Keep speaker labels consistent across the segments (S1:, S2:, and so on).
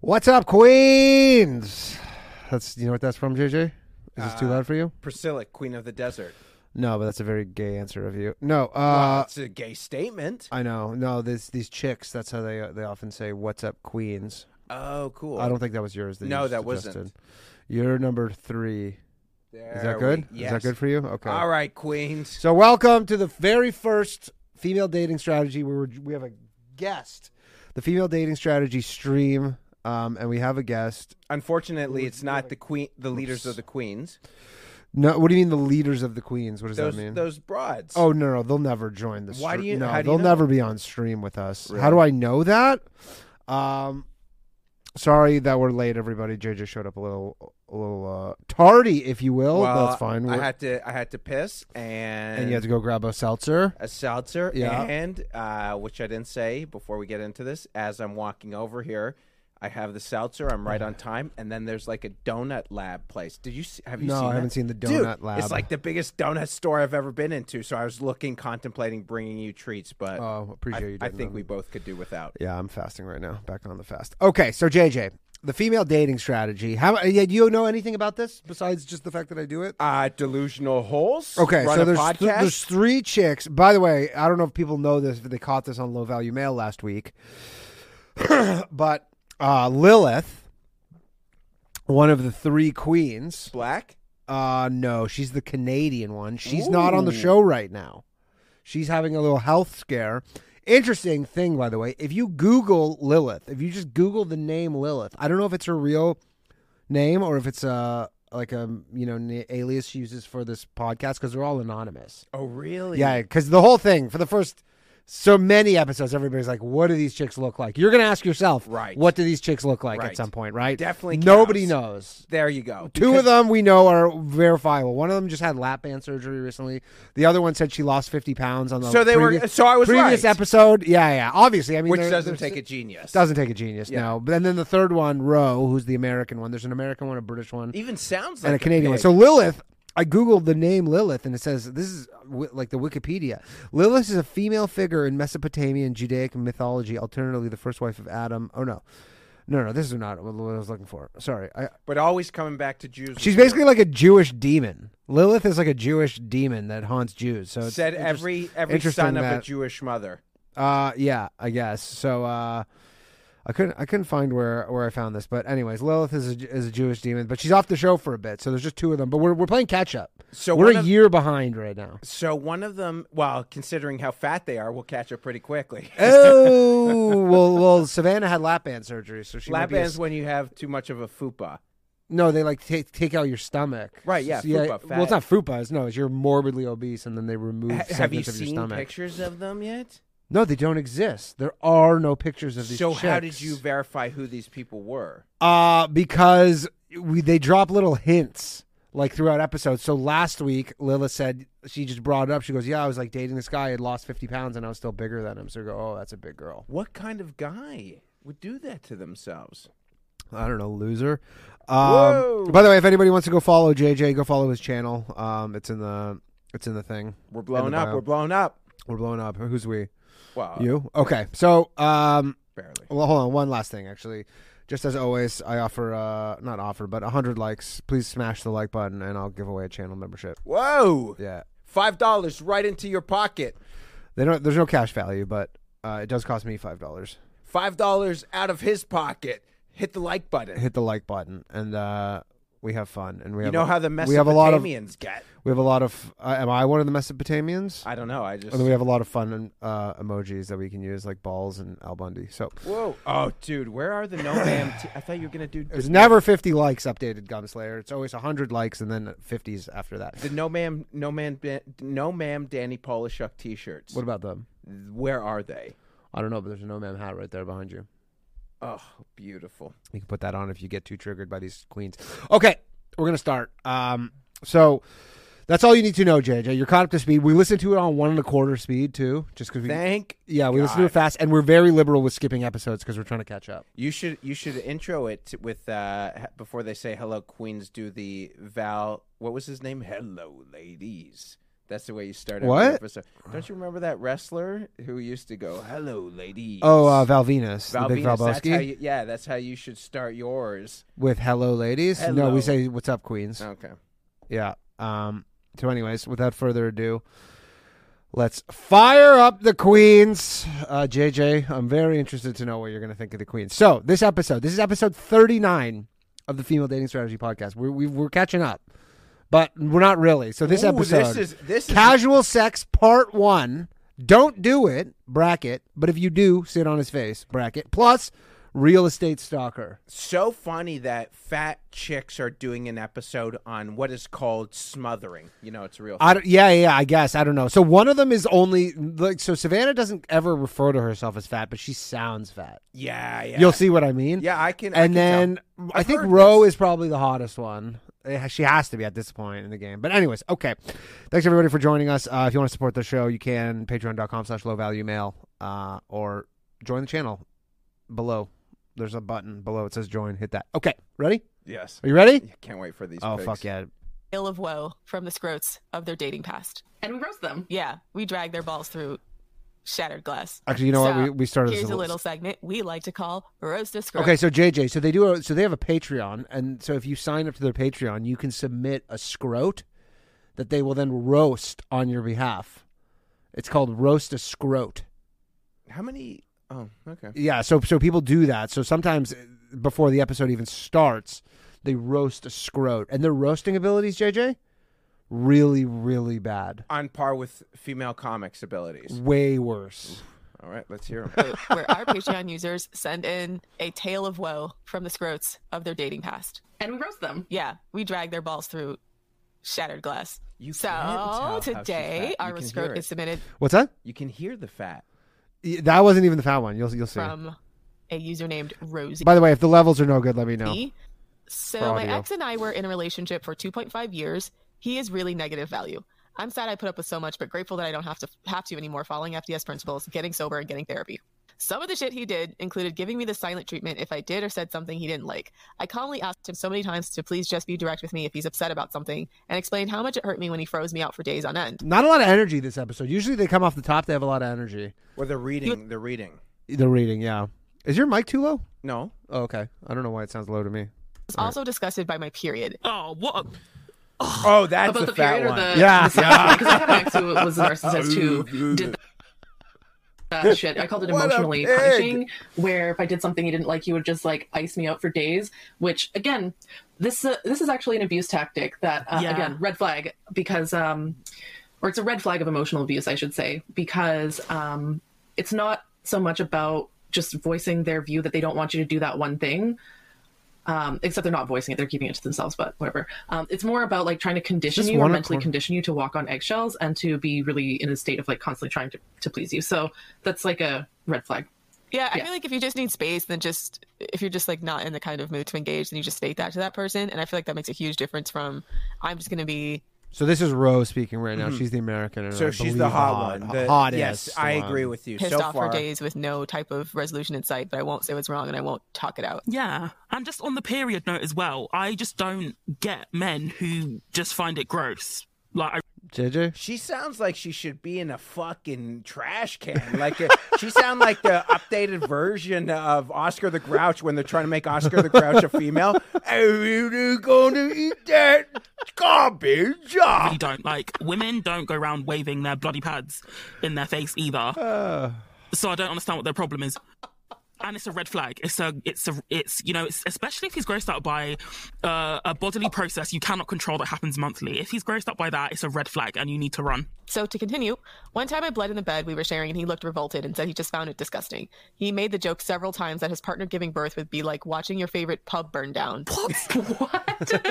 S1: What's up, Queens? That's you know what that's from, JJ. Is this too loud for you?
S2: Priscilla, Queen of the Desert.
S1: Uh, No, but that's a very gay answer of you. No,
S2: Well,
S1: uh,
S2: it's a gay statement.
S1: I know. No, this these chicks. That's how they they often say, "What's up, Queens?"
S2: Oh, cool.
S1: I don't think that was yours. That you
S2: No, that
S1: suggested.
S2: wasn't.
S1: You're number three.
S2: There
S1: Is that good? Is
S2: we-
S1: that
S2: yes.
S1: good for you? Okay.
S2: All right, Queens.
S1: So welcome to the very first female dating strategy. We were, we have a guest, the female dating strategy stream, um, and we have a guest.
S2: Unfortunately, it's not the queen, the leaders of the queens.
S1: No, what do you mean the leaders of the queens? What does
S2: Those
S1: that mean?
S2: those broads.
S1: oh no, no, they'll never join the.
S2: Why do
S1: stre-
S2: you-
S1: No,
S2: how do you
S1: they'll
S2: know
S1: never be on stream with us. How do I know that? Um, sorry that we're late, everybody. JJ showed up a little, a little uh, tardy, if you will.
S2: well,
S1: That's fine.
S2: I
S1: We're-
S2: had to I had to piss and
S1: and you had to go grab a seltzer.
S2: a seltzer
S1: Yeah.
S2: and uh, which I didn't say before we get into this. As I'm walking over here, I have the seltzer. I'm right on time, and then there's like a donut lab place. Did you see, have you
S1: No,
S2: seen?
S1: I
S2: that?
S1: haven't seen the
S2: Dude,
S1: donut lab.
S2: It's like the biggest donut store I've ever been into. So I was looking, contemplating bringing you treats, but
S1: Oh, appreciate you.
S2: I
S1: doing
S2: think
S1: that.
S2: we both could do without.
S1: Yeah, I'm fasting right now. Back on the fast. Okay, so JJ, the female dating strategy. How yeah, do you know anything about this besides just the fact that I do it?
S2: Uh, delusional holes.
S1: Okay,
S2: run
S1: so
S2: a
S1: there's
S2: podcast.
S1: th- there's three chicks. By the way, I don't know if people know this, but they caught this on Low Value Mail last week. but uh, Lilith, one of the three queens.
S2: black.
S1: Uh, no, she's the Canadian one. She's not on the show right now. She's having a little health scare. Interesting thing, by the way. If you Google Lilith, if you just Google the name Lilith, I don't know if it's her real name or if it's a like a you know na- alias she uses for this podcast because they're all anonymous.
S2: Oh, really?
S1: Yeah, because the whole thing for the first so many episodes, everybody's like, "What do these chicks look like?" You're gonna ask yourself,
S2: Right.
S1: What do these chicks look like at
S2: Right.
S1: some point, right?
S2: Definitely
S1: Nobody
S2: cows.
S1: knows.
S2: There you go.
S1: Two of them we know are verifiable. One of them just had lap band surgery recently. The other one said she lost fifty pounds on the
S2: So they were-
S1: previous-
S2: so I was
S1: previous
S2: right.
S1: episode. Yeah, yeah. Obviously, I mean,
S2: which
S1: they're-
S2: doesn't
S1: they're-
S2: take a genius.
S1: doesn't take a genius. No, but and then the third one, Roe, who's the American one. There's an American one, a British one,
S2: even sounds like
S1: and a Canadian one.
S2: pig.
S1: So Lilith, I googled the name Lilith, and it says this is wi- like the Wikipedia. Lilith is a female figure in Mesopotamian Judaic mythology, alternatively the first wife of Adam. Oh no, no, no, this is not what I was looking for. Sorry, I,
S2: but always coming back to Jews.
S1: She's
S2: before.
S1: basically like a Jewish demon. Lilith is like a Jewish demon that haunts Jews. So it's
S2: said
S1: interest-
S2: every every
S1: interesting
S2: son of
S1: that-
S2: a Jewish mother.
S1: Uh, yeah, I guess. So uh, I couldn't I couldn't find where where I found this, but anyways, Lilith is a, is a Jewish demon, but she's off the show for a bit. So there's just two of them, but we're we're playing catch up.
S2: So
S1: we're
S2: one
S1: a
S2: of-
S1: year behind right now.
S2: So one of them, well, considering how fat they are, will catch up pretty quickly.
S1: Oh well, well, Savannah had lap band surgery, so she might
S2: Lap
S1: be a
S2: bands
S1: s-
S2: when you have too much of a fupa.
S1: No, they like take take out your stomach.
S2: Right, yeah,
S1: So,
S2: fupa,
S1: well, it's
S2: fat.
S1: not fupa. It's no, it's you're morbidly obese, and then they remove
S2: Ha-
S1: segments
S2: have you
S1: of your
S2: seen
S1: stomach.
S2: pictures of them yet?
S1: No, they don't exist. There are no pictures of these.
S2: So how did
S1: chicks.
S2: you verify who these people were?
S1: Uh because we they drop little hints like throughout episodes. So last week, Lila said she just brought it up. She goes, "Yeah, I was like dating this guy. I had lost fifty pounds, and I was still bigger than him." So I go, "Oh, that's a big girl."
S2: What kind of guy would do that to themselves?
S1: I don't know, loser.
S2: Whoa.
S1: Um, by the way, if anybody wants to go follow JJ, go follow his channel. Um, it's in the it's in the thing.
S2: We're
S1: In
S2: blown
S1: the
S2: up.
S1: bio.
S2: We're blown up.
S1: We're blowing up. Who's we?
S2: Well,
S1: You? Okay. So um,
S2: barely.
S1: Well, hold on. One last thing, actually. Just as always, I offer, uh, not offer, but 100 likes. Please smash the like button and I'll give away a channel membership.
S2: Whoa!
S1: Yeah.
S2: Five dollars right into your pocket.
S1: They don't, there's no cash value, but uh, it does cost me $5.
S2: Five dollars out of his pocket. Hit the like button.
S1: Hit the like button and uh, we have fun. And we
S2: You
S1: have
S2: know how the
S1: we have a lot of
S2: Mesopotamians get.
S1: We have a lot of. Uh, am I one of the Mesopotamians?
S2: I don't know. I just
S1: and then we have a lot of fun uh, emojis that we can use, like balls and Al Bundy. So
S2: Whoa! Oh, dude, where are the no ma'am? T- I thought you were gonna do
S1: there's never 50 likes updated, Gunslayer. It's always 100 likes and then 50s after that.
S2: the no ma'am, no man, Ban- no ma'am, Danny Polishuk T-shirts.
S1: What about them?
S2: Where are they?
S1: I don't know, but there's a no man hat right there behind you.
S2: Oh, beautiful.
S1: You can put that on if you get too triggered by these queens. Okay, we're gonna start. Um, so that's all you need to know, JJ. You're caught up to speed. We listen to it on one and a quarter speed too, just because we.
S2: Thank
S1: yeah, we listen to it
S2: God.
S1: fast, and we're very liberal with skipping episodes because we're trying to catch up.
S2: You should you should intro it with uh h- before they say hello, Queens. Do the Val. What was his name? Hello, ladies. That's the way you start every
S1: What?
S2: episode. Don't you remember that wrestler who used to go, "Hello, ladies"?
S1: Oh, uh, Valvinus, the big
S2: Valvinus, that's how
S1: Valboski,
S2: you, yeah, that's how you should start yours.
S1: with "Hello, ladies." No,
S2: Hello.
S1: we say "What's up, Queens."
S2: Okay.
S1: Yeah. Um. So, anyways, without further ado, let's fire up the Queens. Uh, JJ, I'm very interested to know what you're going to think of the Queens. So, this episode, this is episode 39 of the Female Dating Strategy Podcast. We're we, we're catching up, but we're not really. So, this
S2: Ooh,
S1: episode,
S2: This is this is
S1: casual sex part one. Don't do it, bracket. But if you do, sit on his face, bracket. Plus, real estate stalker.
S2: so funny that fat chicks are doing an episode on what is called smothering. You know, it's a real.
S1: I don't- yeah, yeah, I guess. I don't know. So one of them is only like so Savannah doesn't ever refer to herself as fat, but she sounds fat.
S2: yeah, yeah.
S1: You'll see what I mean.
S2: Yeah, I can. I
S1: And
S2: can tell.
S1: then I
S2: I've
S1: think
S2: heard
S1: Roe
S2: this.
S1: is probably the hottest one. Eh, She has to be at this point in the game. But anyways, okay. Thanks everybody for joining us. Uh, if you want to support the show, you can patreon.com slash low value mail uh, or join the channel below. There's a button below. It says join. Hit that. Okay. Ready?
S2: yes,
S1: Are you ready?
S2: can't wait for these.
S1: Oh,
S2: pics.
S1: fuck yeah.
S3: tale of woe from the scrotes of their dating past.
S4: and we roast them.
S3: Yeah, we drag their balls through shattered glass.
S1: Actually, you know
S3: So,
S1: what? We, we started
S3: Here's
S1: this
S3: a little segment we like to call Roast a Scrote.
S1: Okay, so JJ, so they do, a, so they have a Patreon, and so if you sign up to their Patreon, you can submit a scrote that they will then roast on your behalf. It's called roast a scrote.
S2: How many? Oh, okay.
S1: Yeah, so so people do that. So sometimes uh, before the episode even starts, they roast a scrote, and their roasting abilities, JJ, really really bad,
S2: On par with female comics' abilities.
S1: way worse.
S2: All right, let's hear 'em.
S3: group where our Patreon users send in a tale of woe from the scrotes of their dating past.
S4: And we roast them.
S3: Yeah, we drag their balls through shattered glass.
S2: You can tell
S3: so
S2: how she's
S3: today
S2: fat. You
S3: our
S2: can hear
S3: scrote
S2: it.
S3: is submitted
S1: What's that?
S2: You can hear the fat.
S1: Y- That wasn't even the fat one. You'll you'll see.
S3: from a user named Rosie.
S1: By the way, if the levels are no good, let me know.
S3: me. So
S1: For
S3: my
S1: audio.
S3: ex and I were in a relationship for 2.5 years. He is really negative value. I'm sad I put up with so much, but grateful that I don't have to have to anymore. Following FDS principles, getting sober, and getting therapy. Some of the shit he did included giving me the silent treatment if I did or said something he didn't like. I calmly asked him so many times to please just be direct with me if he's upset about something, and explained how much it hurt me when he froze me out for days on end.
S1: Not a lot of energy this episode. Usually they come off the top, they have a lot of energy.
S2: Or the reading. The reading.
S1: The reading, yeah. Is your mic too low?
S2: No,
S1: Oh, okay. I don't know why it sounds low to me.
S3: I was also disgusted by my period.
S2: Oh, that's
S4: About
S2: the,
S4: the,
S2: fat
S4: period or
S2: one.
S4: the
S1: Yeah.
S4: because I had an ex who was a narcissist who did that shit. I called it
S2: What a
S4: emotionally
S2: pig.
S4: punishing, where if I did something he didn't like, he would just like ice me out for days. Which again, this uh, this is actually an abuse tactic that uh,
S3: Yeah.
S4: again red flag because um, or it's a red flag of emotional abuse, I should say, because um, it's not so much about just voicing their view that they don't want you to do that one thing. Um, except they're not voicing it; they're keeping it to themselves. But whatever. Um, it's more about like trying to condition
S1: Just
S4: you or
S1: one
S4: mentally
S1: accord.
S4: condition you to walk on eggshells and to be really in a state of like constantly trying to, to please you. So that's like a red flag.
S3: Yeah, I
S4: Yeah.
S3: feel like if you just need space, then just if you're just like not in the kind of mood to engage, then you just state that to that person, and I feel like that makes a huge difference from I'm just gonna be
S1: So this is Rose speaking right now. She's the American. And
S2: Mm-hmm. so
S1: I
S2: she's
S1: believe
S2: the hot one. The,
S1: hottest.
S2: Yes, I
S1: one.
S2: agree with you.
S3: pissed
S2: so
S3: off
S2: far,
S3: for days with no type of resolution in sight, but I won't say what's wrong and I won't talk it out.
S5: Yeah. And just on the period note as well, I just don't get men who just find it gross. Like, I
S1: JJ.
S2: she sounds like she should be in a fucking trash can. Like a, she sound like the updated version of Oscar the Grouch when they're trying to make Oscar the Grouch a female. Are you going to eat that garbage?
S5: really don't. Like, women don't go around waving their bloody pads in their face either. So I don't understand what their problem is. And it's a red flag. It's a, it's a, it's, you know, it's, especially if he's grossed out by uh, a bodily process you cannot control that happens monthly. If he's grossed out by that, it's a red flag and you need to run.
S3: So to continue, one time I bled in the bed we were sharing and he looked revolted and said he just found it disgusting. He made the joke several times that his partner giving birth would be like watching your favorite pub burn down.
S4: What?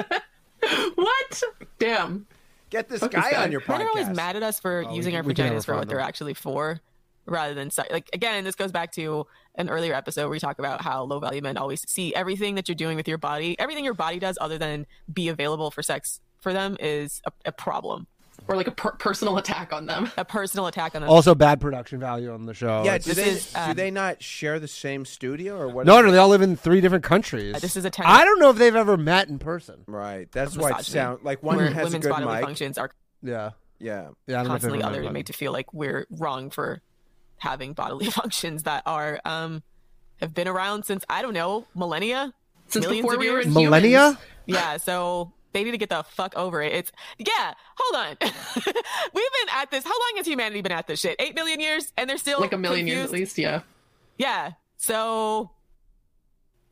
S4: what? Damn.
S2: Get this
S4: Fuck
S2: guy
S4: this guy.
S2: on your
S3: Men are always
S2: podcast.
S3: mad at us for
S1: Oh, we
S3: using
S1: can-
S3: our
S1: we can never
S3: vaginas for
S1: find
S3: what they're
S1: them.
S3: actually for, rather than si- like again. This goes back to an earlier episode where we talk about how low value men always see everything that you're doing with your body, everything your body does, other than be available for sex for them, is a, a problem,
S4: Or like a per- personal attack on them.
S3: a personal attack on them.
S1: Also bad production value on the show.
S2: Yeah,
S1: It's-
S2: do
S3: This
S2: they,
S3: is,
S2: do
S3: um,
S2: they not share the same studio or what?
S1: no,
S2: is
S1: no,
S2: it?
S1: they all live in three different countries.
S3: Uh, this is a ten-
S1: I don't know if they've ever met in person.
S2: Right, that's why it
S3: Misogyny.
S2: sound like one
S3: where
S2: has a
S3: women's
S2: good
S3: bodily
S2: mic.
S3: functions are
S1: Yeah.
S2: Yeah.
S1: Yeah, I don't know if
S3: constantly
S1: everyone
S3: other to
S1: remembers.
S3: make to feel like we're wrong for having bodily functions that are um have been around since I don't know millennia.
S4: Since
S3: Millions
S4: before
S3: of
S4: we were
S3: years?
S4: in
S1: millennia.
S3: Yeah, so they need to get the fuck over it. It's yeah. Hold on, we've been at this. How long has humanity been at this shit? Eight million years, and they're still
S4: like a million years at
S3: confused?
S4: least. Yeah.
S3: Yeah. So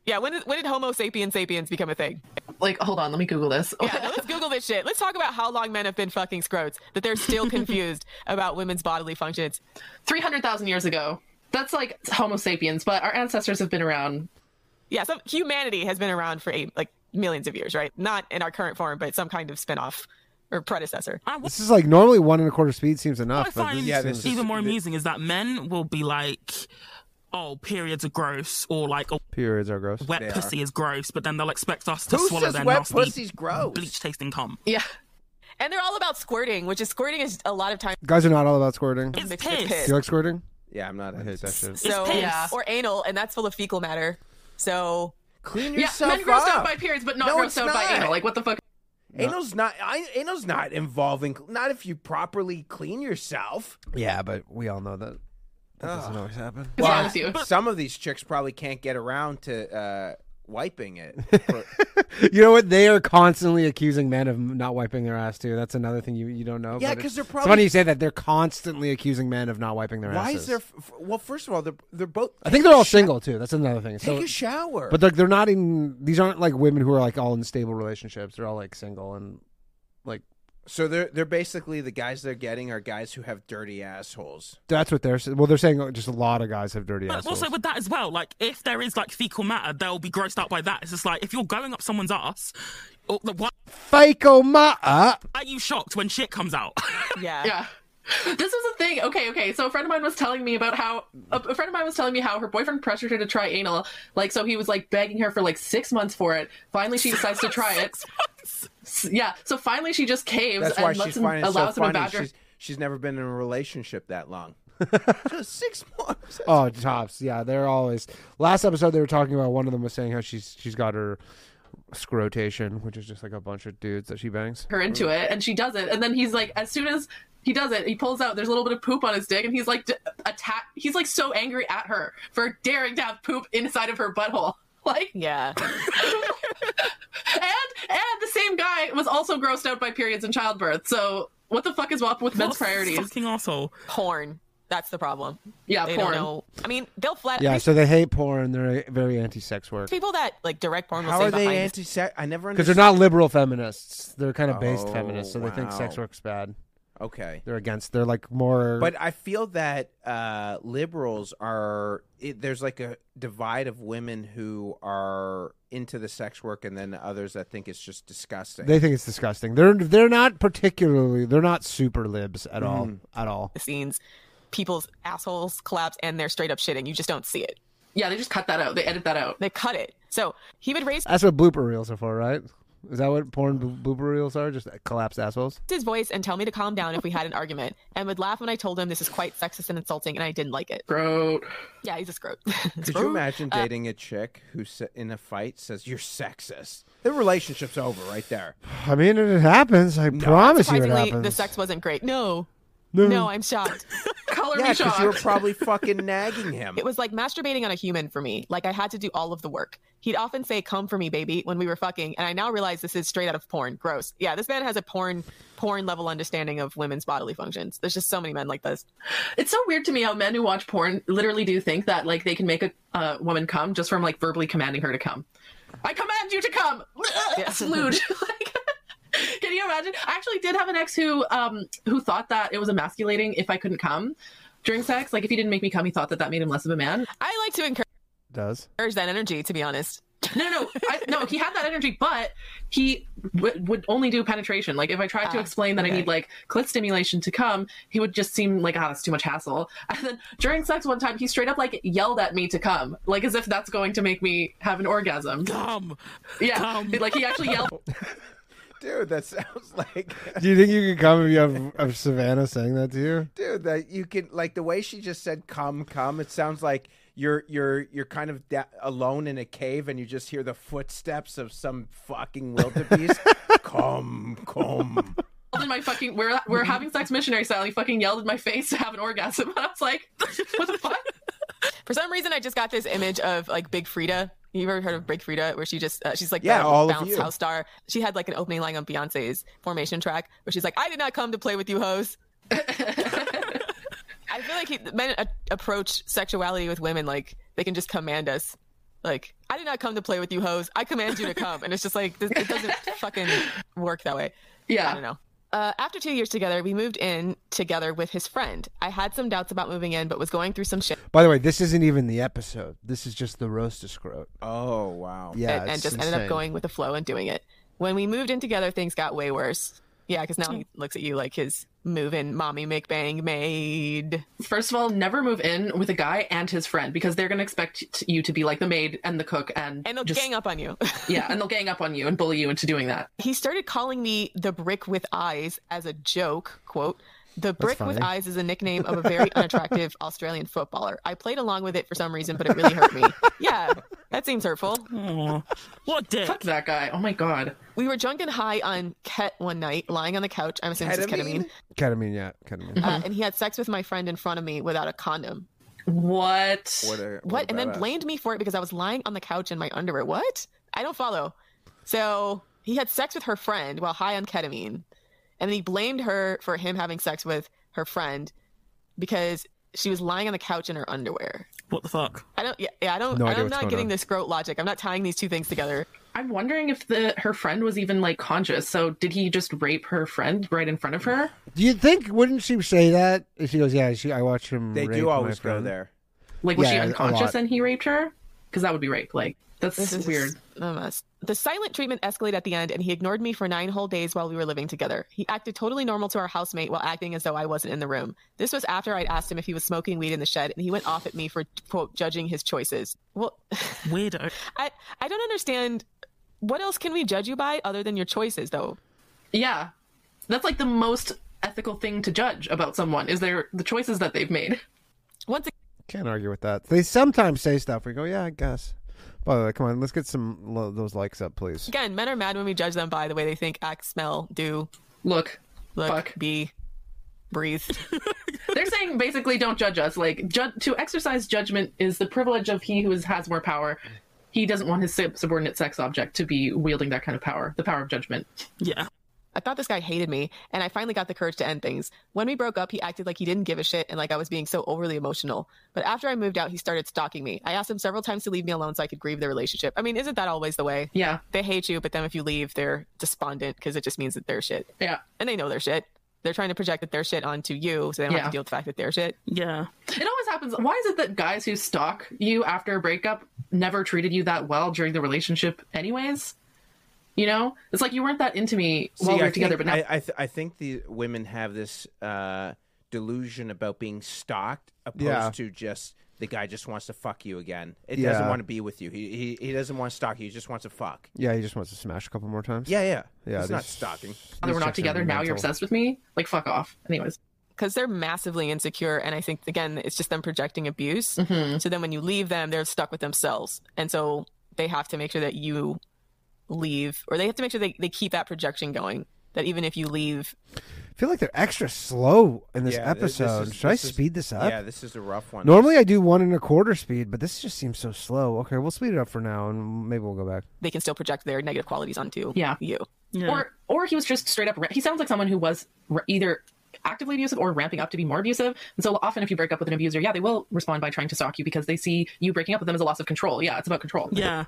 S3: yeah, when did, when did Homo sapiens sapiens become a thing?
S4: Like, hold on, let me Google this.
S3: Yeah, let's Google this shit. Let's talk about how long men have been fucking scrotes that they're still confused about women's bodily functions.
S4: Three hundred thousand years ago. That's like Homo sapiens, but our ancestors have been around.
S3: yeah, some humanity has been around for eight, like millions of years, right? Not in our current form, but some kind of spin-off or predecessor.
S5: And what
S1: This is like normally one and a quarter speed seems
S5: I
S1: enough, but
S5: find
S1: this
S2: Yeah,
S1: seems
S2: this
S5: even
S2: is-
S5: more
S2: th-
S5: amusing is that men will be like, "Oh, periods are gross," or like, oh, "A
S1: periods are gross.
S5: wet
S2: They
S5: pussy is gross," but then they'll expect us to
S2: Who
S5: swallow
S2: says
S5: their
S2: wet
S5: nasty
S2: pussy's gross?
S5: bleach-tasting cum.
S4: Yeah.
S3: And they're all about squirting, which is squirting is a lot of times
S1: Guys are not all about squirting. Do
S5: It's
S3: mixed with
S5: piss.
S3: piss.
S1: you like squirting?
S2: Yeah, I'm not into that shit.
S3: so
S5: piss.
S4: Yeah.
S3: or anal, and that's full of fecal matter. So
S2: Clean
S4: Yeah.
S2: yourself
S4: men grossed
S2: up.
S4: out by periods, but not
S2: No, it's
S4: grossed out by
S2: not.
S4: anal. Like, what the fuck?
S2: Anal's not. I, anal's not involving. Not if you properly clean yourself.
S1: Yeah, but we all know that that doesn't always happen.
S4: Is wrong with you?
S2: Some of these chicks probably can't get around to uh, wiping it. For,
S1: You know what? They are constantly accusing men of not wiping their ass too. That's another thing you, you don't know.
S2: Yeah,
S1: but it-
S2: 'cause they're
S1: it's
S2: probably-
S1: funny you say that. They're constantly accusing men of not wiping their
S2: why
S1: asses.
S2: is there? f- f- Well, first of all, they're they're both.
S1: I think they're all single too. That's another thing.
S2: Take
S1: So,
S2: a shower.
S1: but like they're not in. These aren't like women who are like all in stable relationships. They're all like single and like
S2: so they're they're basically the guys they're getting are guys who have dirty assholes.
S1: that's what they're. sa- Well, they're saying oh, just a lot of guys have dirty
S5: But
S1: assholes.
S5: also with that as well, like if there is like fecal matter, they'll be grossed out by that. It's just like if you're going up someone's ass, oh, the- why
S1: Fico Mata.
S5: are you shocked when shit comes out?
S3: yeah,
S4: Yeah. This was a thing. Okay, okay. So a friend of mine was telling me about how a, a friend of mine was telling me how her boyfriend pressured her to try anal. Like, so he was like begging her for like six months for it. Finally, she decides to try it. S- Yeah. So finally, she just caves
S2: That's
S4: and
S2: why
S4: lets
S2: she's
S4: him
S2: finding it so
S4: allows him to
S2: funny.
S4: badger.
S2: She's she's never been in a relationship that long. Just six months.
S1: Oh, tops. Yeah, they're always. Last episode, they were talking about one of them was saying how she's she's got her scrotation, which is just like a bunch of dudes that she bangs.
S4: her into it and she does it and then he's like as soon as he does it he pulls out there's a little bit of poop on his dick and he's like d- attack he's like so angry at her for daring to have poop inside of her butthole like
S3: yeah.
S4: and and the same guy was also grossed out by periods and childbirth so what the fuck is up with men's
S5: What a
S4: priorities
S5: Fucking asshole.
S3: Porn. That's the problem.
S4: yeah
S3: They
S4: porn
S3: don't know. I mean, they'll flat.
S1: Yeah,
S3: these
S1: so they hate porn. They're very anti-sex work
S3: people that like direct porn will
S2: How
S3: say
S2: are they
S3: behind-
S2: anti-sex? I never
S1: because they're
S2: understand.
S1: not liberal feminists. They're kind of based
S2: Oh,
S1: feminists, so they think sex
S2: wow.
S1: work's bad.
S2: okay.
S1: They're against. They're like more.
S2: But I feel that uh, liberals are it, there's like a divide of women who are into the sex work, and then others that think it's just disgusting.
S1: they think it's disgusting. They're they're not particularly. They're not super libs at all. At all.
S3: the scenes. People's assholes collapse and they're straight up shitting. You just don't see it.
S4: yeah they just cut that out they edit that out
S3: They cut it. So he would raise
S1: That's what blooper reels are for, right? Is that what porn blo- blooper reels are? Just collapsed assholes.
S3: his voice and tell me to calm down if we had an argument, and would laugh when I told him this is quite sexist and insulting, and I didn't like it.
S4: groat
S3: Yeah, he's a scrote.
S2: Could you imagine dating a chick who sa- in a fight says you're sexist? The relationship's over right there.
S1: I mean, it happens. I promise you, it
S3: Surprisingly,
S1: happens.
S3: the sex wasn't great. No. No. I'm shocked.
S4: color
S2: Yeah,
S4: me
S2: because you were
S4: shocked
S2: probably fucking nagging him.
S3: It was like masturbating on a human for me. Like I had to do all of the work. He'd often say, "Come for me, baby," when we were fucking, and I now realize this is straight out of porn. Gross. Yeah, this man has a porn, porn level understanding of women's bodily functions. There's just so many men like this.
S4: It's so weird to me how men who watch porn literally do think that like they can make a uh, woman come just from like verbally commanding her to come. I command you to come.
S3: Yeah.
S4: Slewed. like, can you imagine? I actually did have an ex who um who thought that it was emasculating if I couldn't come during sex. Like if he didn't make me come, he thought that that made him less of a man.
S3: I like to encourage
S1: does.
S3: that energy, to be honest.
S4: No, no, I, no. He had that energy, but he w- would only do penetration. Like if I tried to
S3: Ah,
S4: explain that I
S3: okay.
S4: need like clit stimulation to come, he would just seem like, ah, that's too much hassle. And then during sex one time, he straight up like yelled at me to come, like as if that's going to make me have an orgasm.
S5: Dumb.
S4: Yeah,
S5: Come.
S4: like he actually yelled.
S2: Dude, that sounds like
S1: Do you think you could come if you have of Savannah saying that to you?
S2: dude that you can like the way she just said come come it sounds like you're you're you're kind of da- alone in a cave and you just hear the footsteps of some fucking wildebeest come come
S4: in my fucking we're we're having sex missionary style. He fucking yelled in my face to have an orgasm. And I was like, what the fuck?
S3: For some reason, I just got this image of like Big Frida. You ever heard of Big Frida, where she just uh, she's like
S2: Yeah,
S3: the
S2: all of
S3: bounce
S2: you.
S3: house star. She had like an opening line on Beyonce's Formation track, where she's like, "I did not come to play with you, hoes." I feel like he, men a- approach sexuality with women like they can just command us. Like, I did not come to play with you, hoes. I command you to come, and it's just like this, it doesn't fucking work that way. I don't
S4: Yeah.
S3: know. Uh, after two years together, we moved in together with his friend. I had some doubts about moving in, but was going through some shit
S1: By the way, this isn't even the episode. This is just the roast of scrote.
S2: Oh wow.
S1: Yeah,
S3: and,
S1: it's
S3: just ended
S1: insane.
S3: up going with the flow and doing it. When we moved in together, things got way worse. Yeah, because now he looks at you like his move in mommy make bang made.
S4: First of all, never move in with a guy and his friend because they're gonna expect you to be like the maid and the cook and
S3: And they'll
S4: just-
S3: gang up on you.
S4: Yeah, and they'll gang up on you and bully you into doing that.
S3: he started calling me the brick with eyes as a joke quote the brick with
S1: funny.
S3: eyes is a nickname of a very unattractive australian footballer i played along with it for some reason but it really hurt me yeah that seems hurtful
S5: Aw, what a dick?
S4: Fuck that guy. Oh my god.
S3: we were drunk and high on ket one night lying on the couch i'm assuming it's
S2: Ketamine?
S3: ketamine
S1: Ketamine, yeah, ketamine.
S3: uh, and he had sex with my friend in front of me without a condom
S4: What?
S2: What? A,
S3: what
S2: a
S3: and then
S2: badass.
S3: blamed me for it because i was lying on the couch in my underwear what i don't follow so he had sex with her friend while high on ketamine and then he blamed her for him having sex with her friend because she was lying on the couch in her underwear
S5: What the fuck?
S3: i don't yeah, yeah i don't
S1: No idea
S3: i'm
S1: what's
S3: not
S1: going
S3: getting
S1: on.
S3: this groat logic i'm not tying these two things together
S4: I'm wondering if the her friend was even like conscious. So did he just rape her friend right in front of her?
S1: Do you think? Wouldn't she say that? If She goes, yeah. She, I watch him.
S2: They
S1: rape
S2: do
S1: my
S2: always go
S1: friend."
S2: there.
S4: Like was
S1: Yeah, a
S4: she unconscious
S1: lot.
S4: and he raped her? Because that would be rape. Like that's
S3: This is
S4: weird.
S3: a mess. The silent treatment escalated at the end, and he ignored me for nine whole days while we were living together. He acted totally normal to our housemate while acting as though I wasn't in the room. This was after I'd asked him if he was smoking weed in the shed, and he went off at me for, quote, judging his choices. Well,
S5: Weirdo.
S3: I, I don't understand. What else can we judge you by other than your choices, though?
S4: Yeah. That's like the most ethical thing to judge about someone is their the choices that they've made.
S3: Once
S1: Can't argue with that. They sometimes say stuff. We go, yeah, I guess. By the way, come on, let's get some lo- those likes up, please.
S3: again, men are mad when we judge them by the way they think, act, smell, do,
S4: Look,
S3: look,
S4: Fuck.
S3: be, breathe.
S4: they're saying basically don't judge us. Like ju- to exercise judgment is the privilege of he who is, has more power. He doesn't want his sub- subordinate sex object to be wielding that kind of power, the power of judgment.
S5: Yeah.
S3: I thought this guy hated me, and I finally got the courage to end things. When we broke up, he acted like he didn't give a shit and like I was being so overly emotional. But after I moved out, he started stalking me. I asked him several times to leave me alone so I could grieve the relationship. I mean, isn't that always the way?
S4: Yeah,
S3: They hate you, but then if you leave, they're despondent because it just means that they're shit.
S4: yeah.
S3: And they know they're shit. They're trying to project that they're shit onto you so they don't have
S4: Yeah.
S3: to deal with the fact that they're shit.
S5: Yeah.
S4: It always happens. Why is it that guys who stalk you after a breakup never treated you that well during the relationship, anyways? You know, it's like you weren't that into me while we
S2: I
S4: were together,
S2: think,
S4: but now
S2: I I, th- I think the women have this uh, delusion about being stalked, opposed
S1: Yeah.
S2: to just the guy just wants to fuck you again. It
S1: Yeah.
S2: doesn't want to be with you. He, he he doesn't want to stalk you. He just wants to fuck.
S1: Yeah, he just wants to smash a couple more times.
S2: Yeah, yeah,
S1: yeah.
S2: It's not
S1: these-
S2: stalking.
S4: that we're
S1: these
S4: not
S1: chicks are
S4: together, now you're
S1: mental.
S4: obsessed with me. Like fuck off. Anyways.
S3: because they're massively insecure and i think again it's just them projecting abuse so then when you leave them they're stuck with themselves and so they have to make sure that you leave or they have to make sure they, they keep that projection going that even if you leave
S1: I feel like they're extra slow in this
S2: Yeah, th- this
S1: episode.
S2: is-
S1: Should I
S2: this is-
S1: speed this up?
S2: Yeah, this is a rough one.
S1: Normally I do one and a quarter speed, but this just seems so slow. Okay, we'll speed it up for now, and maybe we'll go back.
S3: they can still project their negative qualities onto
S4: Yeah.
S3: you
S5: Yeah.
S4: or or he was just straight up ra- he sounds like someone who was ra- either actively abusive or ramping up to be more abusive and so often if you break up with an abuser yeah they will respond by trying to stalk you because they see you breaking up with them as a loss of control yeah it's about control
S5: yeah.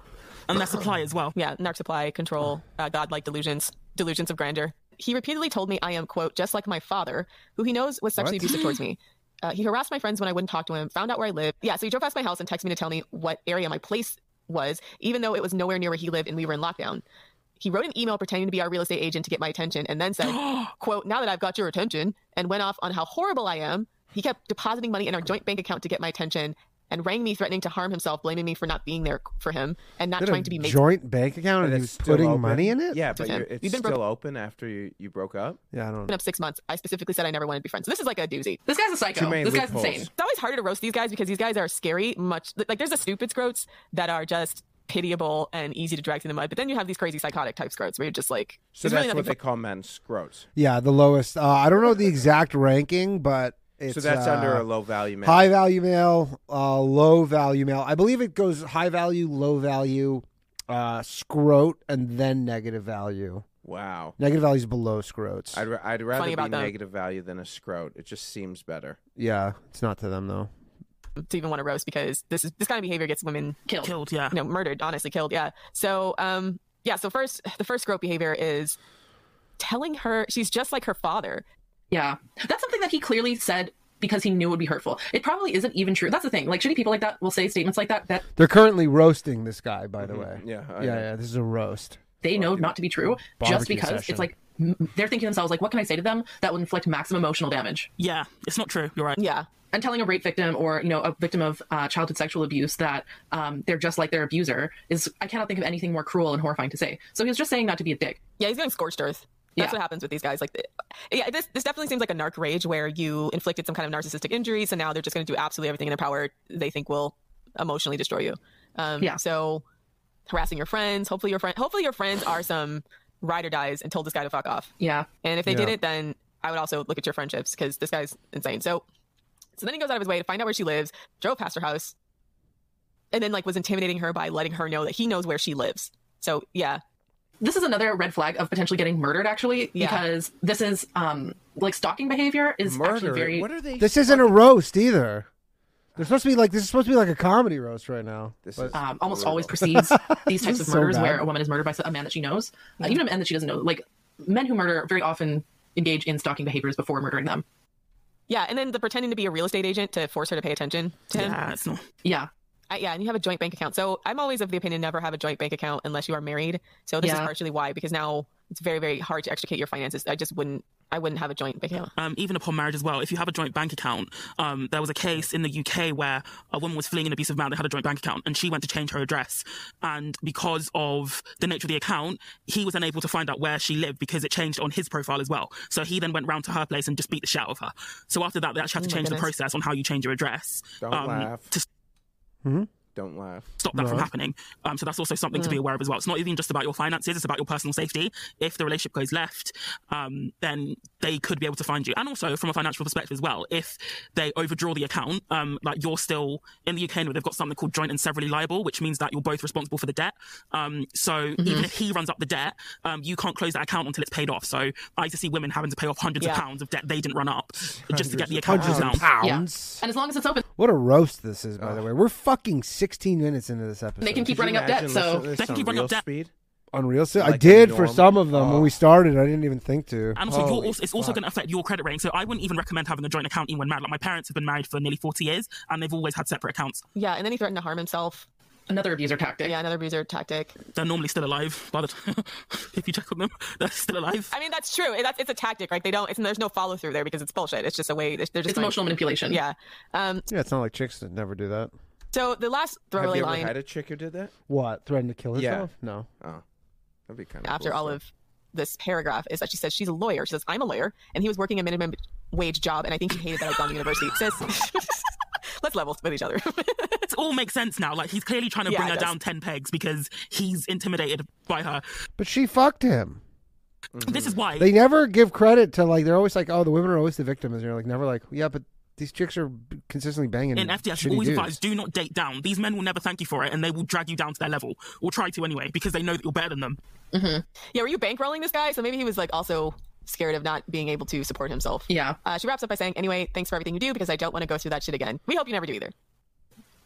S5: And that's supply as well.
S3: yeah narc supply control uh, godlike delusions delusions of grandeur he repeatedly told me i am quote just like my father who he knows was sexually
S1: What?
S3: abusive towards me uh, he harassed my friends when i wouldn't talk to him found out where i lived yeah so he drove past my house and texted me to tell me what area my place was even though it was nowhere near where he lived and we were in lockdown he wrote an email pretending to be our real estate agent to get my attention and then said quote now that i've got your attention and went off on how horrible i am he kept depositing money in our joint bank account to get my attention and rang me threatening to harm himself blaming me for not being there for him and not
S1: Did
S3: trying
S1: a
S3: to be made
S1: joint bank account, and
S2: But
S1: he
S2: it's
S1: was
S2: still
S1: putting
S2: open.
S1: money in it.
S2: Yeah, but
S3: Okay.
S2: you're, it's
S3: You've been
S2: still
S3: broke-
S2: open after you, you broke up.
S1: yeah. I don't.
S3: been up six months. I specifically said I never wanted to be friends. So this is like a doozy.
S4: this guy's a psycho
S2: Too many
S4: this guy's
S2: loopholes.
S4: insane
S3: It's always harder to roast these guys because these guys are scary. Much like there's the stupid scroats that are just pitiable and easy to drag through the mud. But then you have these crazy psychotic type scrotes where you're just like,
S2: So
S3: there's
S2: that's
S3: really nothing
S2: what they call men scrotes.
S1: Yeah, the lowest. Uh, I don't know the exact ranking, but it's
S2: so that's
S1: uh,
S2: under a low value man.
S1: high value mail, uh, low value mail. I believe it goes high value, low value, uh, scrote, and then negative value.
S2: Wow.
S1: Negative value is below scrotes.
S2: I'd, ra- I'd rather
S3: Funny
S2: be
S3: about them.
S2: negative value than a scrote. It just seems better.
S1: yeah, it's not to them though.
S3: to even want to roast because this is this kind of behavior gets women
S4: Killed.
S5: Killed, yeah.
S3: you know, murdered, honestly killed. Yeah. So, um, yeah. So first, the first grope behavior is telling her she's just like her father.
S4: Yeah. That's something that he clearly said because he knew would be hurtful. It probably isn't even true. That's the thing. Like shitty people like that will say statements like that that
S1: They're currently roasting this guy, by the way.
S2: Mm-hmm. Yeah. I
S1: yeah,
S2: know.
S1: yeah. This is a roast.
S4: they know not to be true just
S1: Barbecue
S4: because
S1: session.
S4: it's like m- they're thinking to themselves like what can I say to them that will inflict maximum emotional damage.
S5: Yeah, it's not true. You're right.
S3: Yeah.
S4: And telling a rape victim or you know a victim of uh, childhood sexual abuse that um, they're just like their abuser is I cannot think of anything more cruel and horrifying to say. So he was just saying not to be a dick.
S3: Yeah. He's going scorched earth. That's
S4: Yeah.
S3: what happens with these guys. Like, the- yeah, this this definitely seems like a narc rage where you inflicted some kind of narcissistic injury, so now they're just going to do absolutely everything in their power they think will emotionally destroy you. Um,
S4: Yeah.
S3: So harassing your friends. Hopefully your friend. Hopefully your friends are some ride or dies and told this guy to fuck off.
S4: Yeah.
S3: And if they
S1: Yeah.
S3: didn't, then I would also look at your friendships because this guy's insane. So, so then he goes out of his way to find out where she lives, drove past her house, and then like was intimidating her by letting her know that he knows where she lives. So yeah,
S4: this is another red flag of potentially getting murdered actually
S3: Yeah.
S4: because this is um like stalking behavior is
S2: Murder.
S4: actually very
S2: What are they?
S1: This isn't a roast either. They're supposed to be like this is supposed to be like a comedy roast right now.
S2: This
S1: but-
S2: is-
S4: um, almost
S2: brutal.
S4: always precedes these types
S1: is
S4: of
S1: so
S4: murders
S1: bad.
S4: where a woman is murdered by a man that she knows uh, even a man that she doesn't know like men who murder very often engage in stalking behaviors before murdering them
S3: yeah. And then the pretending to be a real estate agent to force her to pay attention to him.
S5: Yeah, it's not.
S4: yeah
S3: I, yeah, and you have a joint bank account. So I'm always of the opinion never have a joint bank account unless you are married. So this is
S4: Yeah.
S3: partially why because now it's very very hard to extricate your finances. I just wouldn't. I wouldn't have a joint bank account.
S5: um, even upon marriage as well. If you have a joint bank account, um, there was a case in the UK where a woman was fleeing an abusive man that had a joint bank account, and she went to change her address. And because of the nature of the account, he was unable to find out where she lived because it changed on his profile as well. So he then went round to her place and just beat the shit out of her. So after that, they actually had
S3: Oh
S5: to
S3: my
S5: change the
S3: goodness.
S5: process on how you change your address
S2: Don't laugh.
S5: to
S1: Hmm?
S2: Don't laugh.
S5: stop that from happening. Um, so that's also something to
S1: Mm.
S5: be aware of as well. It's not even just about your finances; it's about your personal safety. If the relationship goes left, um, then they could be able to find you. And also from a financial perspective as well, if they overdraw the account, um, like you're still in the UK, now, they've got something called joint and severally liable, which means that you're both responsible for the debt. Um, so
S1: Mm-hmm.
S5: even if he runs up the debt, um, you can't close that account until it's paid off. So I used to see women having to pay off hundreds of
S3: Yeah.
S5: pounds of debt they didn't run up just to get the account
S1: Hundreds
S5: closed
S1: of
S5: down.
S1: pounds.
S4: and as long as it's open
S1: What a roast this is, by the way. We're fucking 16 minutes into this episode.
S4: they can
S2: Could
S4: keep
S2: you
S4: running up debt
S2: imagine listening to
S4: so
S2: this
S5: They can
S2: on
S5: keep running
S2: real
S5: up debt.
S2: Speed?
S1: Unreal. Si- I
S2: Like a
S1: did for
S2: norm-
S1: some of them when
S2: Oh.
S1: we started. I didn't even think to.
S5: And also, you're
S2: Holy
S5: also, it's also going to affect your credit rating. So I wouldn't even recommend having a joint account even when married. Like my parents have been married for nearly 40 years and they've always had separate accounts.
S3: Yeah, and then he threatened to harm himself.
S4: another abuser tactic
S3: Yeah, another abuser tactic.
S5: They're normally still alive. By the t- if you check on them, they're still alive.
S3: I mean, that's true. It- That's it's a tactic, right? They don't. It's, there's no follow through there because it's bullshit. It's just a way. They're just
S4: it's
S3: like-
S4: emotional manipulation
S3: Yeah. Um.
S1: Yeah, it's not like chicks that never do that.
S3: So the last
S2: Have
S3: throwaway
S2: you ever
S3: line
S2: had a chick who did that?
S1: What? Threatened to kill
S2: Yeah.
S1: herself? No.
S2: Oh, that'd be kind of
S3: after all of this paragraph is that she says she's a lawyer. She says I'm a lawyer, and he was working a minimum wage job, and I think he hated that I was gone to university. Sis, let's level with each other.
S5: It all makes sense now. Like he's clearly trying to
S3: Yeah,
S5: bring
S3: it
S5: her
S3: does.
S5: down 10 pegs because he's intimidated by her.
S1: But she fucked him.
S5: This is why.
S1: They never give credit to like. They're always like, oh, the women are always the victims. And you're like, never like, yeah, but these chicks are b- consistently banging.
S5: in FDS,
S1: shitty
S5: always
S1: dudes.
S5: advise do not date down. These men will never thank you for it, and they will drag you down to their level, or try to anyway, because they know that you're better than them.
S3: yeah, were you bankrolling this guy? So maybe he was like also scared of not being able to support himself.
S4: yeah
S3: Uh, she wraps up by saying, "Anyway, thanks for everything you do because I don't want to go through that shit again. We hope you never do either."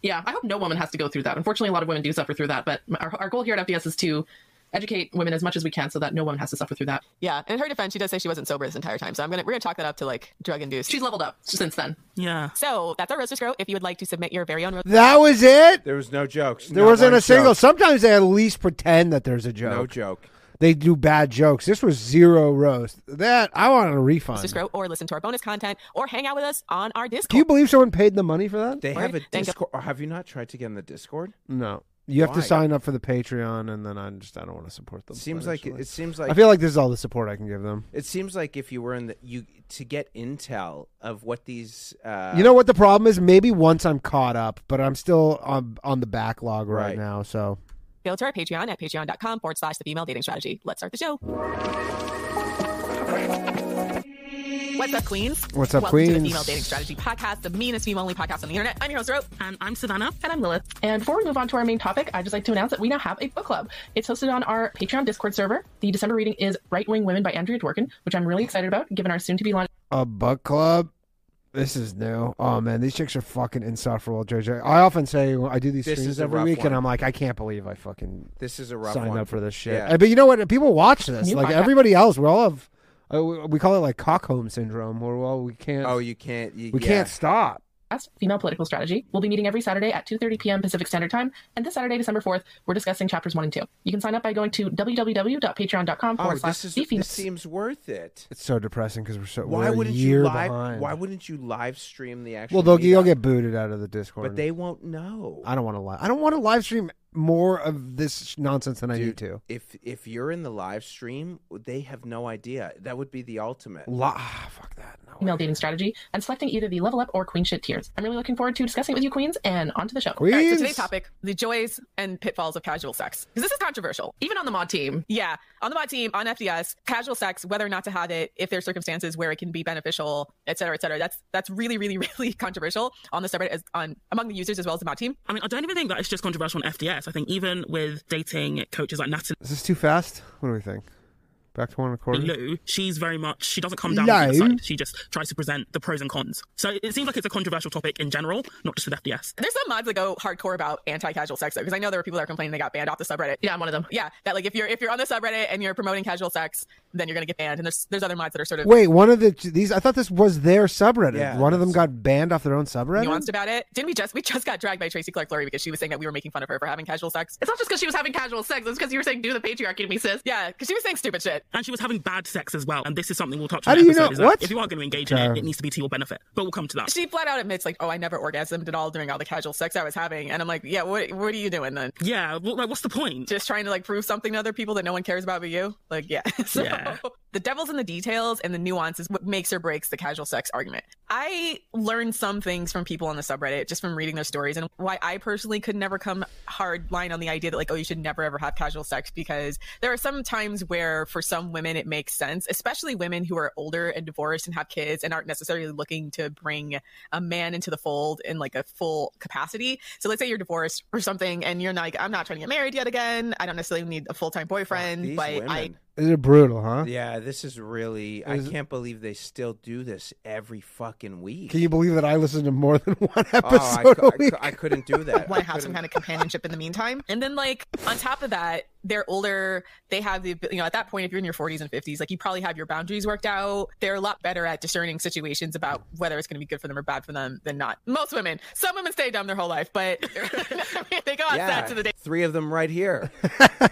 S4: yeah i hope no woman has to go through that unfortunately a lot of women do suffer through that but our, our goal here at fds is to educate women as much as we can so that no woman has to suffer through that
S3: Yeah, and in her defense, she does say she wasn't sober this entire time. So I'm gonna we're gonna chalk that up to like drug induced.
S4: she's leveled up since then
S5: Yeah.
S3: So that's our roaster scroll. If you would like to submit your very own, ro-
S1: That was it.
S2: There was no jokes.
S1: There
S2: Not
S1: wasn't
S2: one
S1: a single.
S2: joke.
S1: Sometimes they at least pretend that there's a joke.
S2: No joke.
S1: They do bad jokes. This was zero roast. That I wanted a refund.
S3: roaster scroll, or listen to our bonus content, or hang out with us on our
S1: Do you
S3: Discord.
S1: believe someone paid the money for that?
S2: They have a
S3: Thank you.
S2: Discord. oh, Have you not tried to get in the Discord?
S1: No. You have to
S2: Why?
S1: sign up for the Patreon, and then I just I don't want to support them.
S2: It seems like it,
S1: financially.
S2: it seems like
S1: I feel like this is all the support I can give them.
S2: it seems like if you were in the you to get intel of what these uh,
S1: You know what the problem is? Maybe once I'm caught up, but I'm still on on the backlog right,
S2: Right.
S1: now. So
S3: Go to our Patreon at patreon.com forward slash the female dating strategy. Let's start the show. What's up, queens?
S1: What's up,
S3: Welcome To
S1: queens?
S3: the female dating strategy podcast, the meanest female only podcast on the internet. I'm your host, Rope.
S5: And I'm Savannah.
S4: And I'm Lilith. And before we move on to our main topic, I'd just like to announce that we now have a book club. It's hosted on our Patreon Discord server. The December reading is Right Wing Women by Andrea Dworkin, which I'm really excited about, given our soon to be launched
S1: a book club. This is new. Oh man, these chicks are fucking insufferable, JJ. I often say I do these
S2: This
S1: streams
S2: is a
S1: every
S2: rough
S1: week,
S2: one.
S1: and I'm like, I can't believe I fucking
S2: This is a rough
S1: signed
S2: one.
S1: up for this shit.
S2: Yeah.
S1: Uh, But you know what? People watch this.
S4: New
S1: like
S4: podcast.
S1: everybody else, we all have. Uh, we we call it like Cockholm syndrome, where well we can't.
S2: oh, you can't. You,
S1: we
S2: yeah.
S1: can't stop.
S4: Female Political Strategy. We'll be meeting every Saturday at 2.30 p.m. Pacific Standard Time. And this Saturday, December 4th, we're discussing chapters 1 and 2. You can sign up by going to www.patreon.com
S2: Oh,
S4: forward slash
S2: this is.
S4: The
S2: This
S4: Female
S2: seems worth it.
S1: It's so depressing because we're so
S2: Why
S1: we're a
S2: wouldn't
S1: year
S2: you live?
S1: behind.
S2: Why wouldn't you live stream the actual?
S1: well, they'll, you'll
S2: meetup?
S1: get booted out of the Discord.
S2: But they won't know.
S1: I don't want to live. I don't want to live stream more of this nonsense than I need
S2: Dude,
S1: to.
S2: If if you're in the live stream, they have no idea. That would be the ultimate.
S1: Li- ah, fuck that. No.
S4: Female dating strategy and selecting either the level up or queen shit tiers. I'm really looking forward to discussing it with you queens and on to the show.
S3: All right, so
S1: Queens.
S3: today's topic, the joys and pitfalls of casual sex. Because this is controversial.
S4: Even on the mod team,
S3: Yeah, on the mod team, on FDS, casual sex, whether or not to have it, if there's circumstances where it can be beneficial, et cetera, et cetera. That's that's really, really, really controversial on the subreddit as on among the users as well as the mod team.
S5: I mean, I don't even think that it's just controversial on FDS. I think even with dating coaches like Natalie
S1: Is this too fast? What do we think? Back to one and a quarter.
S5: Lou, she's very much, she doesn't come down
S1: Lou.
S5: on the side. She just tries to present the pros and cons. So it seems like it's a controversial topic in general, not just with FDS.
S3: There's some mods that go hardcore about anti-casual sex though, because I know there were people that are complaining they got banned off the subreddit.
S4: yeah, I'm one of them.
S3: Yeah, that like if you're if you're on the subreddit and you're promoting casual sex, then you're gonna get banned. And there's there's other mods that are sort of
S1: Wait, one of the these. I thought this was their subreddit.
S2: Yeah,
S1: one of them
S2: that's-
S1: got banned off their own subreddit.
S3: nuanced about it. Didn't we just we just got dragged by Tracy Clark Laurie because she was saying that we were making fun of her for having casual sex?
S4: It's not just because she was having casual sex. It's because you were saying do the patriarchy to me, sis.
S3: Yeah, because she was saying stupid shit.
S5: And she was having bad sex as well. And this is something we'll touch
S1: How
S5: on.
S1: do
S5: in
S1: you
S5: episode,
S1: know-
S5: is that
S1: what?
S5: If you are going to engage in it,
S1: Okay.
S5: it needs to be to your benefit. But we'll come to that.
S3: She flat out admits like, oh, I never orgasmed at all during all the casual sex I was having, and I'm like, yeah, what what are you doing then?
S5: Yeah, well, like, what's the point?
S3: Just trying to like prove something to other people that no one cares about but you? Like, yeah. So
S5: Yeah.
S3: the devil's in the details and the nuance is what makes or breaks the casual sex argument. I learned some things from people on the subreddit just from reading their stories and why I personally could never come hard line on the idea that like, oh, you should never ever have casual sex because there are some times where for some women it makes sense, especially women who are older and divorced and have kids and aren't necessarily looking to bring a man into the fold in like a full capacity. So let's say you're divorced or something and you're like, I'm not trying to get married yet again. I don't necessarily need a full time boyfriend,
S2: These
S3: but I
S2: women.
S1: These are brutal, huh?
S2: Yeah, this is really.
S1: Is-
S2: I can't believe they still do this every fucking week.
S1: Can you believe that I listened to more than one
S2: Oh, I,
S1: episode
S2: cou- I
S1: a week?
S2: cou- I couldn't do that.
S3: want
S2: I
S3: to have some
S2: couldn't-
S3: kind of companionship in the meantime. And then like on top of that, they're older. They have the you know at that point if you're in your 40s and 50s, like you probably have your boundaries worked out. They're a lot better at discerning situations about whether it's going to be good for them or bad for them than not. Most women, some women stay dumb their whole life, but they go outside
S2: Yeah,
S3: to the day
S2: three of them right here.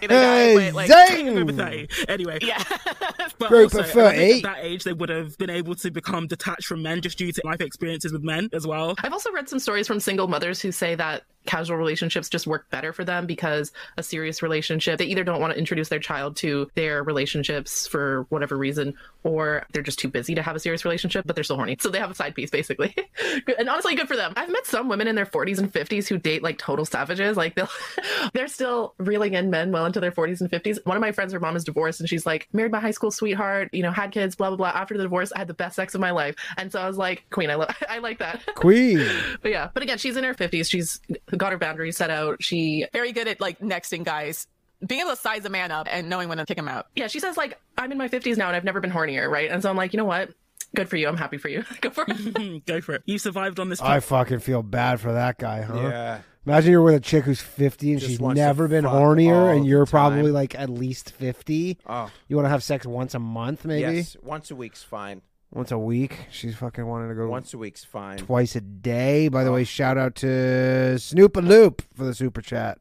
S3: they die. But like
S1: Zing!
S5: Over 30. Anyway.
S3: yeah,
S5: But
S1: Hmm. Group
S5: also,
S1: of
S5: I think
S1: 38.
S5: At that age, they would have been able to become detached from men just due to life experiences with men as well.
S4: I've also read some stories from single mothers who say that casual relationships just work better for them because a serious relationship, they either don't want to introduce their child to their relationships for whatever reason, or they're just too busy to have a serious relationship, but they're still horny. So they have a side piece, basically. Good- and honestly, good for them. I've met some women in their 40s and 50s who date like total savages. Like they'll, they're still reeling in men well into their 40s and 50s. One of my friends, her mom is divorced, and she's like, married my high school sweetheart, you know, had kids, blah, blah, blah. After the divorce, I had the best sex of my life. And so I was like, Queen, I, lo- I like that.
S1: Queen.
S4: But yeah, but again, she's in her 50s. She's got her boundaries set out. She,
S3: very good at like nexting guys, being able to size a man up and knowing when to kick him out.
S4: yeah, she says, like, I'm in my 50s now and I've never been hornier, right? And so I'm like, you know what? Good for you. I'm happy for you. Go for it.
S5: Hmm, Go for it. You survived on this.
S1: I fucking feel bad for that guy, huh?
S2: Yeah.
S1: Imagine you're with a chick who's 50 and
S2: Just
S1: she's
S2: wants to
S1: never been
S2: fuck all
S1: hornier, and
S2: the
S1: you're
S2: time.
S1: probably like at least 50.
S2: Oh,
S1: You want to have sex once a month, maybe?
S2: yes. Once a week's fine.
S1: Once a week? She's fucking wanting to go
S2: Once Oh. a week's fine.
S1: twice a day. By the way, shout out to Snoop and Loop for the super chat.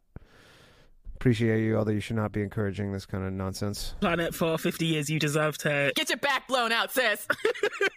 S1: Appreciate you, although you should not be encouraging this kind of nonsense.
S5: planet for 50 years. You deserve to
S3: Get your back blown out, sis.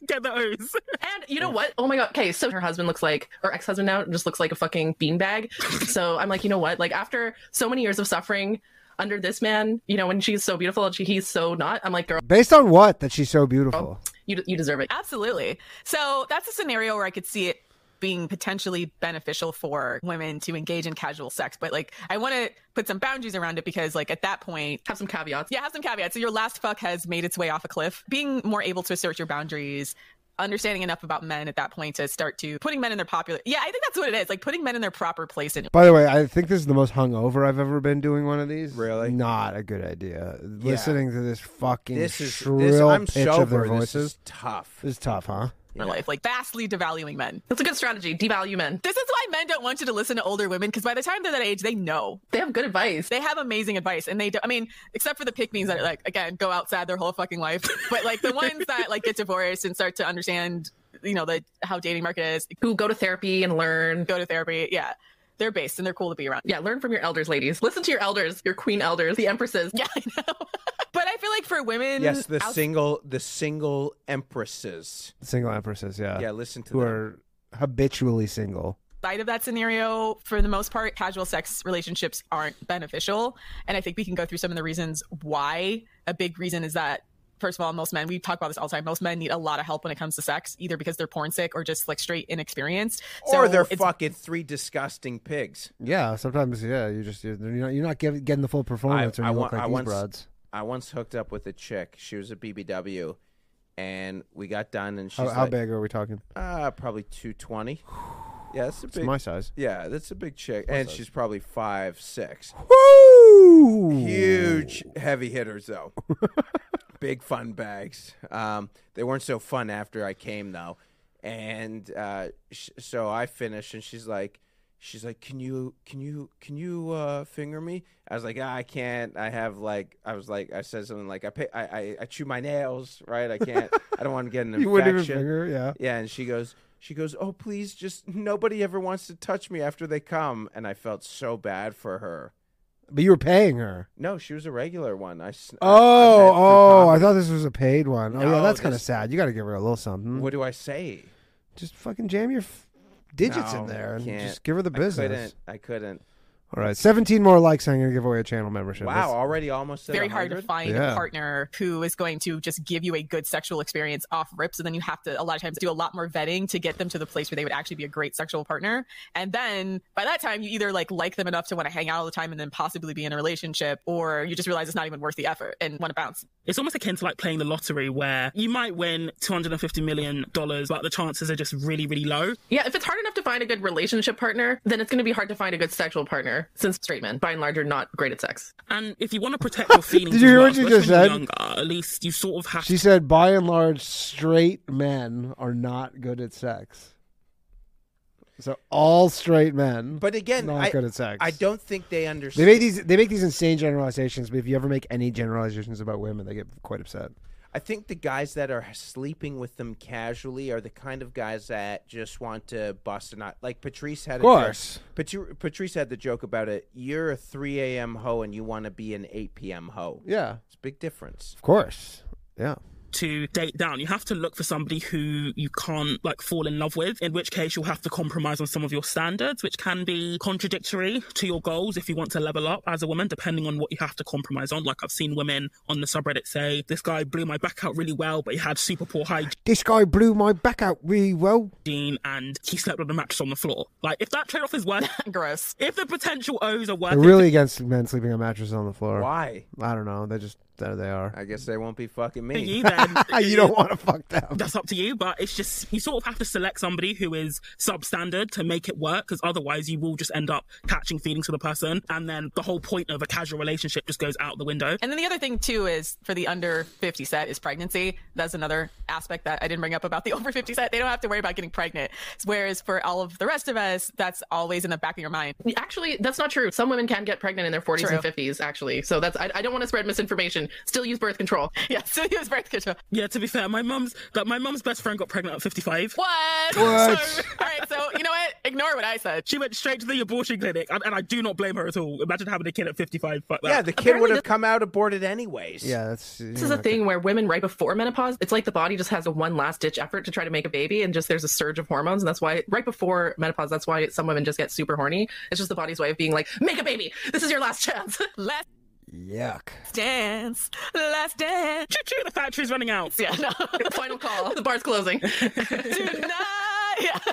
S5: get those.
S4: And you know what? Oh my God. Okay. So her husband looks like, her ex husband now just looks like a fucking beanbag. so I'm like, you know what? Like, after so many years of suffering under this man, you know, when she's so beautiful and she, he's so not, I'm like, girl,
S1: Based on
S2: Oh.
S1: what? That she's so beautiful.
S4: you, you deserve it.
S3: Absolutely. So that's a scenario where I could see it being potentially beneficial for women to engage in casual sex. But like, I want to put some boundaries around it because, like, at that point,
S4: Have some caveats.
S3: yeah, have some caveats. So your last fuck has made its way off a cliff. Being more able to assert your boundaries, understanding enough about men at that point to start to putting men in their popular. Yeah, I think that's what it is. Like putting men in their proper place. In
S1: By the way, I think this is the most hungover I've ever been doing one of these.
S2: Really?
S1: Not a good idea. Listening to this fucking
S2: This is
S1: shrill
S2: this. I'm
S1: pitch
S2: sober.
S1: of their
S2: This
S1: voices
S2: is tough.
S1: this is tough, huh?
S3: your life, like vastly devaluing men.
S4: That's a good strategy. Devalue men.
S3: This is why men don't want you to listen to older women because by the time they're that age, they know
S4: They have good advice.
S3: they have amazing advice, and they. Do, I mean, except for the pick that like again go outside their whole fucking life, but like the ones that like get divorced and start to understand, you know, the how dating market is,
S4: Who go to therapy and learn.
S3: go to therapy. Yeah, they're based and they're cool to be around.
S4: Yeah, learn from your elders, ladies. Listen to your elders, your queen elders, the empresses.
S3: Yeah, I know. but I feel like for women,
S2: Yes, the
S3: outs-
S2: single, the single empresses.
S1: Single empresses, yeah.
S2: Yeah, listen to
S1: Who
S2: them.
S1: are habitually single.
S3: outside of that scenario, for the most part, casual sex relationships aren't beneficial. And I think we can go through some of the reasons why. A big reason is that. First of all, most men, we talk about this all the time. Most men need a lot of help when it comes to sex, either because they're porn sick or just like straight inexperienced.
S2: or they're
S3: it's-
S2: fucking three disgusting pigs.
S1: Yeah, sometimes yeah, you just you're, you're not you're not giv getting the full performance,
S2: I
S1: or you
S2: wa-
S1: look like
S2: I
S1: these
S2: once-
S1: broads.
S2: I once hooked up with a chick. She was a BBW, and we got done, and she's
S1: How, how
S2: like,
S1: big are we talking?
S2: Uh, probably two twenty. Yeah, that's a
S1: It's
S2: big.
S1: my size.
S2: yeah, that's a big chick, and she's probably five six.
S1: Woo!
S2: Huge heavy hitters though. big fun bags. Um, they weren't so fun after I came though, and uh, sh- so I finished, and she's like, she's like, can you, can you, can you uh, finger me? I was like, ah, I can't. I have like, I was like, I said something like, I pay, I, I, I chew my nails, right? I can't. I don't want to get an
S1: You wouldn't even
S2: infection.
S1: figure, yeah.
S2: Yeah, and she goes, she goes, oh please, just nobody ever wants to touch me after they come, and I felt so bad for her.
S1: But you were paying her.
S2: No, she was a regular one. I s- I- I met
S1: Oh,
S2: through
S1: oh! I
S2: comedy.
S1: thought this was a paid one. Oh, yeah,
S2: No,
S1: that's kind of
S2: this-
S1: sad. You got to give her a little something.
S2: What do I say?
S1: Just fucking jam your f- digits
S2: No,
S1: in there and
S2: can't.
S1: just give her the business.
S2: I couldn't. I couldn't.
S1: All right, seventeen more likes. I'm gonna give away a channel membership.
S2: Wow, already almost at
S3: very hard to
S2: 100?
S3: find
S1: Yeah.
S3: a partner who is going to just give you a good sexual experience off rips and then you have to a lot of times do a lot more vetting to get them to the place where they would actually be a great sexual partner and then by that time you either like like them enough to want to hang out all the time and then possibly be in a relationship or you just realize it's not even worth the effort and want to bounce
S5: It's almost akin to like playing the lottery where you might win $250 million, but the chances are just really, really low.
S4: Yeah, if it's hard enough to find a good relationship partner, then it's going to be hard to find a good sexual partner since straight men, by and large, are not great at sex.
S5: And if you want to protect your feelings,
S1: Did you
S5: as
S1: hear
S5: well,
S1: what you
S5: especially
S1: just said?
S5: when you're Younger, at least you sort of have
S1: She said, by and large, straight men are not good at sex. So all straight men,
S2: But again,
S1: not
S2: I,
S1: good at sex.
S2: I don't think they
S1: They
S2: understand.
S1: make these. They make these insane generalizations. But if you ever make any generalizations about women, they get quite upset.
S2: I think the guys that are sleeping with them casually are the kind of guys that just want to bust a nut. Like Patrice had.
S1: Of course.
S2: A joke. Patri- Patrice had the joke about it. You're a 3 a.m. hoe and you want to be an 8 p.m. hoe.
S1: Yeah,
S2: It's a big difference.
S1: of course. Yeah.
S5: to date down. You have to look for somebody who you can't like fall in love with, in which case you'll have to compromise on some of your standards, which can be contradictory to your goals if you want to level up as a woman, depending on what you have to compromise on. Like I've seen women on the subreddit say, This guy blew my back out really well, but he had super poor hygiene
S1: This guy blew my back out really well.
S5: and he slept on a mattress on the floor. Like if that trade off is worth
S3: gross
S5: if the potential O's are worth
S1: They're
S5: it,
S1: really against men sleeping on mattresses on the floor.
S2: Why?
S1: I don't know. They just there they are.
S2: I guess they won't be fucking
S5: to
S2: me.
S5: you then
S1: you don't want to fuck them.
S5: that's up to you but it's just you sort of have to select somebody who is substandard to make it work because otherwise you will just end up catching feelings for the person and then the whole point of a casual relationship just goes out the window
S3: and then the other thing too is for the under 50 set is pregnancy that's another aspect that i didn't bring up about the over 50 set they don't have to worry about getting pregnant whereas for all of the rest of us that's always in the back of your mind
S4: Actually, that's not true. Some women can get pregnant in their 40s and
S3: True.
S4: 50s, actually. So that's, I, I don't want to spread misinformation. Still use birth control.
S3: yeah so it was birth control
S5: yeah to be fair my mum's like my mum's best friend got pregnant at 55
S3: What?
S1: What?
S3: So, all right, so you know what? Ignore what I said.
S5: she went straight to the abortion clinic and, and i do not blame her at all imagine having a kid at 55 fuck that.
S2: Yeah, the kid would have come out aborted anyways.
S1: Yeah, that's
S4: This is a thing where women right before menopause, it's like the body just has a one last ditch effort to try to make a baby and just there's a surge of hormones. And that's why right before menopause, that's why some women just get super horny. It's just the body's way of being like, make a baby. This is your last chance.
S3: Last
S1: Yuck.
S3: dance, last dance.
S5: Choo-choo, the factory's running out
S3: Yeah, no,
S4: Final call. The bar's closing.
S3: tonight. Yeah.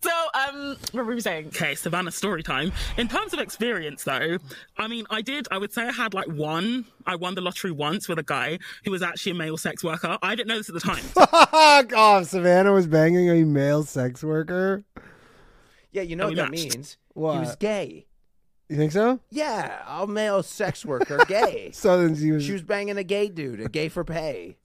S3: So, um, what were we saying?
S5: Okay, Savannah story time. In terms of experience, though, I mean, I did, I would say I had like one. I won the lottery once with a guy who was actually a male sex worker. I didn't know this at the time.
S1: oh, Savannah was banging a male sex worker.
S2: Yeah, you know
S5: And
S2: what
S5: we
S2: that
S5: matched.
S2: means? He
S1: What?
S2: was gay.
S1: You think so?
S2: Yeah, a male sex worker, gay.
S1: So then she was.
S2: She was banging a gay dude, a gay for pay.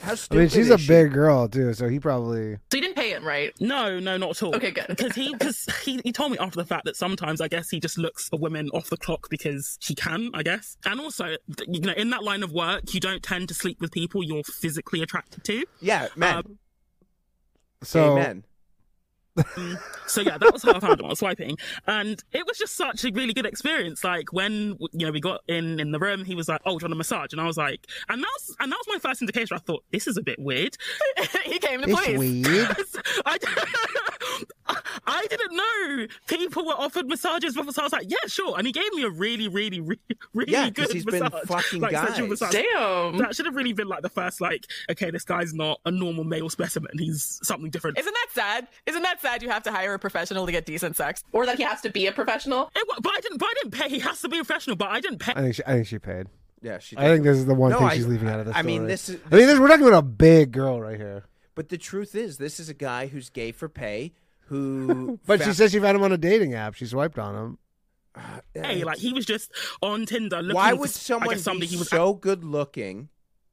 S2: How
S1: I
S2: stupid
S1: mean, she's
S2: is
S1: a
S2: she?
S1: big girl too, so he probably.
S4: So you didn't pay him, right?
S5: No, no, not at all.
S4: Okay, good.
S5: Because he, because he, he told me after the fact that sometimes I guess he just looks a woman off the clock because she can, I guess. And also, th- you know, in that line of work, you don't tend to sleep with people you're physically attracted to.
S2: Yeah, man.
S5: Uh,
S1: So
S2: gay men.
S5: So yeah, that was how I found him. I was swiping, and it was just such a really good experience. Like when you know we got in in the room, he was like, "Oh, do you want a massage?" And I was like, and that was and that was my first indication. I thought this is a bit weird.
S3: he came to
S1: it's
S3: police.
S1: weird.
S5: I, I didn't know people were offered massages before, so I was like, "Yeah, sure." And he gave me a really, really, really, really
S2: Yeah, 'cause
S5: good
S2: he's been
S5: massage.
S2: fucking
S5: like,
S2: guys.
S5: sexual massage.
S4: Damn.
S5: That should have really been like the first, like, okay, this guy's not a normal male specimen. He's something different.
S3: Isn't that sad? Isn't that sad? You have to hire a professional to get decent sex.
S4: Or that he has to be a professional.
S5: It wa- but I didn't. But I didn't pay. He has to be a professional. But I didn't pay.
S1: I think she, I think she paid.
S2: Yeah, she.
S1: I think this is the one
S2: No,
S1: thing
S2: I-
S1: she's leaving out of this.
S2: I mean, this is-
S1: I mean, this, we're talking about a big girl right here.
S2: But the truth is, this is a guy who's gay for pay. Who?
S1: But she
S2: found-
S1: said she found him on a dating app. She swiped on him.
S5: Hey, like he was just on Tinder looking.
S2: why
S5: for,
S2: would
S5: s- I
S2: someone
S5: guess somebody
S2: be
S5: he was
S2: so good looking?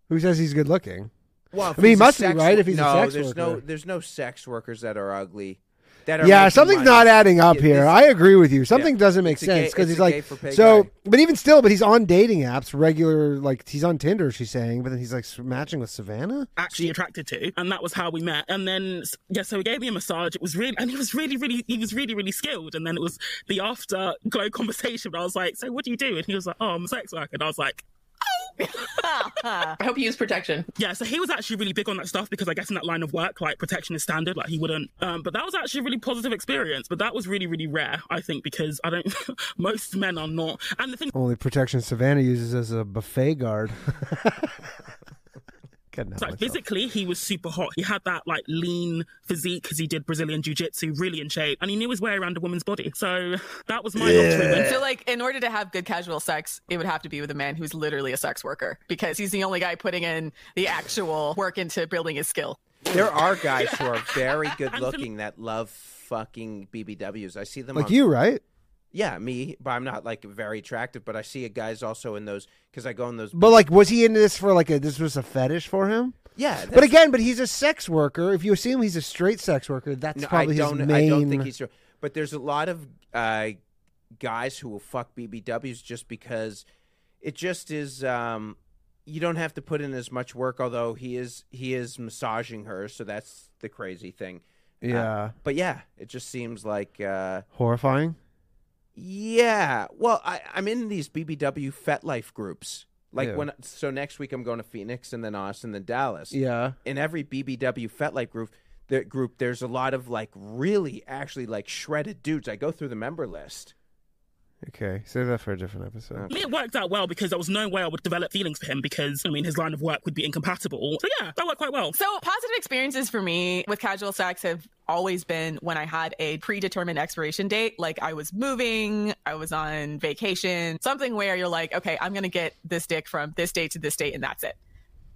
S1: Who says he's good looking?
S2: Well, if
S1: I mean, he
S2: he's a
S1: must be,
S2: sex
S1: right,
S2: wo-
S1: if he's a
S2: no,
S1: sex
S2: there's no,
S1: worker.
S2: there's no sex workers that are ugly. That are
S1: yeah,
S2: making
S1: something's
S2: money.
S1: not adding up
S2: Yeah,
S1: here.
S2: this-
S1: I agree with you. Something doesn't make
S2: It's a gay-
S1: sense because he's
S2: it's a gay
S1: like
S2: for pay
S1: so.
S2: guy.
S1: But even still, but he's on dating apps, regular like he's on Tinder. She's saying, but then he's like s- matching with Savannah.
S5: actually attracted to, and that was how we met. And then s- yeah, so he gave me a massage. It was really, and he was really, really, he was really, really skilled. And then it was the afterglow conversation. I was like, so what do you do? And he was like, oh, I'm a sex worker. And I was like.
S4: I hope you use protection.
S5: Yeah, so he was actually really big on that stuff because I guess in that line of work, like protection is standard, like he wouldn't. Um, but that was actually a really positive experience. But that was really, really rare, I think, because I don't, most men are not. And the thing
S1: Only protection Savannah uses as a buffet guard. Couldn't help
S5: So
S1: myself.
S5: physically, he was super hot. He had that like lean physique because he did Brazilian jiu jitsu, really in shape, and he knew his way around a woman's body. So that was my yeah.
S3: So, like, in order to have good casual sex, it would have to be with a man who's literally a sex worker because he's the only guy putting in the actual work into building his skill.
S2: There are guys who are very good looking that love fucking BBWs. I see them
S1: like
S2: on
S1: you, right?
S2: Yeah, me, but I'm not like very attractive. But I see a guys also in those because I go in those.
S1: But like, was he into this for like a this was a fetish for him?
S2: yeah,
S1: But
S2: that's-
S1: again, but he's a sex worker. If you assume he's a straight sex worker, that's
S2: no,
S1: probably
S2: I don't.
S1: his main.
S2: I don't think he's. But there's a lot of uh, guys who will fuck BBWs just because it just is. Um, you don't have to put in as much work, although he is he is massaging her, so that's the crazy thing.
S1: yeah,
S2: But yeah, it just seems like. Uh,
S1: horrifying.
S2: Yeah. Well, I, I'm in these BBW FetLife groups. Like
S1: Yeah.
S2: when so next week I'm going to Phoenix and then Austin then Dallas.
S1: Yeah,
S2: In every BBW FetLife group, the group there's a lot of like really actually like shredded dudes. I go through the member list.
S1: okay. Save that for a different episode.
S5: I mean, it worked out well because there was no way I would develop feelings for him because, I mean, his line of work would be incompatible. So, yeah, that worked quite well.
S3: So, positive experiences for me with casual sex have always been when I had a predetermined expiration date. Like, I was moving, I was on vacation, something where you're like, okay, I'm going to get this dick from this date to this date, and that's it.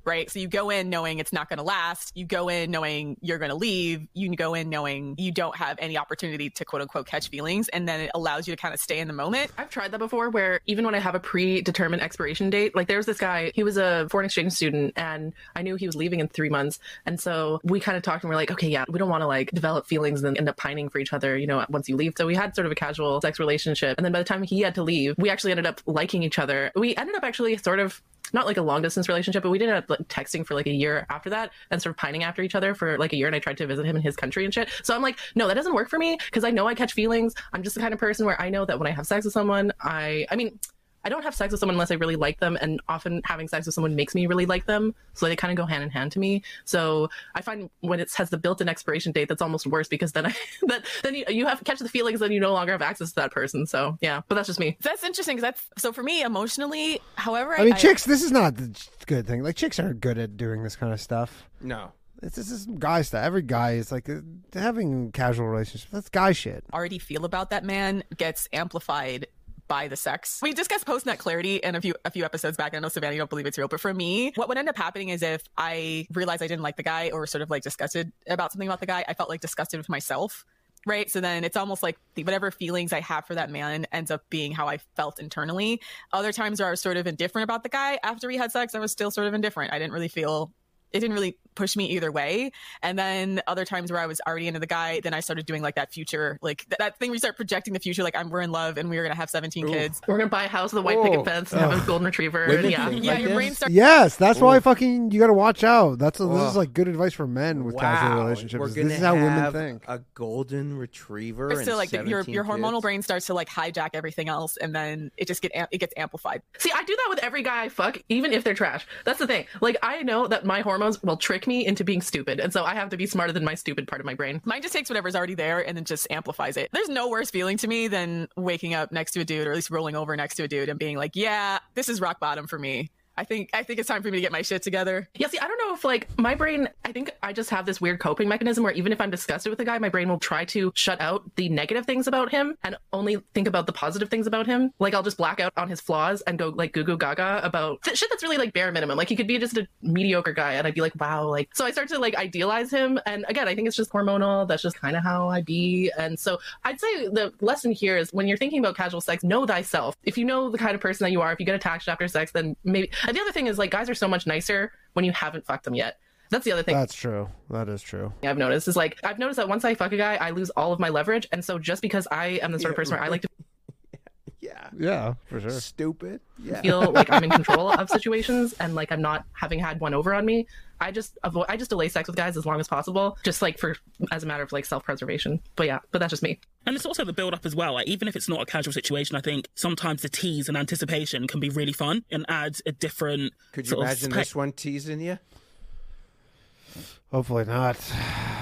S3: Right. So you go in knowing it's not going to last. You go in knowing you're going to leave. You go in knowing you don't have any opportunity to quote unquote catch feelings. And then it allows you to kind of stay in the moment.
S4: I've tried that before where even when I have a predetermined expiration date, like there was this guy, he was a foreign exchange student and I knew he was leaving in three months. And so we kind of talked and we're like, okay, yeah, we don't want to like develop feelings and then end up pining for each other, you know, once you leave. So we had sort of a casual sex relationship. And then by the time he had to leave, we actually ended up liking each other. We ended up actually sort of not like a long distance relationship, but we ended up like texting for like a year after that and sort of pining after each other for like a year. And I tried to visit him in his country and shit. So I'm like, no, that doesn't work for me because I know I catch feelings. I'm just the kind of person where I know that when I have sex with someone, I, I mean, I don't have sex with someone unless I really like them, and often having sex with someone makes me really like them. So they kind of go hand in hand to me. So I find when it has the built-in expiration date, that's almost worse because then I that then you, you have catch the feelings, then you no longer have access to that person. So yeah, but that's just me.
S3: That's interesting. 'cause that's so for me emotionally, however,
S1: I mean, chicks. This is not the ch- good thing. Like chicks aren't good at doing this kind of stuff.
S2: No.
S1: This this is some guy stuff. Every guy is like uh, having casual relationships. That's guy shit.
S3: already feel about that man gets amplified by the sex. We discussed post nut clarity in a few a few episodes back. and I know Savannah, you don't believe it's real, but for me, what would end up happening is if I realized I didn't like the guy or sort of like disgusted about something about the guy, I felt like disgusted with myself. Right. So then it's almost like the, whatever feelings I have for that man ends up being how I felt internally. Other times where I was sort of indifferent about the guy after we had sex, I was still sort of indifferent. I didn't really feel it didn't really push me either way. And then other times where I was already into the guy, then I started doing like that future, like th- that thing we start projecting the future, like I'm we're in love and we are gonna have 17
S2: Ooh.
S3: kids.
S4: We're gonna buy a house with a white
S2: Oh.
S4: picket fence and have a golden retriever.
S2: Women
S4: yeah.
S2: think
S3: Yeah,
S2: like
S3: your
S2: this?
S3: brain starts.
S1: Yes, that's why
S2: Ooh.
S1: fucking you got to watch out. That's a, this
S2: Ugh.
S1: is like good advice for men with casual
S2: Wow,
S1: relationships.
S2: We're
S1: is
S2: gonna
S1: This is how women
S2: have
S1: think.
S2: A golden retriever.
S3: starts to
S2: and
S3: like the, your
S2: 17
S3: your hormonal
S2: kids?
S3: brain starts to like hijack everything else, and then it just get am- it gets amplified.
S4: See, I do that with every guy I fuck, even if they're trash. That's the thing. Like, I know that my hormones will trick me into being stupid, and so I have to be smarter than my stupid part of my brain.
S3: Mine just takes whatever's already there and then just amplifies it. There's no worse feeling to me than waking up next to a dude, or at least rolling over next to a dude, and being like, "Yeah, this is rock bottom for me. I think I think it's time for me to get my shit together."
S4: Yeah, see, I don't know if like my brain, I think I just have this weird coping mechanism where even if I'm disgusted with a guy, my brain will try to shut out the negative things about him and only think about the positive things about him. Like I'll just black out on his flaws and go like goo goo gaga about th- shit that's really like bare minimum. Like he could be just a mediocre guy and I'd be like, wow, like so I start to like idealize him. And again, I think it's just hormonal. That's just kind of how I be. And so I'd say the lesson here is when you're thinking about casual sex, know thyself. If you know the kind of person that you are, if you get attached after sex, then maybe. And the other thing is like guys are so much nicer when you haven't fucked them yet. That's the other thing
S1: That's true. That is true.
S4: I've noticed is like I've noticed that once I fuck a guy, I lose all of my leverage. And so just because I am the sort of
S2: Yeah,
S4: person where I like to
S2: Yeah.
S1: Yeah, for sure.
S2: Stupid. Yeah.
S4: feel like I'm in control of situations and like I'm not having had one over on me, I just avoid I just delay sex with guys as long as possible, just like for as a matter of like self preservation. But yeah, but that's just me.
S5: And it's also the build up as well. Like, even if it's not a casual situation, I think sometimes the tease and anticipation can be really fun and add a different.
S2: Could you
S5: sort of
S2: imagine
S5: spe-
S2: this one teasing you?
S1: Hopefully not.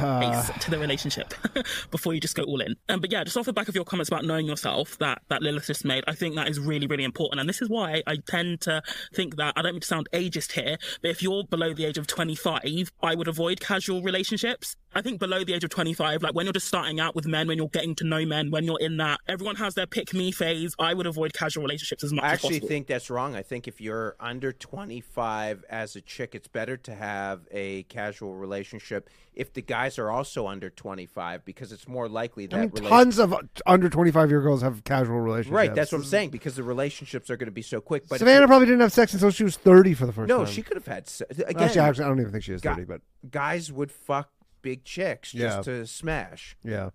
S1: Uh,
S5: face
S2: Ah.
S5: to the relationship before you just go all in. Um, but yeah, just off the back of your comments about knowing yourself that that Lilith just made, I think that is really, really important. And this is why I tend to think that I don't mean to sound ageist here, but if you're below the age of 25, I would avoid casual relationships. I think below the age of 25, like when you're just starting out with men, when you're getting to know men, when you're in that, everyone has their pick me phase. I would avoid casual relationships as much
S2: I
S5: as
S2: actually
S5: possible.
S2: think that's wrong. I think if you're under 25 as a chick, it's better to have a casual relationship if the guys are also under 25 because it's more likely that
S1: I mean,
S2: rela-
S1: tons of under twenty-five year girls have casual relationships.
S2: Right, that's what I'm saying because the relationships are going to be so quick. But if
S1: Savannah
S2: you-
S1: probably didn't have sex until she was thirty for the first
S2: no,
S1: time.
S2: she could have had se- again.
S1: actually, actually, I don't even think she is
S2: Got-
S1: thirty, but
S2: guys would fuck big chicks just
S1: Yeah.
S2: to smash.
S1: yeah.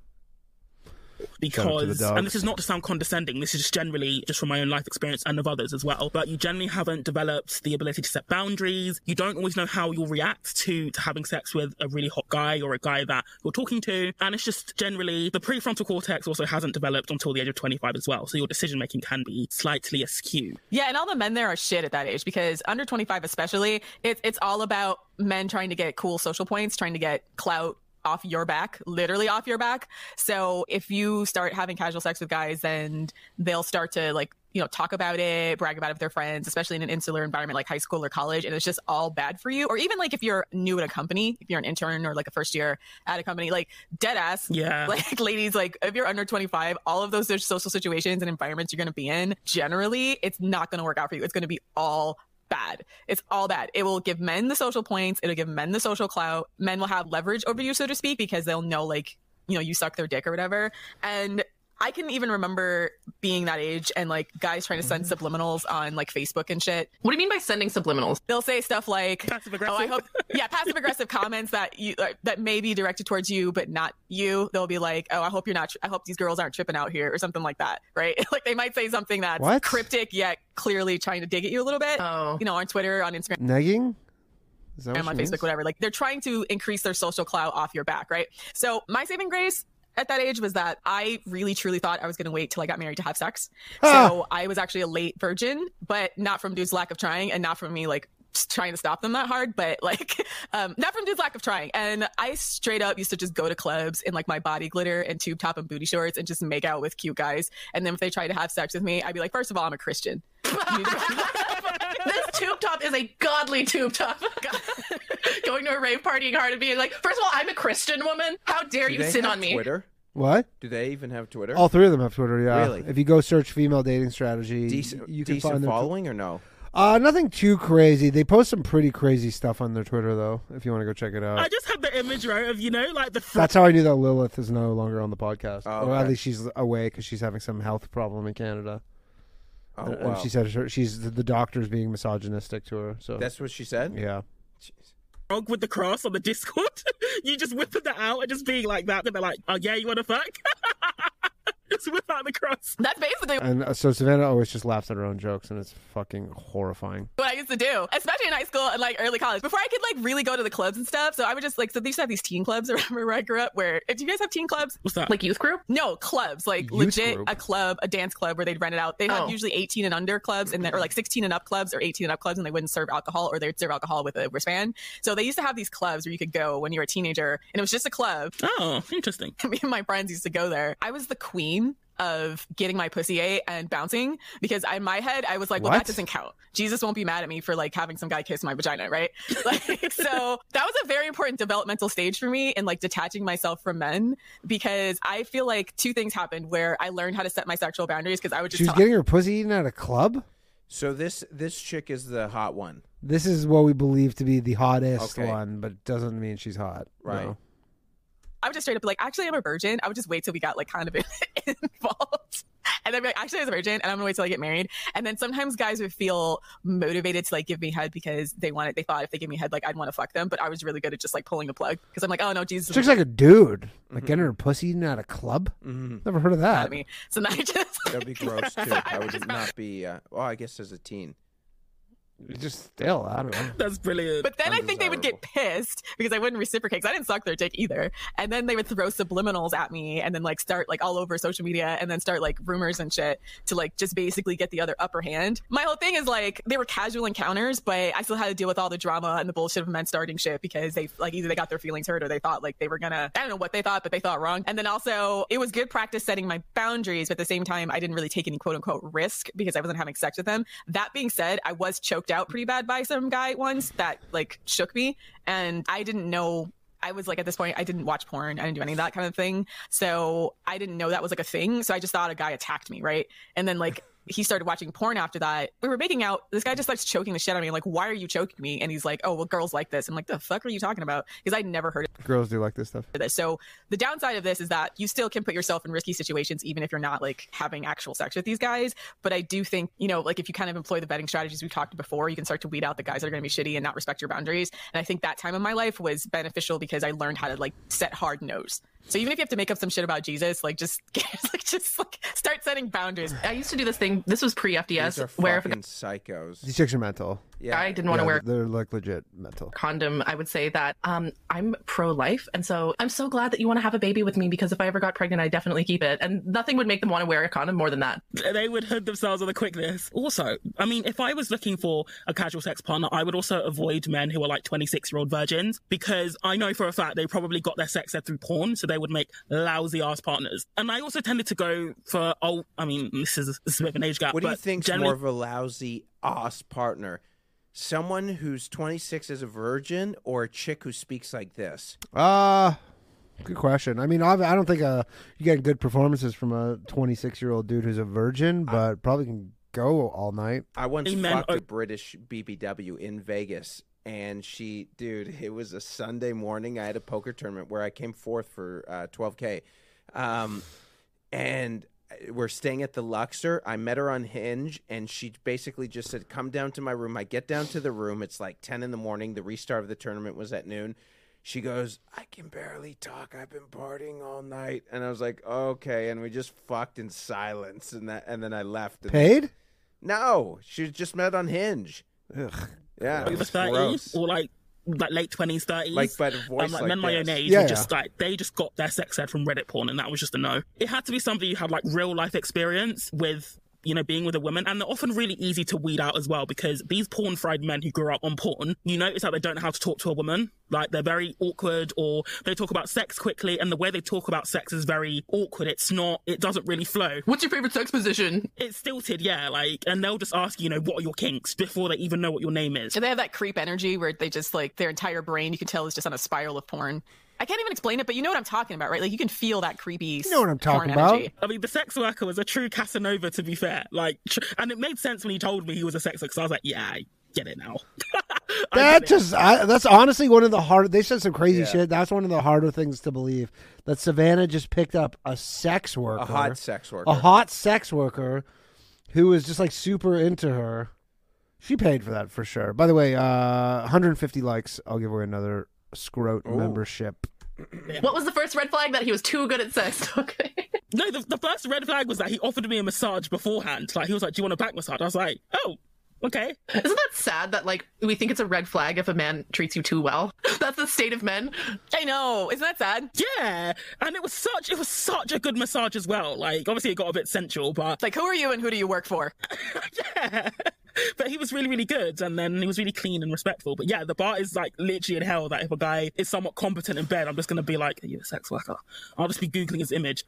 S1: Shout out to the
S5: because
S1: dogs.
S5: and this is not to sound condescending this is just generally just from my own life experience and of others as well but you generally haven't developed the ability to set boundaries you don't always know how you'll react to, to having sex with a really hot guy or a guy that you're talking to and it's just generally the prefrontal cortex also hasn't developed until the age of 25 as well so your decision making can be slightly askew
S3: Yeah, and all the men there are shit at that age because under 25 especially, it's it's all about men trying to get cool social points, trying to get clout off your back, literally off your back. So if you start having casual sex with guys and they'll start to like, you know, talk about it, brag about it with their friends, especially in an insular environment like high school or college, and it's just all bad for you. Or even like if you're new at a company, if you're an intern or like a first year at a company, like dead ass,
S5: yeah
S3: like ladies like if you're under 25 all of those social situations and environments you're going to be in generally it's not going to work out for you it's going to be all bad it's all bad it will give men the social points it'll give men the social clout men will have leverage over you so to speak because they'll know like you know you suck their dick or whatever and I can even remember being that age and like guys trying to send subliminals on like Facebook and shit.
S4: What do you mean by sending subliminals?
S3: They'll say stuff like,
S5: passive
S3: Oh,
S5: aggressive
S3: I hope. Yeah, passive aggressive comments that you uh, that may be directed towards you, but not you. They'll be like, "Oh, I hope you're not. I hope these girls aren't tripping out here," or something like that, right? like they might say something that's
S1: What?
S3: cryptic yet clearly trying to dig at you a little bit.
S4: Oh.
S3: you know, on Twitter, on Instagram
S1: Negging. Is that
S3: on
S1: what she
S3: Facebook,
S1: means?
S3: whatever. Like they're trying to increase their social clout off your back, right? So my saving grace at that age was that I really truly thought I was going to wait till I got married to have sex. So I was actually a late virgin, but not from dude's lack of trying and not from me like s- trying to stop them that hard, but like um, not from dude's lack of trying. And I straight up used to just go to clubs in like my body glitter and tube top and booty shorts and just make out with cute guys. And then if they tried to have sex with me, I'd be like, first of all, I'm a Christian.
S4: This tube top is a godly tube top. Going to a rave partying hard and being like, first of all, I'm a Christian woman. How dare
S2: Do
S4: you
S2: they
S4: sin
S2: have
S4: on me?
S2: Twitter?
S1: What?
S2: Do they even have Twitter?
S1: All three of them have Twitter. Yeah.
S2: Really?
S1: If you go search female dating strategy,
S2: decent,
S1: you can
S2: decent
S1: find their
S2: following or no?
S1: Uh, nothing too crazy. They post some pretty crazy stuff on their Twitter though. If you want to go check it out.
S5: I just had the image right of you know like the fr-
S1: That's how I knew that Lilith is no longer on the podcast,
S2: Oh,
S1: or at
S2: okay.
S1: least she's away because she's having some health problem in Canada.
S2: Oh,
S1: Uh, and, and
S2: wow.
S1: she said her, she's the, the doctor's being misogynistic to her. So
S2: That's what she said.
S1: yeah.
S5: frog with the cross on the Discord. you just whipping that out and just being like that. Then they're like, oh yeah, you want to fuck? just whip out the cross.
S3: That's basically
S1: And uh, so Savannah always just laughs at her own jokes, and it's fucking horrifying.
S3: what I used to do, especially in high school and like early college, before I could like really go to the clubs and stuff. So I would just like, so they used to have these teen clubs around where I grew up. Where do you guys have teen clubs?
S5: What's that?
S4: Like youth group?
S3: No clubs, like
S1: Youth
S3: legit
S1: group.
S3: a club, a dance club where they'd rent it out. They'd have
S4: Oh.
S3: usually 18 and under clubs, and then or like 16 and up clubs or 18 and up clubs, and they wouldn't serve alcohol or they'd serve alcohol with a wristband. So they used to have these clubs where you could go when you were a teenager, and it was just a club.
S5: oh, interesting.
S3: me and my friends used to go there. I was the queen of getting my pussy ate and bouncing because in my head I was like, well,
S1: What?
S3: that doesn't count. Jesus won't be mad at me for like having some guy kiss my vagina, right? Like, so that was a very important developmental stage for me in like detaching myself from men because I feel like two things happened where I learned how to set my sexual boundaries because I would just
S1: She was
S3: tell
S1: getting her pussy eaten at a club.
S2: So this this chick is the hot one,
S1: This is what we believe to be the hottest
S2: Okay.
S1: one, but doesn't mean she's hot.
S2: right?
S1: No.
S3: I would just straight up be like, actually, I'm a virgin. I would just wait till we got like kind of involved. And then be like, actually, I was a virgin and I'm gonna wait till I get married. And then sometimes guys would feel motivated to like give me head because they wanted, they thought if they give me head, like I'd want to fuck them. But I was really good at just like pulling the plug because I'm like, oh no, Jesus
S1: She
S3: is
S1: looks like a dude. Like getting her pussy eaten at a club.
S2: Mm-hmm.
S1: Never heard of
S3: mad
S1: that.
S3: at me. So then I just,
S2: That'd be gross too. I would not be. Uh, well, I guess as a teen.
S1: It's Just still, I don't know.
S5: That's brilliant.
S3: but then I think they would get pissed because I wouldn't reciprocate because I didn't suck their dick either. And then they would throw subliminals at me and then like start like all over social media and then start like rumors and shit to like just basically get the other upper hand. My whole thing is like they were casual encounters, but I still had to deal with all the drama and the bullshit of men starting shit because they like either they got their feelings hurt or they thought like they were gonna I don't know what they thought, but they thought wrong. And then also it was good practice setting my boundaries, but at the same time I didn't really take any quote unquote risk because I wasn't having sex with them. That being said, I was choked out pretty bad by some guy once that like shook me and I didn't know I was like at this point I didn't watch porn, I didn't do any of that kind of thing. So I didn't know that was like a thing. So I just thought a guy attacked me, right? And then like he started watching porn after that. We were making out. This guy just starts choking the shit out of me. I'm like, why are you choking me? And he's like, oh, well, girls like this. I'm like, the fuck are you talking about? Because I'd never heard
S1: Girls do like this stuff.
S3: of this. So the downside of this is that you still can put yourself in risky situations, even if you're not like having actual sex with these guys. But I do think, you know, like if you kind of employ the vetting strategies we talked before, you can start to weed out the guys that are going to be shitty and not respect your boundaries. And I think that time in my life was beneficial because I learned how to like set hard no's. So even if you have to make up some shit about Jesus, like just, like just like start setting boundaries.
S4: I used to do this thing. This was pre
S2: These are
S4: FDS, where if a
S2: fucking psychos.
S1: These chicks are mental.
S2: Yeah.
S4: guy didn't want to
S1: Yeah,
S4: wear
S1: They're like legit mental.
S4: condom, I would say that um, I'm pro life. And so I'm so glad that you want to have a baby with me because if I ever got pregnant, I definitely keep it. And nothing would make them want to wear a condom more than that.
S5: they would hood themselves on the quickness. Also, I mean, if I was looking for a casual sex partner, I would also avoid men who are like 26 year old virgins because I know for a fact they probably got their sex ed through porn, so they would make lousy ass partners. And I also tended to go for old, I mean, this is, this is a bit of an age gap.
S2: What do you
S5: but
S2: think's
S5: generally-
S2: more of a lousy ass partner? Someone who's 26 as a virgin or a chick who speaks like this?
S1: Uh good question. I mean, I've, I don't think uh you get good performances from a 26 year old dude who's a virgin, but probably can go all night.
S2: I once
S5: Amen.
S2: fucked
S5: Oh.
S2: a British BBW in Vegas, and she, dude, it was a Sunday morning. I had a poker tournament where I came fourth for uh, 12K. Um, and we're staying at the Luxor. I met her on Hinge, and she basically just said, Come down to my room. I get down to the room. It's like 10 in the morning. The restart of the tournament was at noon. She goes, I can barely talk. I've been partying all night. And I was like, okay. And we just fucked in silence. And that, and then I left. And
S1: Paid?
S2: no, she was just met on Hinge.
S1: Ugh.
S2: Yeah,
S5: over
S2: it's
S5: 30
S2: gross.
S5: or like like late 20s 30s
S2: Like, but a voice
S5: um, like,
S2: like
S5: men my own
S2: this.
S5: age
S1: Yeah,
S5: were just like they just got their sex ed from reddit porn and that was just a no it had to be somebody who had like real life experience with you know, being with a woman. And they're often really easy to weed out as well because these porn fried men who grew up on porn, you notice that they don't know how to talk to a woman. Like they're very awkward or they talk about sex quickly and the way they talk about sex is very awkward. It's not, it doesn't really flow.
S4: What's your favorite sex position?
S5: It's stilted, yeah. Like, and they'll just ask, you you know, what are your kinks before they even know what your name is.
S3: And they have that creep energy where they just like their entire brain, you can tell, is just on a spiral of porn. I can't even explain it, but you know what I'm talking about, right? Like you can feel that creepy.
S1: You know what I'm talking
S3: porn
S1: about.
S3: energy.
S5: I mean, the sex worker was a true Casanova, to be fair. Like, tr- and it made sense when he told me he was a sex worker. So I was like, yeah, I get it now. I get
S1: That
S5: it.
S1: just I, that's honestly one of the hard. They said some crazy shit. That's one of the harder things to believe that Savannah just picked up a sex worker,
S2: A hot sex worker.
S1: a hot sex worker, who was just like super into her. She paid for that for sure. By the way, uh, 150 likes. I'll give away another scrote membership.
S4: What was the first red flag that he was too good at sex? Okay.
S5: No, the, the first red flag was that he offered me a massage beforehand. Like, he was like, do you want a back massage? I was like, oh, okay.
S4: Isn't that sad that like we think it's a red flag if a man treats you too well? That's the state of men.
S3: I know. Isn't that sad?
S5: Yeah. And it was such, it was such a good massage as well. Like, obviously it got a bit sensual, but
S3: It's like, who are you and who do you work for?
S5: yeah. But he was really, really good, and then he was really clean and respectful. But yeah, the bar is like literally in hell. That if a guy is somewhat competent in bed, I'm just gonna be like, "Are you a sex worker?" I'll just be googling his image.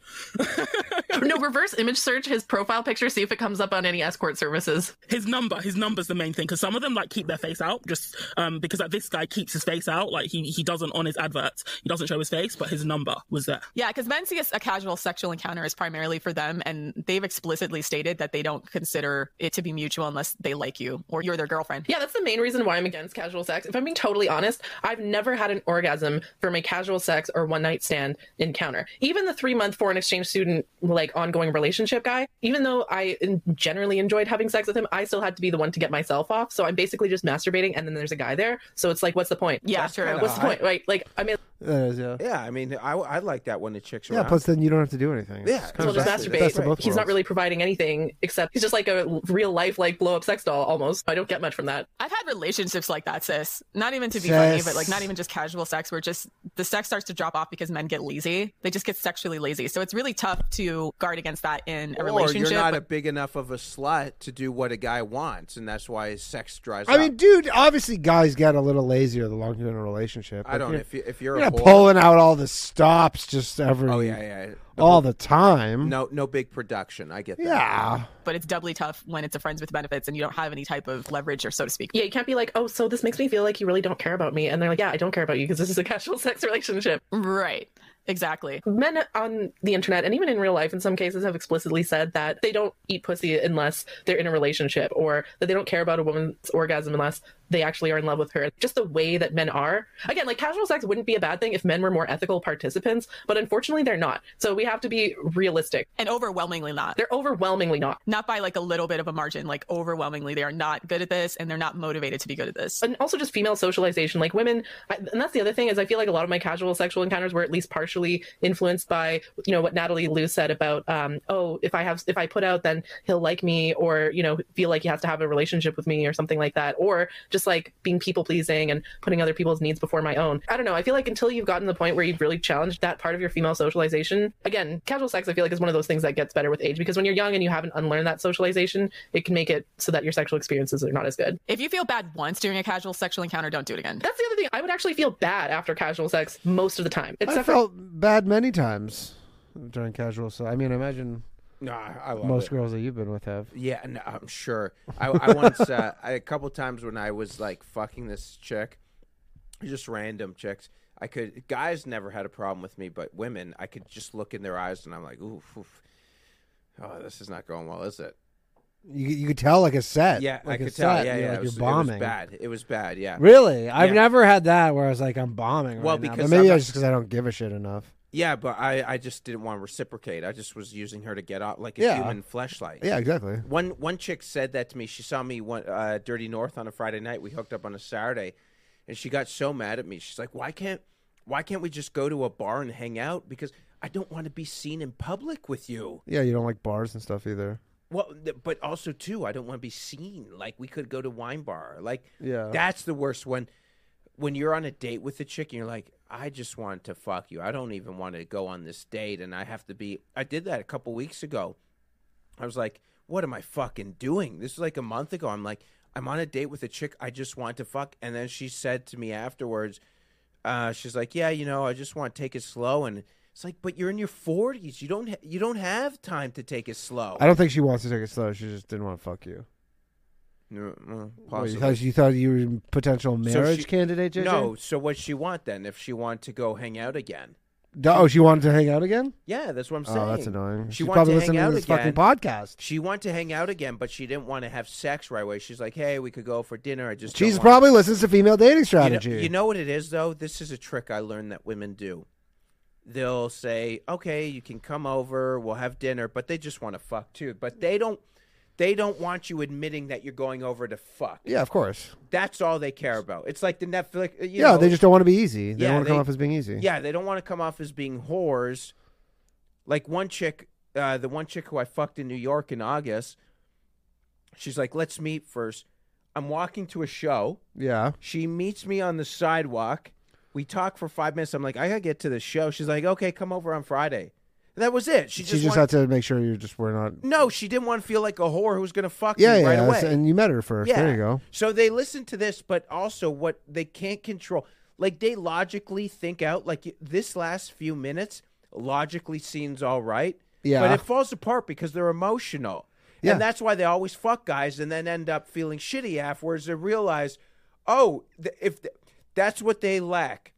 S4: No, reverse image search his profile picture, see if it comes up on any escort services.
S5: His number, his number's the main thing because some of them like keep their face out, just um because like this guy keeps his face out. Like he he doesn't on his adverts, he doesn't show his face, but his number was there.
S3: Yeah, because men see a, a casual sexual encounter as primarily for them, and they've explicitly stated that they don't consider it to be mutual unless they like you or you're their girlfriend.
S4: Yeah, that's the main reason why I'm against casual sex. If I'm being totally honest, I've never had an orgasm from a casual sex or one night stand encounter. Even the three month foreign exchange student, like ongoing relationship guy, even though I en- generally enjoyed having sex with him, I still had to be the one to get myself off. So I'm basically just masturbating and then there's a guy there. So it's like, what's the point?
S3: Yeah,
S2: That's
S3: true.
S2: kinda
S4: What's the
S2: hot.
S4: point? Right? Like, I mean,
S1: That is, yeah.
S2: yeah, I mean, I, I like that when the chicks are
S1: Yeah.
S2: around.
S1: Plus, then you don't have to do anything.
S2: Yeah,
S1: It's
S4: we'll
S1: kind of
S4: just
S1: best-
S2: Exactly.
S4: masturbate.
S1: best of both
S4: He's not
S1: worlds.
S4: really providing anything except he's just like a real life, like blow up sex doll almost. I don't get much from that.
S3: I've had relationships like that, sis. Not even to be
S1: Sis.
S3: funny, but like not even just casual sex, where just the sex starts to drop off because men get lazy. They just get sexually lazy. So it's really tough to guard against that in a
S2: or
S3: relationship.
S2: you're not a big enough of a slut to do what a guy wants, and that's why his sex drives.
S1: I
S2: up.
S1: mean, dude, obviously guys get a little lazier the longer you're in a relationship.
S2: I don't.
S1: know.
S2: If you, if you're
S1: You're
S2: a
S1: not
S2: whore,
S1: pulling out all the stops just every
S2: oh yeah, yeah, The
S1: all
S2: whole-
S1: the time.
S2: no, no big production. I get that.
S1: Yeah.
S3: but it's doubly tough when it's a friends with benefits and you don't have any type of leverage or so to speak.
S4: Yeah, you can't be like, oh, so this makes me feel like you really don't care about me. And they're like, yeah, I don't care about you because this is a casual sex relationship.
S3: Right. Exactly.
S4: Men on the internet and even in real life, in some cases, have explicitly said that they don't eat pussy unless they're in a relationship or that they don't care about a woman's orgasm unless they actually are in love with her. Just the way that men are. Again, like casual sex wouldn't be a bad thing if men were more ethical participants, but unfortunately, they're not. So we have to be realistic.
S3: And overwhelmingly not.
S4: They're overwhelmingly not.
S3: Not by like a little bit of a margin, like overwhelmingly they are not good at this and they're not motivated to be good at this.
S4: and also just female socialization like women I, and that's the other thing is i feel like a lot of my casual sexual encounters were at least partially influenced by you know what natalie lou said about um oh if i have if i put out then he'll like me or you know feel like he has to have a relationship with me or something like that or just like being people pleasing and putting other people's needs before my own i don't know i feel like until you've gotten to the point where you've really challenged that part of your female socialization again casual sex i feel like is one of those things that gets better with age because when you're young and you haven't unlearned that socialization it can make it so that your sexual experiences are not as good
S3: If you feel bad once during a casual sexual encounter, don't do it again.
S4: that's the other thing. I would actually feel bad after casual sex most of the time.
S1: I
S4: Except for
S1: felt bad many times during casual. So I mean, imagine
S2: No, I I love
S1: most
S2: it.
S1: girls that you've been with have.
S2: Yeah, no, I'm sure. I, I once, uh, I, a couple times when I was like fucking this chick, just random chicks. I could guys never had a problem with me, but women, I could just look in their eyes and I'm like, ooh, oof. oh, this is not going well, is it?
S1: You you could tell like a set.
S2: Yeah,
S1: like
S2: I
S1: a
S2: could tell.
S1: set,
S2: Yeah,
S1: you're,
S2: yeah,
S1: like
S2: it was,
S1: you're bombing.
S2: It was bad. It was bad. Yeah.
S1: Really, I've
S2: Yeah.
S1: never had that where I was like, I'm bombing.
S2: Well,
S1: right now. But
S2: because
S1: maybe
S2: I'm
S1: it's
S2: not-
S1: just because I don't give a shit enough.
S2: Yeah, but I, I just didn't want to reciprocate. I just was using her to get off like a
S1: Yeah.
S2: human fleshlight.
S1: Yeah, exactly.
S2: One one chick said that to me. She saw me one uh, Dirty North on a Friday night. We hooked up on a Saturday, and she got so mad at me. She's like, "Why can't why can't we just go to a bar and hang out? Because I don't want to be seen in public with you.
S1: Yeah, you don't like bars and stuff either.
S2: Well, th- but also too, I don't want to be seen. Like we could go to wine bar. Like
S1: Yeah.
S2: that's the worst one. When you're on a date with a chick and you're like, I just want to fuck you. I don't even want to go on this date, and I have to be. I did that a couple weeks ago. I was like, what am I fucking doing? This was like a month ago. I'm like, I'm on a date with a chick I just want to fuck. And then she said to me afterwards, uh, she's like, yeah, you know, I just want to take it slow. And it's like, but you're in your 40s. You don't ha- you don't have time to take it slow.
S1: I don't think she wants to take it slow. She just didn't want to fuck you.
S2: No,
S1: Wait,
S2: no,
S1: you
S2: possibly.
S1: thought you thought you were a potential
S2: So
S1: marriage
S2: she-
S1: candidate? JJ?
S2: No. So what's she want then? If she want to go hang out again?
S1: Oh, she wanted to hang out again.
S2: Yeah, that's what I'm saying.
S1: Oh, that's annoying.
S2: She
S1: She's
S2: wanted
S1: probably
S2: to hang
S1: listening
S2: out
S1: to this fucking
S2: again.
S1: podcast.
S2: She wanted to hang out again, but she didn't want to have sex right away. She's like, "Hey, we could go for dinner." I just don't
S1: She's
S2: want-"
S1: probably listens to female dating
S2: You know-
S1: strategy.
S2: You know, what it is though. This is a trick I learned that women do. They'll say, "Okay, you can come over. We'll have dinner," but they just want to fuck too. But they don't. They don't want you admitting that you're going over to fuck.
S1: yeah, of course.
S2: That's all they care about. It's like the Netflix. You
S1: yeah,
S2: know,
S1: they just don't want to be easy. They
S2: Yeah,
S1: don't want to come
S2: they-
S1: off as being easy.
S2: Yeah, they don't want to come off as being whores. Like one chick, uh, the one chick who I fucked in New York in August, she's like, let's meet first. I'm walking to a show.
S1: yeah.
S2: She meets me on the sidewalk. We talk for five minutes. I'm like, I gotta get to the show. She's like, okay, come over on Friday. And that was it. She
S1: She
S2: just,
S1: just,
S2: wanted-
S1: had to make sure you're just we're not.
S2: no, she didn't want to feel like a whore who was gonna fuck
S1: Yeah,
S2: me
S1: yeah.
S2: right
S1: that's-
S2: away.
S1: and you met her first. There you go.
S2: So they listen to this, but also what they can't control. Like they logically think out, like this last few minutes logically seems all right.
S1: Yeah.
S2: But it falls apart because they're emotional.
S1: Yeah.
S2: And that's why they always fuck guys and then end up feeling shitty afterwards. They realize, oh, th- if th- that's what they lack.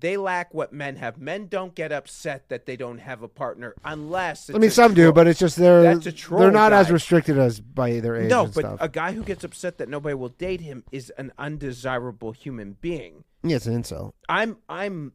S2: They lack what men have. Men don't get upset that they don't have a partner unless. It's
S1: I mean,
S2: a
S1: some do,
S2: troll.
S1: but it's just they're
S2: That's a troll
S1: they're not as
S2: guy.
S1: restricted as by their age.
S2: No,
S1: and
S2: but
S1: stuff.
S2: a guy who gets upset that nobody will date him is an undesirable human being.
S1: yeah, it's an insult.
S2: I'm I'm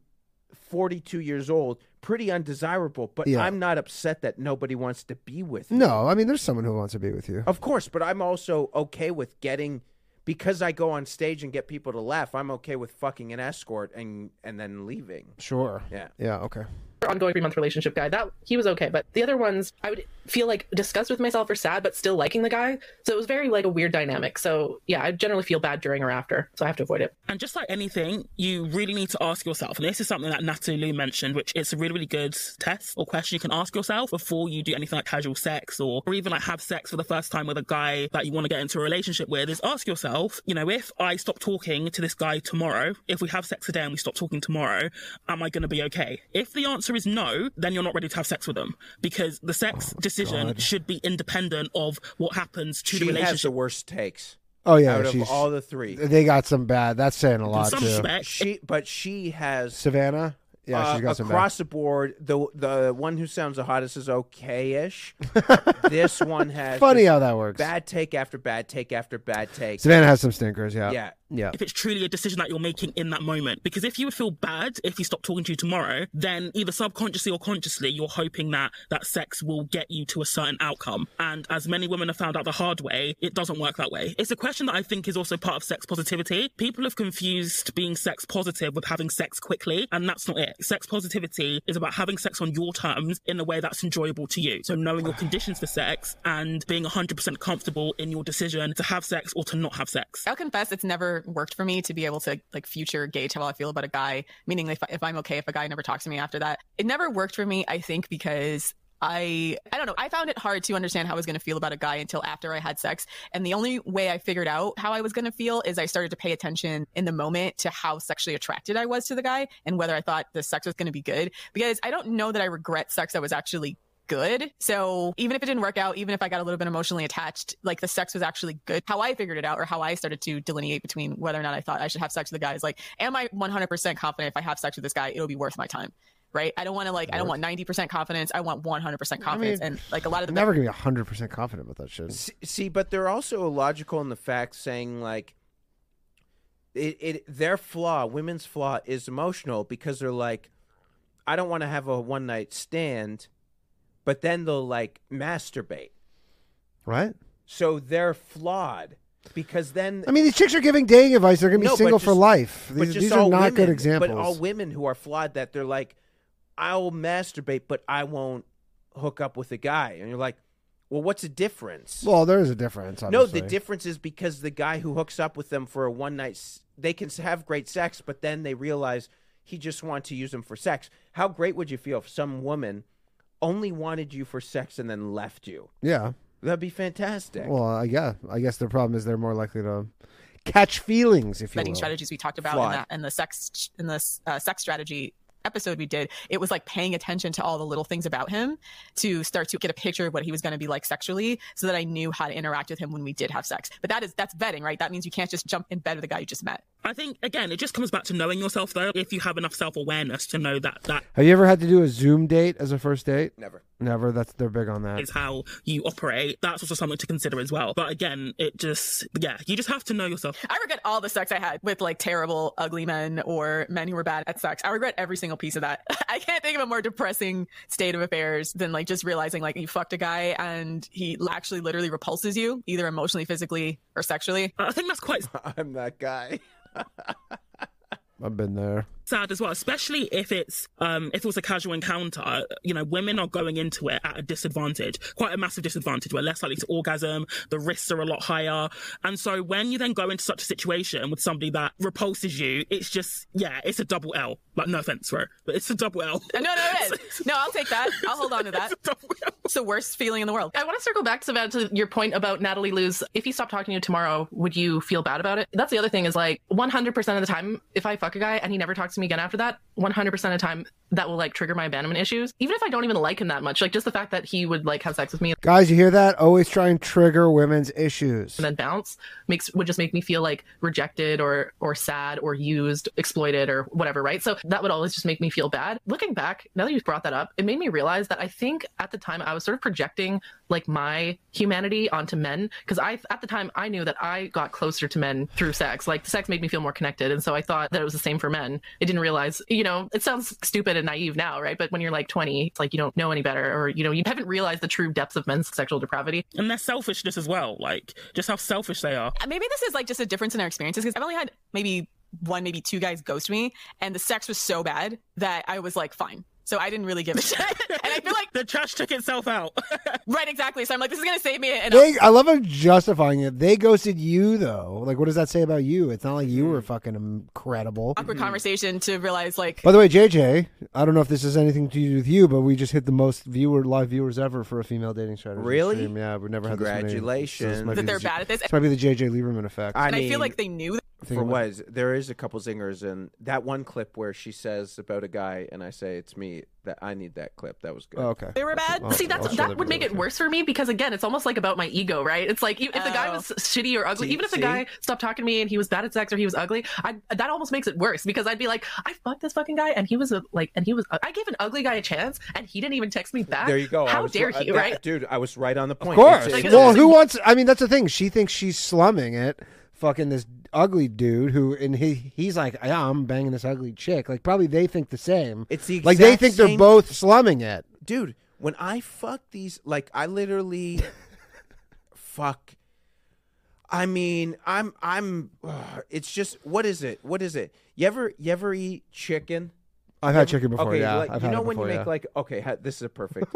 S2: 42 years old, pretty undesirable, but
S1: Yeah.
S2: I'm not upset that nobody wants to be with me.
S1: No, I mean, there's someone who wants to be with you.
S2: Of course, but I'm also okay with getting because I go on stage and get people to laugh. I'm okay with fucking an escort and and then leaving.
S1: Sure.
S2: Yeah.
S1: Yeah. Okay.
S4: Her ongoing three month relationship guy that he was okay, but the other ones I would feel like disgusted with myself or sad, but still liking the guy. So it was very like a weird dynamic. So yeah, I generally feel bad during or after, so I have to avoid it.
S5: And just like anything, you really need to ask yourself, and this is something that Natalie mentioned, which it's a really, really good test or question you can ask yourself before you do anything like casual sex or, or even like have sex for the first time with a guy that you want to get into a relationship with, is ask yourself, you know, if I stop talking to this guy tomorrow, if we have sex today and we stop talking tomorrow, am I going to be okay? If the answer is no, then you're not ready to have sex with them because the sex decision should be independent of what happens to the
S2: Oh, She has
S5: relationship.
S2: the worst takes
S1: Oh yeah.
S2: out
S1: she's,
S2: of all the three.
S1: they got some bad. That's saying a
S5: In
S1: lot
S5: some
S1: too.
S5: respect,
S2: She but she has
S1: Savannah. Yeah,
S2: Uh,
S1: she's got some bad.
S2: across the board, the the one who sounds the hottest is okay-ish. this one has
S1: Funny
S2: just
S1: how that works.
S2: bad take after bad take after bad take.
S1: Savannah has some stinkers. Yeah.
S2: Yeah.
S1: Yeah.
S5: if it's truly a decision that you're making in that moment. Because if you would feel bad if he stopped talking to you tomorrow, then either subconsciously or consciously, you're hoping that that sex will get you to a certain outcome. And as many women have found out the hard way, it doesn't work that way. It's a question that I think is also part of sex positivity. People have confused being sex positive with having sex quickly, and that's not it. Sex positivity is about having sex on your terms in a way that's enjoyable to you. So knowing your conditions for sex and being 100% comfortable in your decision to have sex or to not have sex.
S3: I'll confess it's never worked for me to be able to like future gauge how I feel about a guy, meaning if, if I'm okay if a guy never talks to me after that. It never worked for me, I think, because I I don't know. I found it hard to understand how I was going to feel about a guy until after I had sex. And the only way I figured out how I was going to feel is I started to pay attention in the moment to how sexually attracted I was to the guy and whether I thought the sex was going to be good because I don't know that I regret sex that was actually good. So even if it didn't work out, even if I got a little bit emotionally attached, like the sex was actually good. How I figured it out or how I started to delineate between whether or not I thought I should have sex with the guy is like, am I 100% confident if I have sex with this guy, it'll be worth my time? Right. I don't want to like, I don't want 90% confidence. I want 100% confidence. and like a lot of
S1: I'm
S3: the
S1: never gonna be hundred percent confident about that shit.
S2: S- See, but they're also illogical in the fact saying like it, it their flaw, women's flaw is emotional because they're like I don't want to have a one night stand, but then they'll like masturbate.
S1: Right?
S2: So they're flawed because then
S1: I mean, these chicks are giving dating advice. They're gonna be
S2: No, but
S1: single for
S2: just-
S1: life.
S2: but
S1: These,
S2: just
S1: these are
S2: all
S1: not
S2: women,
S1: good examples.
S2: But all women who are flawed that they're like, I'll masturbate, but I won't hook up with a guy. And you're like, well, what's the difference?
S1: well, there is a difference.
S2: no,
S1: Obviously.
S2: the difference is because the guy who hooks up with them for a one night, s- they can s- have great sex, but then they realize he just wanted to use them for sex. How great would you feel if some woman only wanted you for sex and then left you?
S1: Yeah.
S2: That'd be fantastic.
S1: Well, uh, yeah, I guess their problem is they're more likely to catch feelings, if you
S3: vetting
S1: will.
S3: strategies we talked about in
S2: Fly.
S3: that in the sex in the uh, sex strategy episode we did it was like paying attention to all the little things about him to start to get a picture of what he was going to be like sexually so that i knew how to interact with him when we did have sex but that is that's vetting right that means you can't just jump in bed with the guy you just met
S5: I think again, it just comes back to knowing yourself though. If you have enough self awareness to know that that
S1: Have you ever had to do a Zoom date as a first date?
S2: Never.
S1: Never. That's they're big on that.
S5: is how you operate, that's also something to consider as well. But again, it just yeah, you just have to know yourself.
S3: i regret all the sex i had with like terrible ugly men or men who were bad at sex i regret every single piece of that i can't think of a more depressing state of affairs than like just realizing like you fucked a guy and he actually literally repulses you either emotionally physically or sexually
S5: I think that's quite
S2: I'm that guy.
S1: I've been there.
S5: sad as well, especially if it's um if it was a casual encounter. You know, women are going into it at a disadvantage, quite a massive disadvantage. We're less likely to orgasm. The risks are a lot higher, and so when you then go into such a situation with somebody that repulses you, it's just yeah, it's a double L. Like no offense, bro, but it's a double L.
S3: No, no, it is. No, I'll take that. I'll hold on to that.
S5: It's a double L.
S3: It's the worst feeling in the world.
S4: I want to circle back Savannah, to your point about Natalie Lou's. If he stopped talking to you tomorrow, would you feel bad about it? That's the other thing is like 100% of the time, if I fuck a guy and he never talks to me again after that, 100% of the time, that will like trigger my abandonment issues. Even if I don't even like him that much, like just the fact that he would like have sex with me
S1: Guys, you hear that? Always try and trigger women's issues.
S4: and then bounce makes would just make me feel like rejected or or sad or used exploited or whatever right so that would always just make me feel bad looking back now that you've brought that up it made me realize that i think at the time i was sort of projecting like my humanity onto men because i at the time i knew that i got closer to men through sex like sex made me feel more connected and so i thought that it was the same for men i didn't realize you know it sounds stupid and naive now right but when you're like 20 it's like you don't know any better or you know you haven't realized the true depths of men's sexual depravity
S5: and their selfishness as well, like just how selfish they are.
S3: Uh, Maybe this is like just a difference in our experiences because I've only had maybe one, maybe two guys ghost me, and the sex was so bad that I was like, fine. So I didn't really give a shit. and I feel like,
S5: The trash took itself out.
S3: right, exactly. So I'm like, this is going to save me. And
S1: They, I love how justifying it. They ghosted you though. Like, what does that say about you? It's not like you were fucking incredible.
S3: awkward conversation to realize like
S1: By the way, JJ, I don't know if this has anything to do with you, but we just hit the most viewer live viewers ever for a female dating strategy.
S2: Really?
S1: Stream. Yeah, we've never had this many. So this
S2: Congratulations.
S1: might be
S3: that they're
S1: the J-
S3: bad at this.
S1: This might be the JJ Lieberman effect.
S3: And I feel like they knew
S1: Think
S2: for
S1: about
S2: what is, there is a couple zingers in that one clip where she says about a guy, and I say it's me. That I need that clip. That was good.
S1: Oh, okay.
S3: they were bad.
S1: I'll-
S4: See, that's
S1: I'll show
S4: that
S1: them
S4: would
S1: to
S4: make
S1: you.
S4: it worse for me because again, it's almost like about my ego, right? It's like e- if the guy
S3: Oh.
S4: was shitty or ugly,
S2: See-
S4: even if the
S2: see?
S4: guy stopped talking to me and he was bad at sex or he was ugly, I that almost makes it worse because I'd be like, I fucked this fucking guy and he was a, like, and he was, I gave an ugly guy a chance and he didn't even text me back.
S2: There you go. I
S4: How
S2: was
S4: dare
S2: ri-
S4: he,
S2: uh, that-
S4: right?
S2: dude? I was right on the point.
S1: Of course.
S2: It's-
S4: Like,
S1: well,
S4: it's-
S1: who wants? I mean, that's the thing. She thinks she's slumming it. Fucking this ugly dude who, and he he's like, yeah, I'm banging this ugly chick. Like, probably they think the same.
S2: It's the
S1: like they
S2: exact
S1: think they're
S2: same-
S1: both slumming it.
S2: dude, when I fuck these, like I literally fuck. I mean, I'm, I'm. ugh, it's just what is it? What is it? You ever, you ever eat chicken?
S1: I've had chicken before.
S2: okay,
S1: yeah,
S2: like,
S1: I've
S2: you
S1: had
S2: know
S1: it
S2: when
S1: before,
S2: you
S1: yeah.
S2: make like okay, ha- this is a perfect.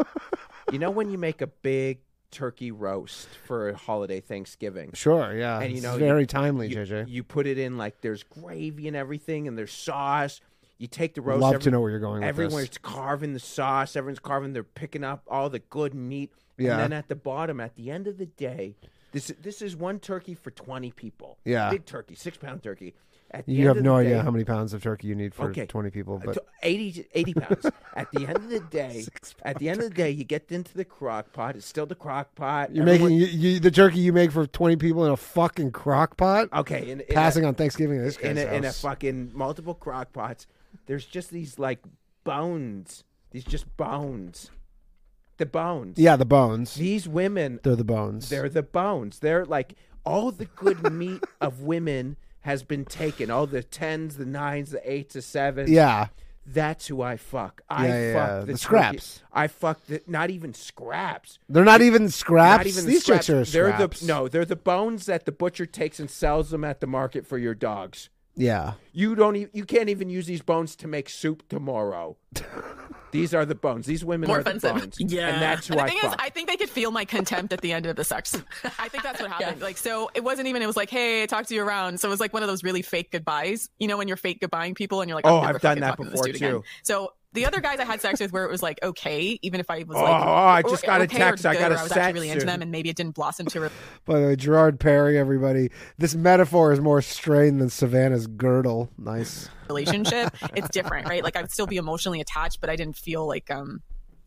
S2: you know when you make a big turkey roast for a holiday Thanksgiving.
S1: Sure, yeah.
S2: And, you
S1: This
S2: know,
S1: is
S2: you-
S1: very timely,
S2: You,
S1: JJ.
S2: you put it in like there's gravy and everything, and there's sauce. You take the roast.
S1: Love to
S2: every-
S1: know where you're going with
S2: Everyone's
S1: this.
S2: carving the sauce. Everyone's carving. They're picking up all the good meat.
S1: Yeah.
S2: And then at the bottom, at the end of the day, this this is one turkey for twenty people.
S1: Yeah.
S2: Big turkey, six pound turkey. At the
S1: You
S2: end
S1: have
S2: of
S1: no
S2: the
S1: idea
S2: day-
S1: how many pounds of turkey you need for
S2: Okay. Uh,
S1: 20 people, but
S2: to 80, 80 pounds. at the end of the day, at the end of the day, you get into the crock pot. It's still the crock pot.
S1: you're
S2: Everyone-
S1: making you, you, the turkey you make for 20 people in a fucking crock pot?
S2: okay in, in
S1: passing
S2: a,
S1: on Thanksgiving at this guy's
S2: in a, in a
S1: house.
S2: fucking multiple crock pots. There's just these like bones. These just bones. The bones.
S1: yeah, the bones.
S2: These women
S1: They're the bones.
S2: They're the bones. They're like all the good meat of women has been taken. All the tens, the nines, the eights, the sevens.
S1: yeah.
S2: That's who I fuck. I
S1: Yeah, yeah,
S2: fuck
S1: yeah.
S2: the,
S1: The
S2: turkey.
S1: scraps.
S2: I fuck the not even scraps.
S1: They're not even scraps.
S2: Not even the
S1: These
S2: scraps.
S1: chicks are
S2: they're
S1: scraps.
S2: the no, they're the bones that the butcher takes and sells them at the market for your dogs.
S1: Yeah.
S2: You don't e- you can't even use these bones to make soup tomorrow. these are the bones. These women
S4: More
S2: are
S4: offensive.
S2: the bones.
S5: Yeah.
S2: And that's who
S3: The
S2: I
S3: thing
S2: fuck.
S3: is, I think they could feel my contempt at the end of the sex. I think that's what happened. Like, so it wasn't even. It was like, hey, talk to you around. So it was like one of those really fake goodbyes. You know, when you're fake goodbying people and you're like, I'm
S2: Oh,
S3: never
S2: I've done
S3: fucking
S2: that
S3: talking to this
S2: before,
S3: dude again.
S2: too.
S3: So The other guys I had sex with, where it was like okay, even if I was
S2: Oh,
S3: like,
S2: I just
S3: or-
S2: got a
S3: okay or
S2: text. I
S3: good,
S2: got
S3: or
S2: a
S3: I was actually
S2: sex
S3: really into
S2: soon.
S3: them, and maybe it didn't blossom to. a
S1: By the way, Gerard Perry, everybody. This metaphor is more strained than Savannah's girdle. Nice.
S3: relationship, it's different, right? Like I would still be emotionally attached, but I didn't feel like um,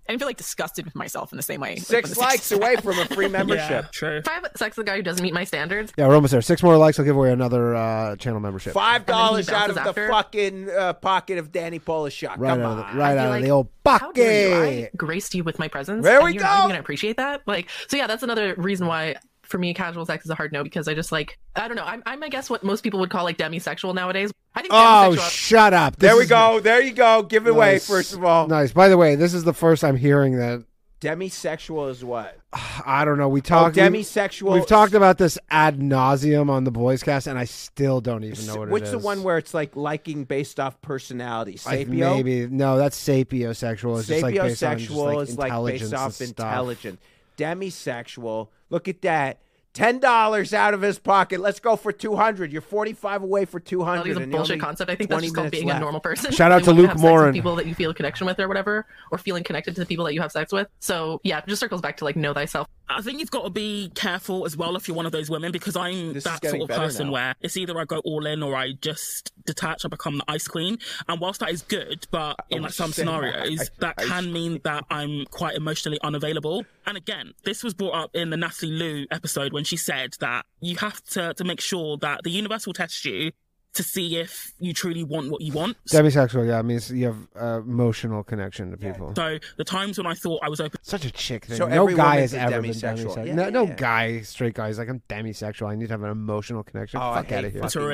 S3: I didn't feel like disgusted with myself in the same way. like, when
S2: Six
S3: the sex-
S2: likes away from a free
S5: Yeah,
S2: membership.
S5: true.
S4: If I have sex with a guy who doesn't meet my standards,
S1: Yeah, we're almost there. Six more likes, I'll give away another uh, channel membership.
S2: Five dollars
S4: And then he
S2: out of
S4: bounces
S2: the
S4: after?
S2: fucking uh, pocket of Danny Polishuk.
S1: Right out
S2: Come
S1: of
S2: on.
S1: the, right
S4: I'd be
S1: out of
S4: like,
S1: the old
S4: how dare you? I
S1: bucket.
S4: graced you with my presence.
S2: There
S4: and
S2: we
S4: you're not even
S2: go.
S4: gonna appreciate that. Like, so yeah, that's another reason why for me, casual sex is a hard no because I just like I don't know. I'm, I'm I guess what most people would call like demisexual nowadays. I think
S1: Oh,
S4: demisexual-
S1: shut up! This
S2: There we
S1: is-
S2: go. There you go. Give it away,
S1: Nice.
S2: first of all.
S1: Nice. By the way, this is the first I'm hearing that.
S2: Demisexual is what?
S1: I don't know. We talked.
S2: oh, demisexual.
S1: We've talked about this ad nauseum on the boys cast, and I still don't even know what it
S2: What's
S1: is.
S2: the one where it's like liking based off personality?
S1: Like,
S2: Sapio?
S1: maybe no, that's sapiosexual. It's just like based on just,
S2: Sapiosexual
S1: like,
S2: is like
S1: intelligence
S2: based
S1: and
S2: off
S1: stuff.
S2: intelligence. Demisexual. Look at that. Ten dollars out of his pocket. Let's go for two hundred. You're forty five away for two
S4: That
S2: hundred.
S4: is a bullshit concept. I think that's just called being a normal person.
S1: Shout out
S4: You
S1: to
S4: wanna
S1: Luke
S4: have sex with
S1: Morin.
S4: People that you feel connection with, or whatever, or feeling connected to the people that you have sex with. So yeah, it just circles back to like know thyself.
S5: I think you've got to be careful as well if you're one of those women because I'm
S2: This is
S5: that
S2: getting
S5: sort of
S2: better
S5: person
S2: now.
S5: where it's either I go all in or I just detach. I become the ice queen, and whilst that is good, but in like some
S2: shit.
S5: scenarios that can mean that I'm quite emotionally unavailable. And again, this was brought up in the Natalie Lou episode when she said that you have to to make sure that the universe will test you to see if you truly want what you want.
S1: Demisexual, yeah, I mean you have uh, emotional connection to people.
S5: So the times when I thought I was open
S1: Such a chick thing.
S2: So
S1: no
S2: every
S1: guy has
S2: woman's a
S1: ever been
S2: demisexual.
S1: demisexual.
S2: Yeah,
S1: no,
S2: yeah,
S1: no
S2: yeah.
S1: guy, straight guy, is like I'm demisexual. I need to have an emotional connection.
S2: Oh, I
S1: Fuck
S2: hate
S1: out of here.
S2: fucking
S5: To a
S2: guys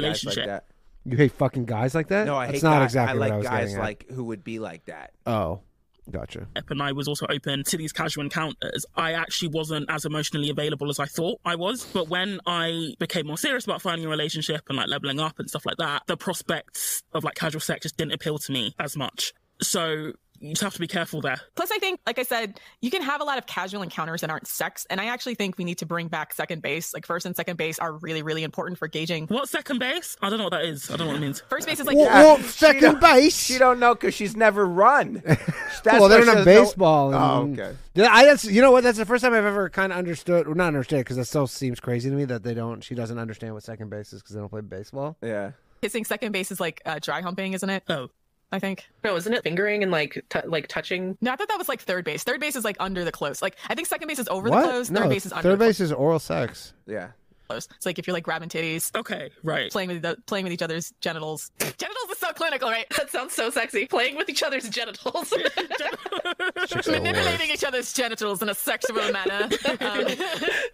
S2: Like
S5: relationship.
S2: that.
S1: You hate fucking guys like that?
S2: No, I
S1: That's
S2: hate.
S1: not
S2: guy-
S1: exactly
S2: I like
S1: what I was
S2: guys
S1: getting at.
S2: like who would be like that.
S1: Oh, gotcha.
S5: up and I was also open to these casual encounters, I actually wasn't as emotionally available as I thought I was. But when I became more serious about finding a relationship and like leveling up and stuff like that, the prospects of like casual sex just didn't appeal to me as much. So you just have to be careful there.
S3: Plus, I think, like I said, you can have a lot of casual encounters that aren't sex, and I actually think we need to bring back second base. Like first and second base are really, really important for gauging.
S5: What second base? I don't know what that is. I don't know what it means.
S3: First base is like uh,
S1: Wha-
S2: Yeah,
S1: wha-
S2: she
S1: second
S2: don't-
S1: base.
S2: She don't know because she's never run. That's
S1: well, they
S2: why
S1: don't have
S2: she doesn't know-
S1: baseball. and-
S2: Oh, okay.
S1: Yeah, I, that's, you know what? That's the first time I've ever kind of understood, or not understood, because that still seems crazy to me that they don't. She doesn't understand what second base is because they don't play baseball.
S2: Yeah.
S3: kissing second base is like uh, dry humping, isn't it?
S5: Oh,
S3: I think.
S4: No, isn't it fingering and like t- like touching?
S3: No, I thought that was like third base. Third base is like under the clothes. Like I think second base is over
S1: what?
S3: the clothes. Third
S1: no,
S3: base is under
S1: third
S3: the
S1: base is oral sex.
S2: Yeah.
S3: clothes. It's like if you're like grabbing titties,
S5: okay, right.
S3: playing with the, playing with each other's genitals. genitals is so clinical, right?
S4: That sounds so sexy. Playing with each other's genitals.
S1: Chicks are the worst.
S3: Manipulating each other's genitals in a sexual manner. Um,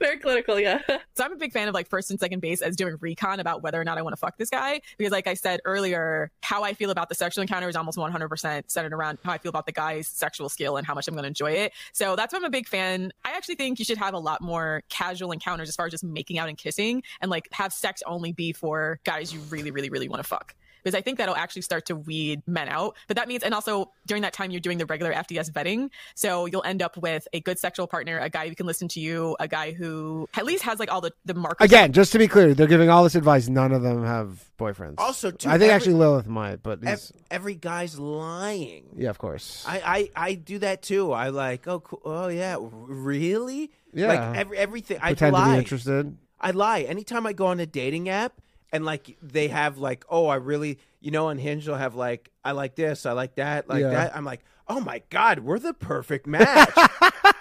S4: Very clinical, yeah.
S3: so I'm a big fan of like first and second base as doing recon about whether or not I want to fuck this guy because like I said earlier, how I feel about the sexual encounter is almost 100% centered around how I feel about the guy's sexual skill and how much I'm going to enjoy it. So that's why I'm a big fan. I actually think you should have a lot more casual encounters as far as just making out and kissing and like have sex only be for guys you really really really want to fuck. Because I think that'll actually start to weed men out. But that means, and also during that time, you're doing the regular FDS vetting. So you'll end up with a good sexual partner, a guy who can listen to you, a guy who at least has like all the, the markers.
S1: Again, just to be clear, they're giving all this advice. None of them have boyfriends.
S2: Also, too,
S1: I think
S2: every-
S1: actually Lilith might, but
S2: Ev-
S1: he's,
S2: every guy's lying.
S1: yeah, of course.
S2: I, I I do that too. I like oh cool. oh yeah R- really
S1: Yeah.
S2: like every everything I
S1: Pretend to be
S2: lie
S1: interested.
S2: I lie anytime I go on a dating app and like they have like oh I really you know on Hinge they'll have like I like this I like that like
S1: Yeah.
S2: that I'm like oh my god we're the perfect match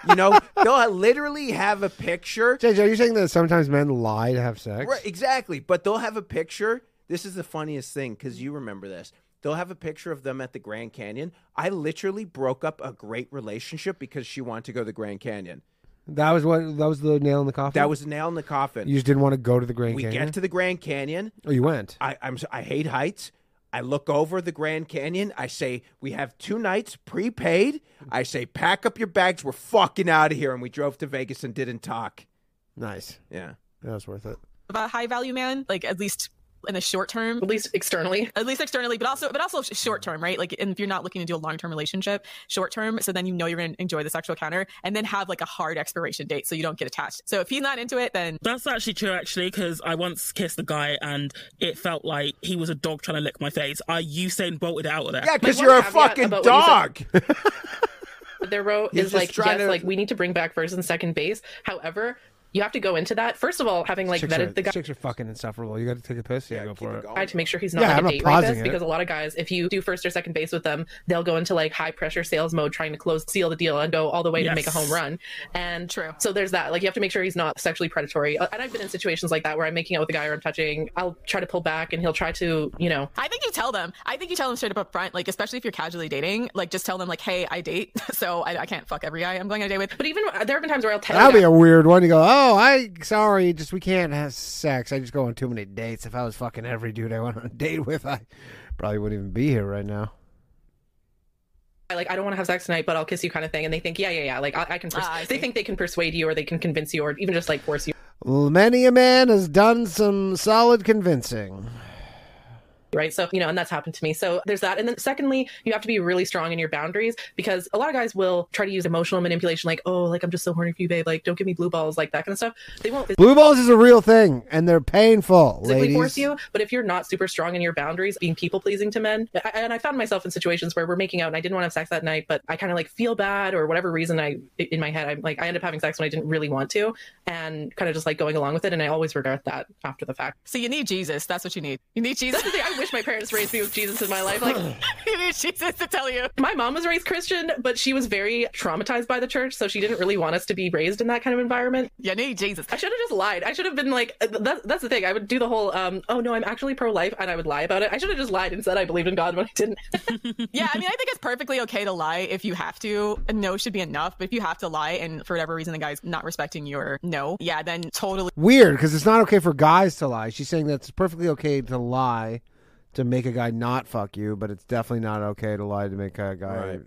S2: you know they'll literally have a picture
S1: JJ, are you saying that sometimes men lie to have sex?
S2: Right, exactly. But they'll have a picture. This is the funniest thing because you remember this. They'll have a picture of them at the Grand Canyon. I literally broke up a great relationship because she wanted to go to the Grand Canyon.
S1: That was what. That was the nail in the coffin.
S2: That was a nail in the coffin.
S1: You just didn't want to go to the Grand
S2: we
S1: Canyon.
S2: get to the Grand Canyon.
S1: oh, you went.
S2: I, I'm s- I hate heights. I look over the Grand Canyon. I say we have two nights prepaid. I say pack up your bags. We're fucking out of here. And we drove to Vegas and didn't talk.
S1: Nice.
S2: Yeah.
S1: That was worth it.
S3: of a high value man, like at least in the short term
S4: at least externally.
S3: at least externally, but also but also sh- short term, right? Like, and if you're not looking to do a long term relationship, short term, so then you know you're going to enjoy the sexual encounter, and then have like a hard expiration date, so you don't get attached. So if he's not into it, then
S5: That's actually true, actually, because I once kissed a guy and it felt like he was a dog trying to lick my face. I Usain bolted out of there.
S2: Yeah, because
S4: one
S2: you're a
S4: caveat
S2: fucking
S4: about what you
S2: dog.
S4: Their row
S2: He's
S4: is
S2: just
S4: like
S2: trying
S4: yes,
S2: to-
S4: like we need to bring back first and second base. However, you have to go into that first of all having like
S1: chicks,
S4: vetted
S1: are,
S4: the guy
S1: chicks are fucking insufferable. You got to take a piss. Yeah, go
S2: Keep
S1: for it.
S2: going.
S4: to make sure he's not
S1: Yeah, I'm
S4: like a
S1: not
S4: date
S1: pausing
S4: rapist
S1: it.
S4: because a lot of guys if you do first or second base with them they'll go into like high pressure sales mode trying to close seal the deal and go all the way to make a
S5: Yes.
S4: home run and
S3: True.
S4: so there's that like you have to make sure he's not sexually predatory Uh, and i've been in situations like that where i'm making out with a guy or i'm touching i'll try to pull back and he'll try to you know
S3: I think you tell them. I think you tell them straight up up front, like especially if you're casually dating, like just tell them like, hey, I date, so I, I can't fuck every guy I'm going on a date with.
S4: but even uh, there have been times where i'll tell
S1: That'd
S4: a
S1: be
S4: guy-
S1: a weird one. You go, oh, I sorry, just we can't have sex. I just go on too many dates. If I was fucking every dude I went on a date with, I probably wouldn't even be here right now.
S4: I, like I don't want to have sex tonight, but I'll kiss you kind of thing, and they think yeah, yeah, yeah. Like I, I can, pers-
S3: Ah, I
S4: they
S3: see.
S4: think they can persuade you, or they can convince you, or even just like force you,
S1: Well, Many a man has done some solid convincing.
S4: right? So you know, and that's happened to me. So there's that, and then secondly, you have to be really strong in your boundaries because a lot of guys will try to use emotional manipulation, like oh, like I'm just so horny for you, babe, like don't give me blue balls, like that kind of stuff. They won't
S1: Blue balls is a real thing, and they're painful,
S4: physically
S1: ladies.
S4: force you, but if you're not super strong in your boundaries, being people pleasing to men, I, I- and I found myself in situations where we're making out and I didn't want to have sex that night, but I kind of like feel bad or whatever reason I in my head I'm like I end up having sex when I didn't really want to, and kind of just like going along with it, and I always regret that after the fact.
S3: So you need Jesus. That's what you need. You need Jesus.
S4: That's the thing. I wish my parents raised me with Jesus in my life. Like
S3: you need Jesus to tell you.
S4: my mom was raised Christian, but she was very traumatized by the church, so she didn't really want us to be raised in that kind of environment.
S3: You need Jesus.
S4: I should have just lied. I should have been like, uh, that, that's the thing. I would do the whole, um, oh no, I'm actually pro life, and I would lie about it. I should have just lied and said I believed in God when I didn't.
S3: Yeah, I mean, I think it's perfectly okay to lie if you have to. A no should be enough, but if you have to lie and for whatever reason the guy's not respecting your no, yeah, then totally.
S1: Weird, because it's not okay for guys to lie. She's saying that's perfectly okay to lie to make a guy not fuck you, but it's definitely not okay to lie to make a guy
S2: Right.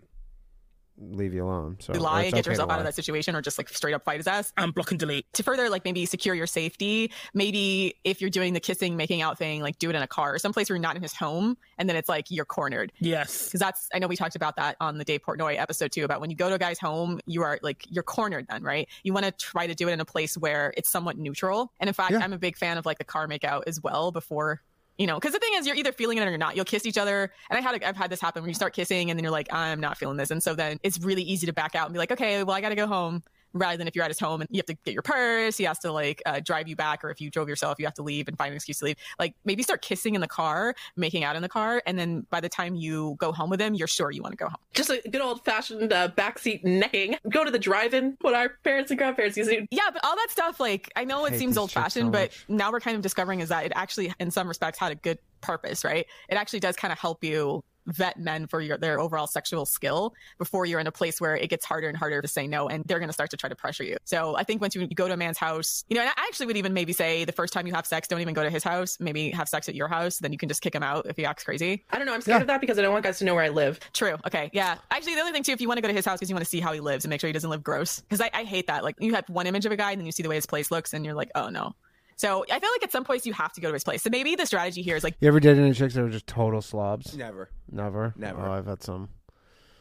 S1: leave you alone. So
S3: lie
S1: it's Oh,
S3: and get
S1: okay to
S3: yourself out
S1: lie.
S3: of that situation or just like straight up fight his ass
S5: And block and delete.
S3: to further like maybe secure your safety maybe if you're doing the kissing making out thing like do it in a car or someplace where you're not in his home and then it's like you're cornered
S5: Yes.
S3: because that's i know we talked about that on the dave portnoy episode too about when you go to a guy's home you are like you're cornered then right you want to try to do it in a place where it's somewhat neutral and in fact
S1: Yeah.
S3: i'm a big fan of like the car make out as well before you know because the thing is you're either feeling it or you're not you'll kiss each other and i had i've had this happen where you start kissing and then you're like i'm not feeling this and so then it's really easy to back out and be like okay well i gotta go home rather than if you're at his home and you have to get your purse, he has to like uh, drive you back, or if you drove yourself, you have to leave and find an excuse to leave. Like maybe start kissing in the car, making out in the car, and then by the time you go home with him, you're sure you want to go home.
S4: Just a good old fashioned uh, backseat necking. Go to the drive in, what our parents and grandparents used to do.
S3: Yeah, but all that stuff, like I know
S1: I
S3: it
S1: hate
S3: seems
S1: these
S3: old fashioned,
S1: chicks so
S3: but now we're kind of discovering is that it actually, in some respects, had a good purpose, right? It actually does kind of help you vet men for your their overall sexual skill before you're in a place where it gets harder and harder to say no and they're going to start to try to pressure you. So I think once you go to a man's house, you know, and I actually would even maybe say the first time you have sex, don't even go to his house, maybe have sex at your house, then you can just kick him out if he acts crazy.
S4: I don't know. I'm scared of that because I don't want guys to know where I live.
S3: True. Okay. Yeah. Actually, the other thing too, if you want to go to his house because you want to see how he lives and make sure he doesn't live gross, because I, I hate that. Like you have one image of a guy and then you see the way his place looks and you're like, oh no. So I feel like at some place you have to go to his place. So maybe the strategy here is like
S1: You ever dated any chicks that were just total slobs?
S2: Never.
S1: Never.
S2: Never.
S1: Oh, I've had some.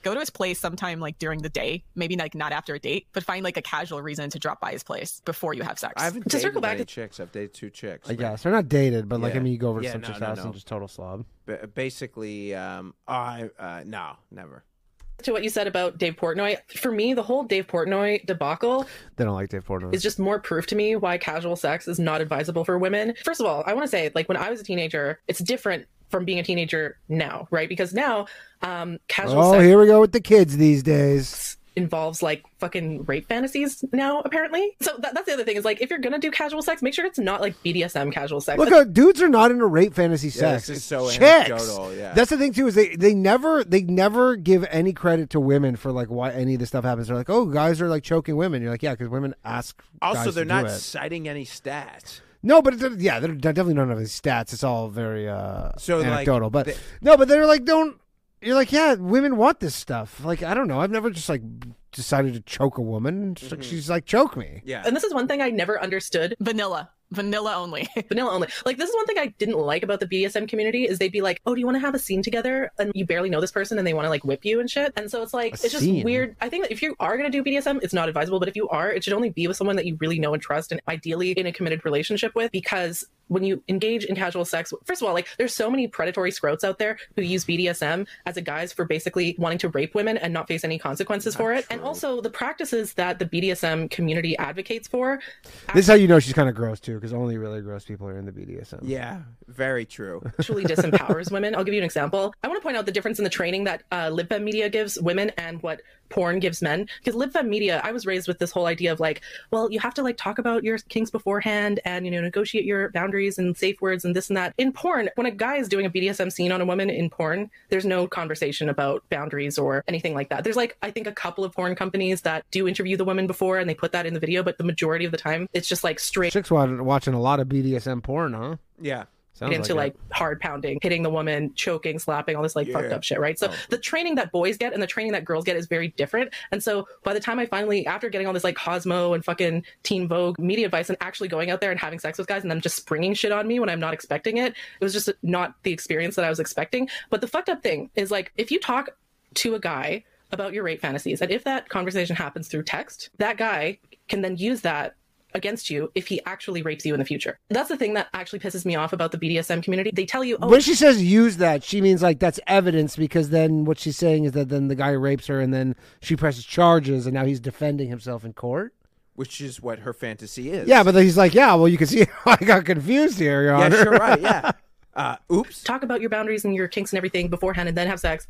S3: go to his place sometime like during the day, maybe like not after a date, but find like a casual reason to drop by his place before you have sex.
S2: I haven't
S4: To
S2: dated
S4: circle back
S2: many
S4: to-
S2: chicks. I've dated two chicks.
S1: I guess they're not dated, but like I
S2: Yeah.
S1: mean, you go over to
S2: Yeah,
S1: some
S2: no,
S1: chick's
S2: no,
S1: house
S2: no.
S1: and just total slob.
S2: Ba- basically, um, I uh, no, never.
S4: To what you said about Dave Portnoy, for me, the whole Dave Portnoy debacle
S1: They don't like Dave Portnoy.
S4: is just more proof to me why casual sex is not advisable for women. First of all, I want to say, like, when I was a teenager, it's different from being a teenager now, right? Because now, um, casual
S1: Oh,
S4: sex
S1: here we go with the kids these days.
S4: involves like fucking rape fantasies now apparently so that, that's the other thing is like if you're gonna do casual sex make sure it's not like bdsm casual sex
S1: Look, uh, dudes are not into rape fantasy sex.
S2: this is
S1: It's
S2: so
S1: chicks.
S2: anecdotal, yeah.
S1: That's the thing too is they, they never they never give any credit to women for like why any of this stuff happens. They're like, oh, guys are like choking women. You're like, yeah, because women ask.
S2: Also,
S1: guys
S2: they're
S1: to
S2: not
S1: do it.
S2: citing any stats.
S1: No, but it's, yeah, they're definitely none of his stats. It's all very uh,
S2: So, like,
S1: anecdotal. but
S2: the-
S1: no, but they're like, don't. You're like, yeah, women want this stuff. Like, I don't know. I've never just like
S2: Mm-hmm.
S1: decided to choke a woman. It's like, she's like, choke me.
S2: Yeah,
S4: and this is one thing i never understood
S3: Vanilla. vanilla only.
S4: vanilla only. Like this is one thing I didn't like about the BDSM community is they'd be like, "Oh, do you want to have a scene together?" and you barely know this person and they want to like whip you and shit. And so it's like
S1: A
S4: it's just
S1: scene?
S4: weird. I think that if you are going to do BDSM, it's not advisable, but if you are, it should only be with someone that you really know and trust and ideally in a committed relationship with because when you engage in casual sex, first of all, like there's so many predatory scrotes out there who use BDSM as a guise for basically wanting to rape women and not face any consequences for it. And also the practices that the BDSM community advocates for
S1: This is how you know she's kind of gross too, because only really gross people are in the BDSM.
S2: Yeah, very true.
S4: actually disempowers women. I'll give you an example. I want to point out the difference in the training that uh, LibFem Media gives women and what porn gives men. Because LibFem Media, I was raised with this whole idea of like, well, you have to like talk about your kinks beforehand and, you know, negotiate your boundaries and safe words and this and that. In porn, when a guy is doing a BDSM scene on a woman in porn, there's no conversation about boundaries or anything like that. There's like, I think a couple of porn companies that do interview the women before and they put that in the video, but the majority of the time, it's just like straight
S1: Chicks wa- watching a lot of BDSM porn, huh?
S2: Yeah.
S1: Sounds
S4: into
S1: it.
S4: like hard pounding, hitting the woman, choking, slapping, all this like fucked
S2: Yeah.
S4: up shit, right?
S1: Oh.
S4: So the training that boys get and the training that girls get is very different. And so by the time I finally, after getting all this like Cosmo and fucking Teen Vogue media advice and actually going out there and having sex with guys and them just springing shit on me when I'm not expecting it, it was just not the experience that I was expecting. But the fucked up thing is like if you talk to a guy about your rape fantasies, and if that conversation happens through text, that guy can then use that against you if he actually rapes you in the future. That's the thing that actually pisses me off about the BDSM community. They tell you, oh,
S1: when she says use that, she means like that's evidence because then what she's saying is that then the guy rapes her and then she presses charges and now he's defending himself in court.
S2: Which is what her fantasy is.
S1: Yeah, but then he's like, yeah, well, you can see I got confused here, Your
S2: Yeah,
S1: Honor.
S2: sure, right. Yeah. Uh, oops.
S4: talk about your boundaries and your kinks and everything beforehand and then have sex.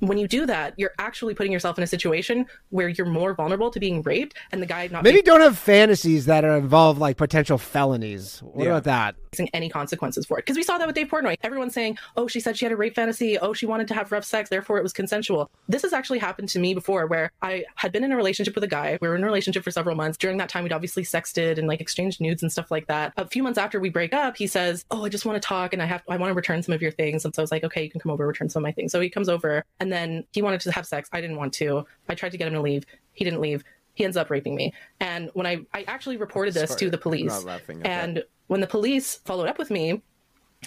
S4: When you do that, you're actually putting yourself in a situation where you're more vulnerable to being raped and the guy not
S1: Maybe don't have fantasies that are involve like potential felonies. What
S2: Yeah.
S1: about that?
S4: facing any consequences for it. Because we saw that with Dave Portnoy. Everyone's saying, oh, she said she had a rape fantasy. Oh, she wanted to have rough sex. Therefore, it was consensual. This has actually happened to me before where I had been in a relationship with a guy. We were in a relationship for several months. During that time, we'd obviously sexted and like exchanged nudes and stuff like that. A few months after we break up, he says, oh, I just want to talk and I have, I want to return some of your things. And so I was like, okay, you can come over, return some of my things. So he comes over and then he wanted to have sex. I didn't want to. I tried to get him to leave. He didn't leave. He ends up raping me. And when I, I actually reported this
S2: Sorry,
S4: to the
S2: I'm not
S4: police.
S2: laughing at that.
S4: and when the police followed up with me,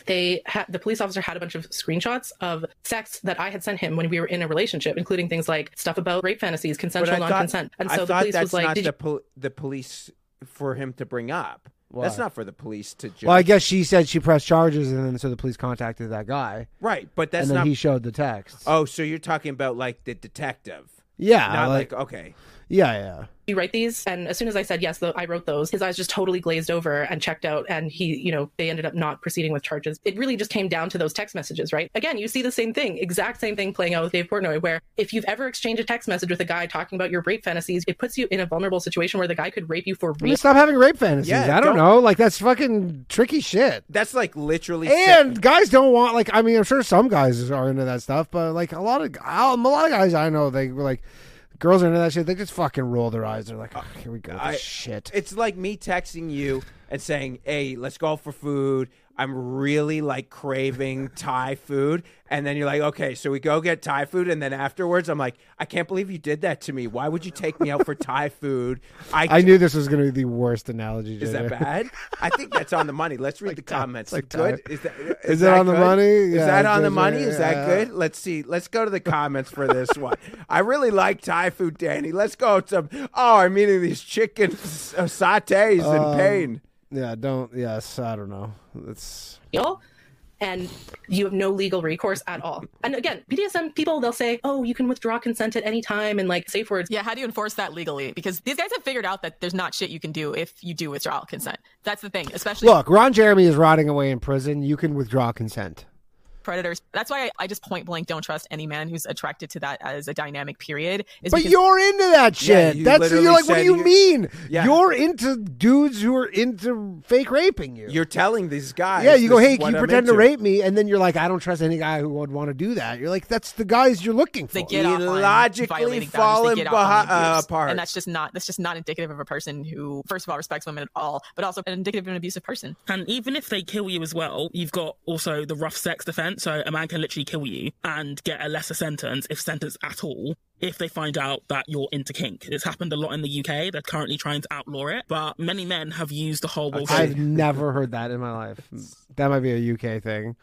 S4: they had the police officer had a bunch of screenshots of sex that I had sent him when we were in a relationship, including things like stuff about rape fantasies,
S2: But I
S4: consensual,
S2: thought-
S4: non-consent. And
S2: I
S4: so the
S2: thought
S4: police
S2: that's
S4: was like,
S2: not
S4: "Did
S2: the,
S4: you
S2: pol- the police for him to bring up. That's
S1: Why?
S2: not for the police to judge.
S1: Well, I guess she said she pressed charges and then so the police contacted that guy
S2: right, but that's
S1: and then
S2: not.
S1: he showed the text.
S2: oh, so you're talking about like the detective.
S1: yeah,
S2: not
S1: like,
S2: like, okay.
S1: yeah, yeah.
S4: you write these?" And as soon as I said yes, though I wrote those. His eyes just totally glazed over and checked out, and he, you know, they ended up not proceeding with charges. It really just came down to those text messages, right? Again, you see the same thing, exact same thing playing out with Dave Portnoy, where if you've ever exchanged a text message with a guy talking about your rape fantasies, it puts you in a vulnerable situation where the guy could rape you for
S1: I
S4: real.
S1: mean, stop having rape fantasies.
S2: Yeah,
S1: I don't,
S2: don't-
S1: know. Like that's fucking tricky shit.
S2: That's like literally.
S1: And
S2: sit-
S1: guys don't want like I mean I'm sure some guys are into that stuff, but like a lot of a lot of guys I know they were like girls are into that shit. They just fucking roll their eyes. They're like, oh, here we go, with
S2: I-
S1: this shit.
S2: it's like me texting you and saying, "Hey, let's go for food. I'm really like craving Thai food." And then you're like, "Okay, so we go get Thai food." And then afterwards, I'm like, "I can't believe you did that to me. Why would you take me out for Thai food?"
S1: I knew this was gonna be the worst analogy.
S2: Is that
S1: JJ.
S2: bad? I think that's on the money. Let's read the comments.
S1: like
S2: good?
S1: Thai-
S2: Is that
S1: Is it on the
S2: good?
S1: money?
S2: Is
S1: Yeah,
S2: that on the
S1: JJ,
S2: money? Is
S1: yeah.
S2: that good? Let's see. Let's go to the comments for this one. I really like Thai food, Danny. Let's go to oh, I'm eating these chicken s- uh, satays
S1: Um,
S2: in pain.
S1: Yeah, don't. Yes, I don't know. That's
S4: appeal, and you have no legal recourse at all. And again, BDSM people, they'll say, oh, you can withdraw consent at any time and like safe words.
S3: yeah, how do you enforce that legally? Because these guys have figured out that there's not shit you can do if you do withdraw consent. That's the thing, especially
S1: look. Ron Jeremy is rotting away in prison. You can withdraw consent.
S3: predators. That's why I, I just point blank don't trust any man who's attracted to that as a dynamic period. Is
S1: But
S3: because
S1: you're into that
S2: Yeah,
S1: shit.
S2: you
S1: That's
S2: literally
S1: you're like, what do
S2: said
S1: you
S2: you-
S1: mean?
S2: Yeah.
S1: You're into dudes who are into fake raping you.
S2: You're telling these guys.
S1: yeah, you go,
S2: this is
S1: hey,
S2: what
S1: can you
S2: I'm
S1: pretend to
S2: into."
S1: rape me? And then you're like, I don't trust any guy who would want to do that. You're like, that's the guys you're looking for.
S3: they get off on
S2: Illogically
S3: violating boundaries. They
S2: falling
S3: get off on the
S2: behi- uh,
S3: abuse.
S2: apart.
S3: and that's just not that's just not indicative of a person who, first of all, respects women at all, but also indicative of an abusive person.
S5: And even if they kill you as well, you've got also the rough sex defense. So a man can literally kill you and get a lesser sentence, if sentence at all, if they find out that you're into kink. It's happened a lot in the UK. They're currently trying to outlaw it, but many men have used the whole wolf.
S1: I've never heard that in my life. That might be a UK thing.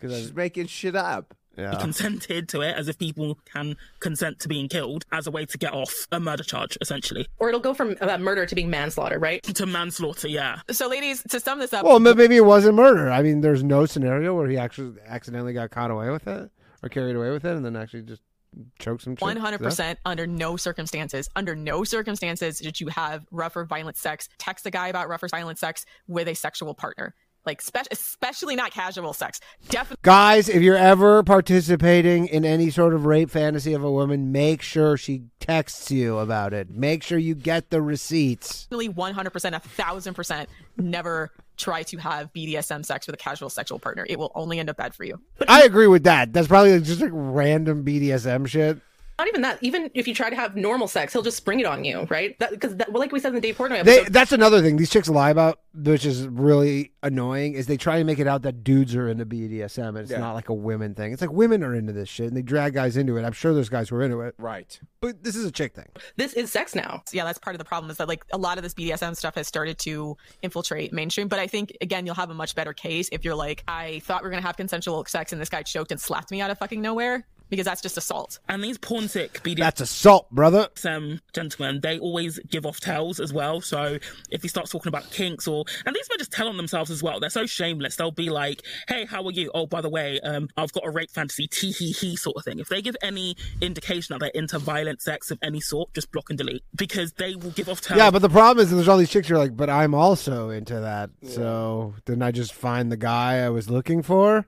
S1: 'Cause I-
S2: She's making shit up.
S5: He
S1: yeah.
S5: consented to it as if people can consent to being killed as a way to get off a murder charge, essentially.
S4: Or it'll go from uh, murder to being manslaughter, right?
S5: To manslaughter, yeah.
S3: So, ladies, to sum this up,
S1: Well, ma- maybe it wasn't murder. I mean, there's no scenario where he actually accidentally got caught away with it or carried away with it, and then actually just choked some. chick
S3: One
S1: to
S3: hundred
S1: death.
S3: percent. Under no circumstances, under no circumstances did you have rough or violent sex. Text a guy about rough or violent sex with a sexual partner, like spe- especially not casual sex. Definitely
S1: Guys, if you're ever participating in any sort of rape fantasy of a woman, make sure she texts you about it. Make sure you get the receipts.
S3: one hundred percent, a thousand percent. Never try to have BDSM sex with a casual sexual partner. It will only end up bad for you.
S1: I agree with that. That's probably like, just like random BDSM shit.
S4: Not even that. Even if you try to have normal sex, he'll just spring it on you, right? Because that, well, like we said in the Dave Portnoy
S1: They,
S4: episode,
S1: that's another thing these chicks lie about, which is really annoying, is they try to make it out that dudes are into BDSM and it's
S2: Yeah.
S1: not like a women thing. It's like women are into this shit and they drag guys into it. I'm sure there's guys who are into it,
S2: Right.
S1: but this is a chick thing.
S4: this is sex now.
S3: So yeah, that's part of the problem is that like a lot of this BDSM stuff has started to infiltrate mainstream. But I think again, you'll have a much better case if you're like, I thought we were gonna have consensual sex, and this guy choked and slapped me out of fucking nowhere because that's just assault.
S5: And these porn sick BDSM
S1: That's assault, brother.
S5: um, gentlemen, they always give off tells as well. So if he starts talking about kinks or, and these men just tell on themselves as well. They're so shameless. They'll be like, hey, how are you? Oh, by the way, um, I've got a rape fantasy, tee hee hee sort of thing. If they give any indication that they're into violent sex of any sort, just block and delete because they will give off tells.
S1: Yeah, but the problem is that there's all these chicks who are like, but I'm also into that. So didn't I just find the guy I was looking for?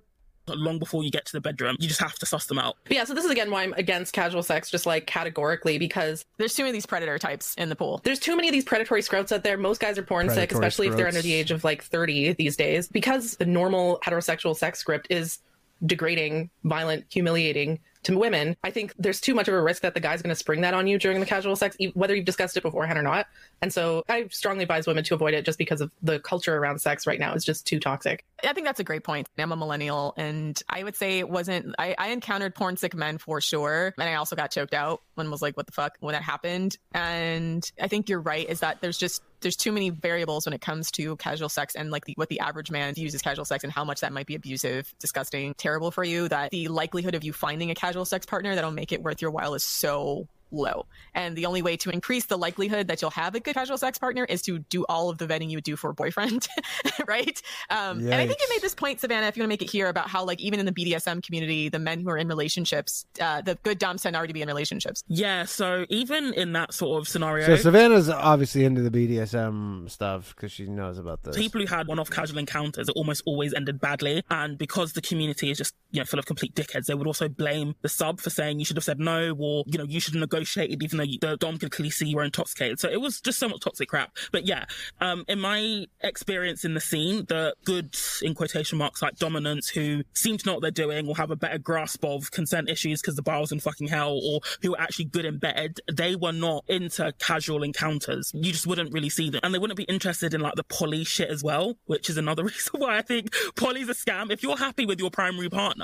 S5: long before you get to the bedroom, you just have to suss them out.
S4: But yeah, so this is again why I'm against casual sex, just like categorically, because
S3: There's too many of these predator types in the pool.
S4: there's too many of these predatory scrouts out there. Most guys are porn sick,
S1: Predatory
S4: especially if they're under
S1: scrotes.
S4: the age of like 30 these days, because the normal heterosexual sex script is degrading, violent, humiliating to women. I think there's too much of a risk that the guy's going to spring that on you during the casual sex, e- whether you've discussed it beforehand or not. And so I strongly advise women to avoid it just because of the culture around sex right now is just too toxic.
S3: I think that's a great point. I'm a millennial, and I would say it wasn't. I, I encountered porn sick men for sure, and I also got choked out and was like, "What the fuck?" when that happened. And I think you're right. Is that there's just there's too many variables when it comes to casual sex and like the, what the average man views as casual sex and how much that might be abusive, disgusting, terrible for you. That the likelihood of you finding a casual sex partner that'll make it worth your while is so low. And the only way to increase the likelihood that you'll have a good casual sex partner is to do all of the vetting you would do for a boyfriend, right? Um, and I think you
S1: Yikes.
S3: made this point, Savannah, if you want to make it here about how, like, even in the BDSM community, the men who are in relationships, uh, the good doms tend already to be in relationships.
S5: Yeah, so even in that sort of scenario,
S1: So Savannah's obviously into the BDSM stuff because she knows about this.
S5: people who had one-off casual encounters it almost always ended badly and because the community is just you know full of complete dickheads they would also blame the sub for saying you should have said no or you know you should have negotiated even though you, the dom could clearly see you were intoxicated so it was just so much toxic crap but yeah um in my experience in the scene the good in quotation marks like dominants who seem to know what they're doing or have a better grasp of consent issues because the bar was in fucking hell or who are actually good in bed they were not into casual encounters you just wouldn't really see them and they wouldn't be interested in like the poly shit as well which is another reason why i think poly's a scam if you're happy with your primary partner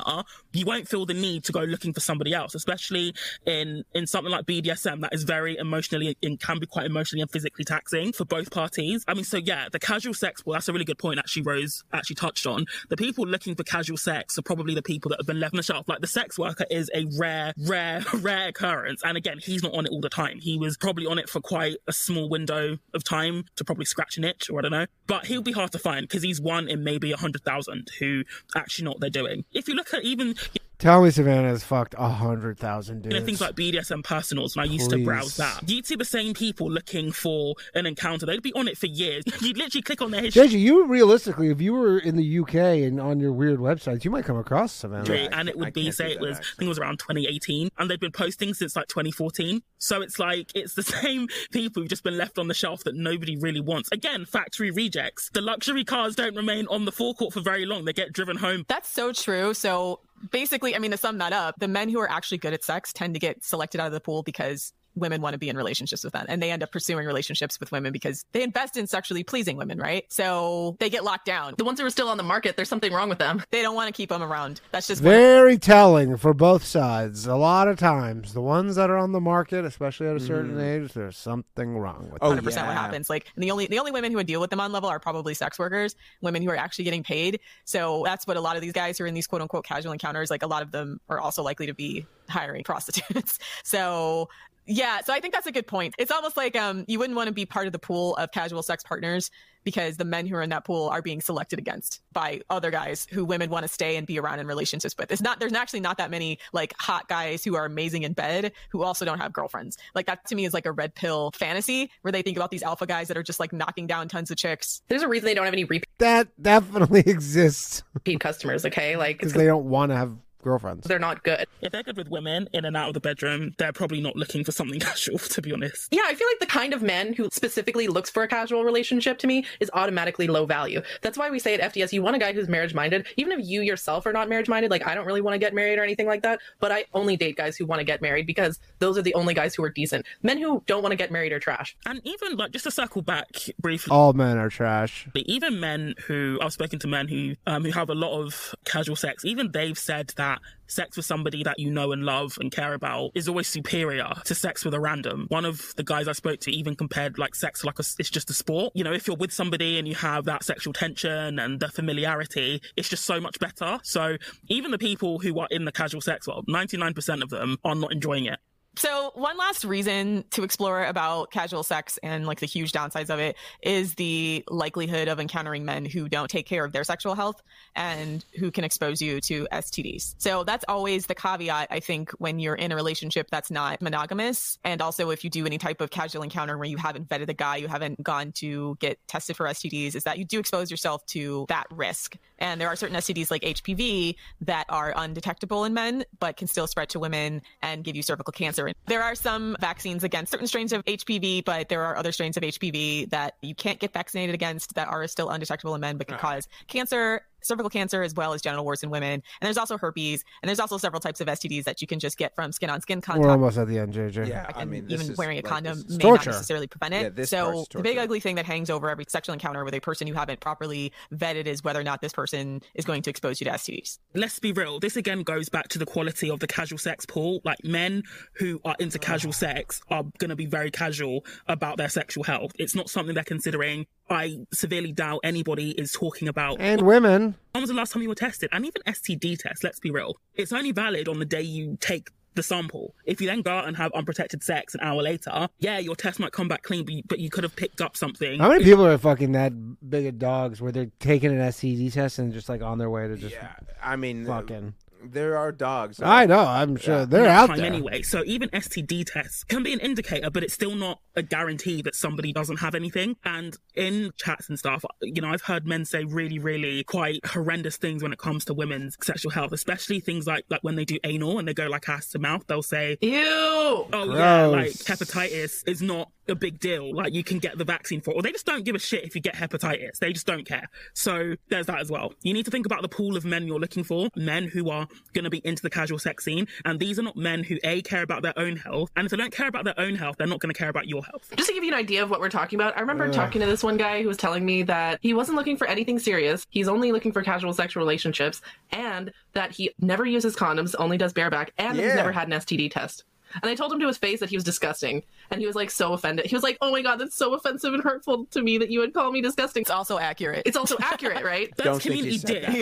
S5: you won't feel the need to go looking for somebody else especially in in something like bdsm that is very emotionally and can be quite emotionally and physically taxing for both parties i mean so yeah the casual sex well that's a really good point actually rose actually touched on the people looking for casual sex are probably the people that have been left on the shelf like the sex worker is a rare rare rare occurrence and again he's not on it all the time he was probably on it for quite a small window of time to probably scratch an itch or i don't know but he'll be hard to find because he's one in maybe 100000 who actually know what they're doing if you look at even
S1: Tell me Savannah's fucked a hundred thousand
S5: you
S1: dudes.
S5: know, things like BDSM personals, and I used to
S1: Please.
S5: browse that. You'd see the same people looking for an encounter. They'd be on it for years. You'd literally click on their history.
S1: JJ, you realistically, if you were in the UK and on your weird websites, you might come across Savannah.
S5: country,
S2: Yeah, I
S5: and it
S2: ca- I
S5: would be
S2: can't
S5: say
S2: do
S5: it
S2: that,
S5: was I
S2: actually.
S5: think it was around 2018, and they've been posting since like 2014. So it's like it's the same people who've just been left on the shelf that nobody really wants. Again, factory rejects. The luxury cars don't remain on the forecourt for very long. They get driven home.
S3: That's so true. So basically, I mean, to sum that up, the men who are actually good at sex tend to get selected out of the pool because women want to be in relationships with men and they end up pursuing relationships with women because they invest in sexually pleasing women, right? So they get locked down.
S4: The ones who are still on the market, there's something wrong with them.
S3: They don't want to keep them around. That's just one of-
S1: Very telling for both sides. A lot of times, the ones that are on the market, especially at a certain age, there's something wrong with
S2: Mm-hmm. Oh,
S1: them.
S3: 100% what
S2: yeah.
S3: happens. Like and the only the only women who would deal with them on level are probably sex workers, women who are actually getting paid. So that's what a lot of these guys who are in these quote unquote casual encounters, like a lot of them are also likely to be hiring prostitutes. so yeah, so I think that's a good point. It's almost like um you wouldn't want to be part of the pool of casual sex partners because the men who are in that pool are being selected against by other guys who women want to stay and be around in relationships with. It's not there's actually not that many like hot guys who are amazing in bed who also don't have girlfriends. Like that to me is like a red pill fantasy where they think about these alpha guys that are just like knocking down tons of chicks.
S4: There's a reason they don't have any repeat
S1: That definitely exists
S4: customers, okay? Like,
S1: because
S4: it's
S1: they don't want to have girlfriends.
S4: they're not good.
S5: If they're good with women in and out of the bedroom, they're probably not looking for something casual, to be honest.
S4: Yeah, I feel like the kind of man who specifically looks for a casual relationship to me is automatically low value. That's why we say at FDS, you want a guy who's marriage minded. Even if you yourself are not marriage minded, like I don't really want to get married or anything like that, but I only date guys who want to get married because those are the only guys who are decent. Men who don't want to get married are trash.
S5: And even like just to circle back briefly,
S1: All men are trash.
S5: But even men who I've spoken to men who um, who have a lot of casual sex, even they've said that sex with somebody that you know and love and care about is always superior to sex with a random. One of the guys I spoke to even compared like sex like a, it's just a sport. You know, if you're with somebody and you have that sexual tension and the familiarity, it's just so much better. So even the people who are in the casual sex world, 99% of them are not enjoying it.
S3: So one last reason to explore about casual sex and like the huge downsides of it is the likelihood of encountering men who don't take care of their sexual health and who can expose you to STDs. So that's always the caveat I think when you're in a relationship that's not monogamous and also if you do any type of casual encounter where you haven't vetted the guy, you haven't gone to get tested for STDs is that you do expose yourself to that risk. And there are certain STDs like HPV that are undetectable in men, but can still spread to women and give you cervical cancer. And There are some vaccines against certain strains of HPV, but there are other strains of HPV that you can't get vaccinated against that are still undetectable in men, but can cause cancer. Cervical cancer, as well as genital warts in women. And there's also herpes. And there's also several types of STDs that you can just get from skin on skin contact
S1: We're almost at the end, JJ.
S2: Yeah, I
S3: and
S2: mean, this
S3: even
S2: is
S3: wearing a
S2: like-
S3: condom
S2: this
S3: may
S2: is-
S3: not
S1: torture.
S3: necessarily prevent
S2: Yeah,
S3: it.
S2: this
S3: so
S2: part's
S3: the big
S2: torture.
S3: ugly thing that hangs over every sexual encounter with a person you haven't properly vetted is whether or not this person is going to expose you to STDs.
S5: let's be real this again goes back to the quality of the casual sex pool like men who are into casual sex are going to be very casual about their sexual health it's not something they're considering i severely doubt anybody is talking about
S1: And women,
S5: when was the last time you were tested and even std tests let's be real it's only valid on the day you take the sample if you then go out and have unprotected sex an hour later yeah your test might come back clean but you, but you could have picked up something
S1: how many people are fucking that big of dogs where they're taking an STD test and just like on their way to just
S2: Yeah, I mean, uh,
S1: fucking?
S2: there are dogs.
S1: I know. I'm sure they're
S5: that
S1: out
S5: time
S1: there.
S5: anyway. So even STD tests can be an indicator, but it's still not a guarantee that somebody doesn't have anything. And in chats and stuff, you know, I've heard men say really, really quite horrendous things when it comes to women's sexual health, especially things like like when they do anal and they go like ass to mouth, they'll say.
S4: Ew!
S5: Oh yeah, like
S1: Gross.
S5: hepatitis is not a big deal. Like you can get the vaccine for it, or they just don't give a shit if you get hepatitis. They just don't care. So there's that as well. You need to think about the pool of men you're looking for, men who are going to be into the casual sex scene, and these are not men who a care about their own health, and if they don't care about their own health, they're not going to care about your health.
S4: just to give you an idea of what we're talking about, I remember talking to this one guy who was telling me that he wasn't looking for anything serious. He's only looking for casual sexual relationships and that he never uses condoms, only does bareback, and that he's
S2: Yeah.
S4: never had an STD test. And I told him to his face that he was disgusting. And he was like so offended. He was like, oh my God, that's so offensive and hurtful to me that you would call me disgusting.
S3: It's also accurate.
S4: It's also accurate, right?
S5: That's
S2: Don't think he
S5: community
S2: said
S5: dick.
S2: that.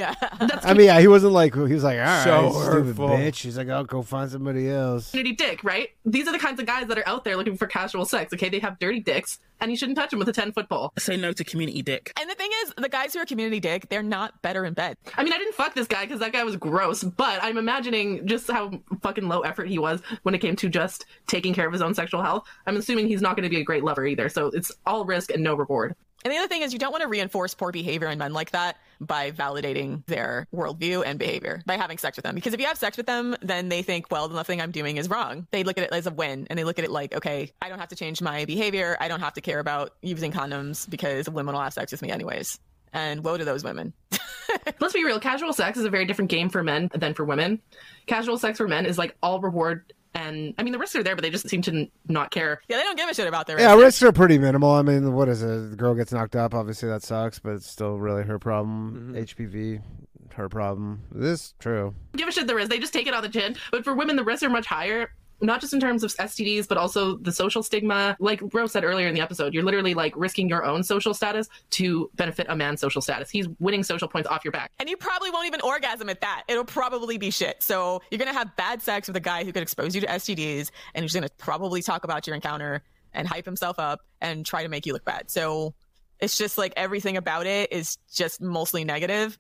S3: yeah.
S1: I mean, yeah, he wasn't like he was like, all right,
S2: So
S1: stupid
S2: hurtful.
S1: bitch. He's like, I'll go find somebody else.
S4: dirty dick, right? These are the kinds of guys that are out there looking for casual sex, okay? They have dirty dicks, and you shouldn't touch them with a 10 foot pole.
S5: Say no to community dick.
S3: And the thing is, the guys who are community dick, they're not better in bed.
S4: I mean, I didn't fuck this guy because that guy was gross, but I'm imagining just how fucking low effort he was when it came to just taking care of his own sexual health. I'm assuming he's not going to be a great lover either, so it's all risk and no reward.
S3: And the other thing is, you don't want to reinforce poor behavior in men like that by validating their worldview and behavior by having sex with them. Because if you have sex with them, then they think, well, the thing I'm doing is wrong. They look at it as a win and they look at it like, okay, I don't have to change my behavior. I don't have to care about using condoms because women will have sex with me anyways. And woe to those women.
S4: Let's be real, casual sex is a very different game for men than for women. Casual sex for men is like all reward and and I mean the risks are there, but they just seem to n- not care.
S3: Yeah, they don't give a shit about their
S1: Yeah,
S3: race.
S1: risks are pretty minimal. I mean, what is it? The girl gets knocked up. Obviously, that sucks, but it's still really her problem.
S2: Mm-hmm.
S1: HPV, her problem. This is true.
S4: Give a shit the risk. They just take it on the chin. But for women, the risks are much higher. Not just in terms of STDs, but also the social stigma. Like Rose said earlier in the episode, you're literally like risking your own social status to benefit a man's social status. He's winning social points off your back.
S3: And you probably won't even orgasm at that. It'll probably be shit. So you're gonna have bad sex with a guy who could expose you to STDs, and he's gonna probably talk about your encounter and hype himself up and try to make you look bad. So it's just like everything about it is just mostly negative.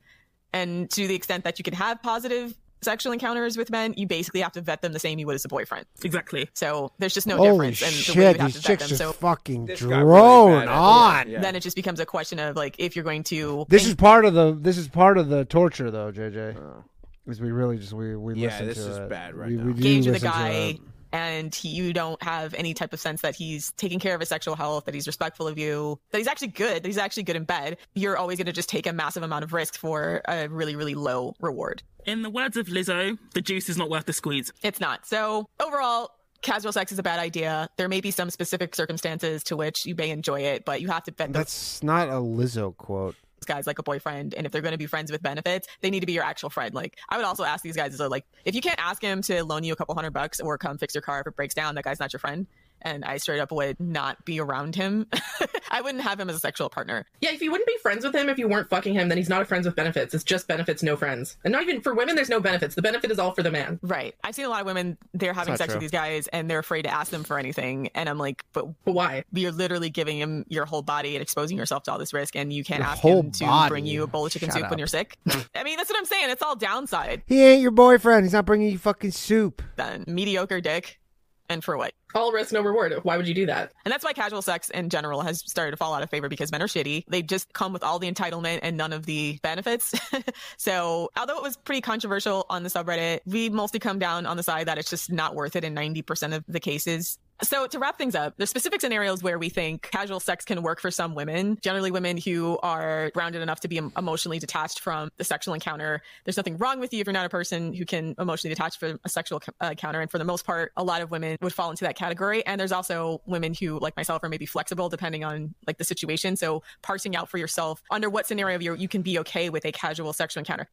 S3: And to the extent that you can have positive sexual encounters with men, you basically have to vet them the same you would as a boyfriend.
S5: Exactly.
S3: So there's just no
S1: Holy
S3: difference. And the way you
S1: shit,
S3: would have
S1: these
S3: to vet
S1: chicks
S3: them.
S1: are
S3: So
S1: fucking
S2: This got really
S1: drone
S2: bad at the end,
S1: on.
S2: yeah.
S3: then it just becomes a question of like if you're going to
S1: This is part of the this is part of the torture though, JJ. Is we really just we we
S2: Oh. Yeah,
S1: listen
S2: this
S1: to
S2: is
S1: it.
S2: bad right
S1: we,
S2: now.
S1: we do
S3: engage with a
S1: listen to
S3: guy
S1: it.
S3: and he, you don't have any type of sense that he's taking care of his sexual health, that he's respectful of you, that he's actually good, that he's actually good in bed, you're always going to just take a massive amount of risk for a really, really low reward.
S5: In the words of Lizzo, the juice is not worth the squeeze.
S3: It's not. So overall, casual sex is a bad idea. There may be some specific circumstances to which you may enjoy it, but you have to vet those
S1: That's not a Lizzo quote.
S3: guys like a boyfriend. And if they're going to be friends with benefits, they need to be your actual friend. Like I would also ask these guys, so like if you can't ask him to loan you a couple hundred bucks or come fix your car if it breaks down, that guy's not your friend. And I straight up would not be around him. I wouldn't have him as a sexual partner.
S4: Yeah, if you wouldn't be friends with him, if you weren't fucking him, then he's not a friends with benefits. It's just benefits, no friends. And not even for women, there's no benefits. The benefit is all for the man.
S3: Right. I've seen a lot of women, they're having
S1: not
S3: sex
S1: true.
S3: with these guys and they're afraid to ask them for anything. And I'm like, but
S4: But why?
S3: you're literally giving him your whole body and exposing yourself to all this risk and you can't
S1: Your
S3: ask
S1: whole
S3: him to
S1: body?
S3: bring you a bowl of chicken
S1: Shut
S3: soup
S1: up.
S3: when you're sick. I mean, that's what I'm saying. It's all downside.
S1: He ain't your boyfriend. He's not bringing you fucking soup.
S3: Then mediocre dick. And for what?
S4: All risk, no reward. Why would you do that?
S3: And that's why casual sex in general has started to fall out of favor because men are shitty. They just come with all the entitlement and none of the benefits. so, although it was pretty controversial on the subreddit, we mostly come down on the side that it's just not worth it in 90% of the cases. So to wrap things up, there's specific scenarios where we think casual sex can work for some women, generally women who are grounded enough to be em- emotionally detached from the sexual encounter. There's nothing wrong with you if you're not a person who can emotionally detach from a sexual c- uh, encounter. And for the most part, a lot of women would fall into that category. And there's also women who, like myself, are maybe flexible depending on like the situation. So parsing out for yourself under what scenario you you can be okay with a casual sexual encounter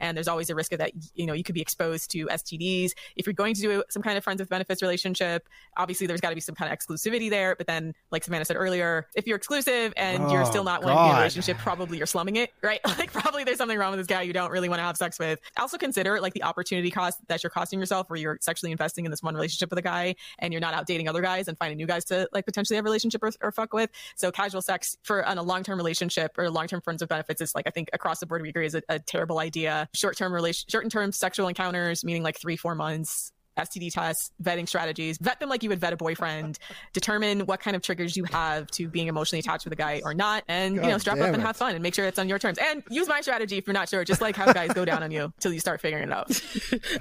S3: and there's always a risk of that you know you could be exposed to stds if you're going to do some kind of friends with benefits relationship obviously there's got to be some kind of exclusivity there but then like savannah said earlier if you're exclusive and you're
S1: Oh,
S3: still not wanting to be in
S1: God.
S3: a relationship probably you're slumming it right like probably there's something wrong with this guy you don't really want to have sex with also consider like the opportunity cost that you're costing yourself where you're sexually investing in this one relationship with a guy and you're not out dating other guys and finding new guys to like potentially have a relationship or, or fuck with so casual sex for on a long term relationship or long term friends with benefits is like I think across the board we agree is a, a terrible idea. Short term relation, short term sexual encounters, meaning like three four months. STD tests, vetting strategies, vet them like you would vet a boyfriend. Determine what kind of triggers you have to being emotionally attached with a guy or not, and you
S1: God
S3: know strap
S1: damn
S3: up and
S1: it.
S3: have fun and make sure it's on your terms. And use my strategy if you're not sure, just like how guys go down on you till you start figuring it out.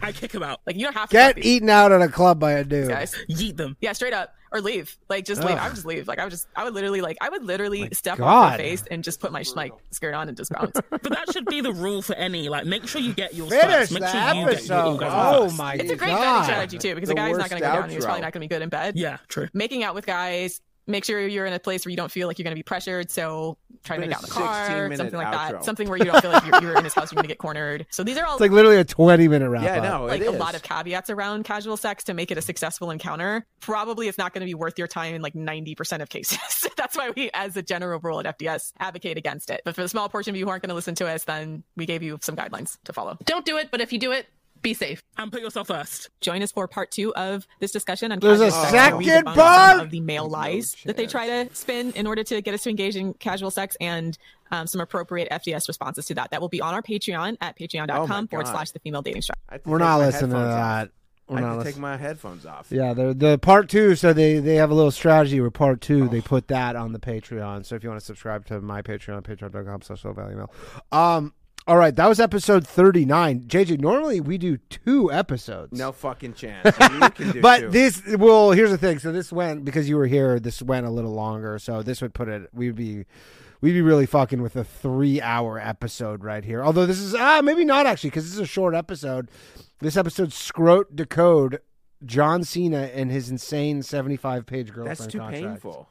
S5: I kick them out.
S3: Like you don't have to
S1: Get
S3: fuck these
S1: eaten out at a club by a dude.
S3: guys.
S5: Yeet them.
S3: Yeah, straight up. Or leave. Like just leave.
S1: Ugh.
S3: I would just leave. Like I would just I would literally like I would literally step
S1: God.
S3: off my face and just put my sh- like skirt on and just bounce.
S5: But that should be the rule for any. Like, make sure you get your
S1: Finish
S5: first. Make
S1: the
S5: sure you get your
S1: episode.
S5: orgasm
S1: Oh
S5: first.
S1: my god.
S3: it's a great vetting strategy too, because
S2: The
S3: the guy's
S2: worst
S3: not gonna go down and he's
S2: outro.
S3: probably not gonna be good in bed.
S5: Yeah, true.
S3: Making out with guys, make sure you're in a place where you don't feel like you're gonna be pressured. So try to
S2: Been
S3: make
S2: a
S3: out in the car,
S2: 16-minute
S3: something like
S2: outro.
S3: that. Something where you don't feel like you're, you're in his house, you're gonna get cornered. So these are all
S1: It's like literally a 20 minute wrap
S2: Yeah,
S1: up.
S2: no,
S3: like
S2: it
S3: a
S2: is.
S3: lot of caveats around casual sex to make it a successful encounter. Probably it's not going to be worth your time in like 90% of cases. That's why we, as a general rule at FDS, advocate against it. But for the small portion of you who aren't going to listen to us, then we gave you some guidelines to follow.
S4: Don't do it, but if you do it, be safe.
S5: And put yourself first.
S3: Join us for part two of this discussion on
S1: There's a
S3: casual sex, where we
S1: second
S3: debunk
S1: part?
S3: some of the male lies that they try to spin in order to get us to engage in casual sex and um, some appropriate FDS responses to that. That will be on our Patreon
S2: Oh
S3: at
S2: my
S3: patreon.com forward
S2: God.
S3: slash the female dating shop.
S2: I have to
S1: We're
S2: take
S1: not
S2: my
S1: listening to
S2: headphones off.
S1: that. We're
S2: I
S1: not
S2: have to take
S1: listening.
S2: my headphones off.
S1: Yeah, the the part two. So they they have a little strategy where part two
S2: Oh.
S1: they put that on the Patreon. So if you want to subscribe to my Patreon, Patreon.com/slash low value mail. Um. All right, that was episode thirty nine. JJ, normally we do two episodes.
S2: No fucking chance. You can do
S1: But
S2: two.
S1: this well, here's the thing. So this went because you were here. This went a little longer. So this would put it. We'd be, we'd be really fucking with a three-hour episode right here. Although this is ah maybe not actually because this is a short episode. This episode scrote decode John Cena and his insane seventy-five page girlfriend.
S2: That's too
S1: contract.
S2: painful.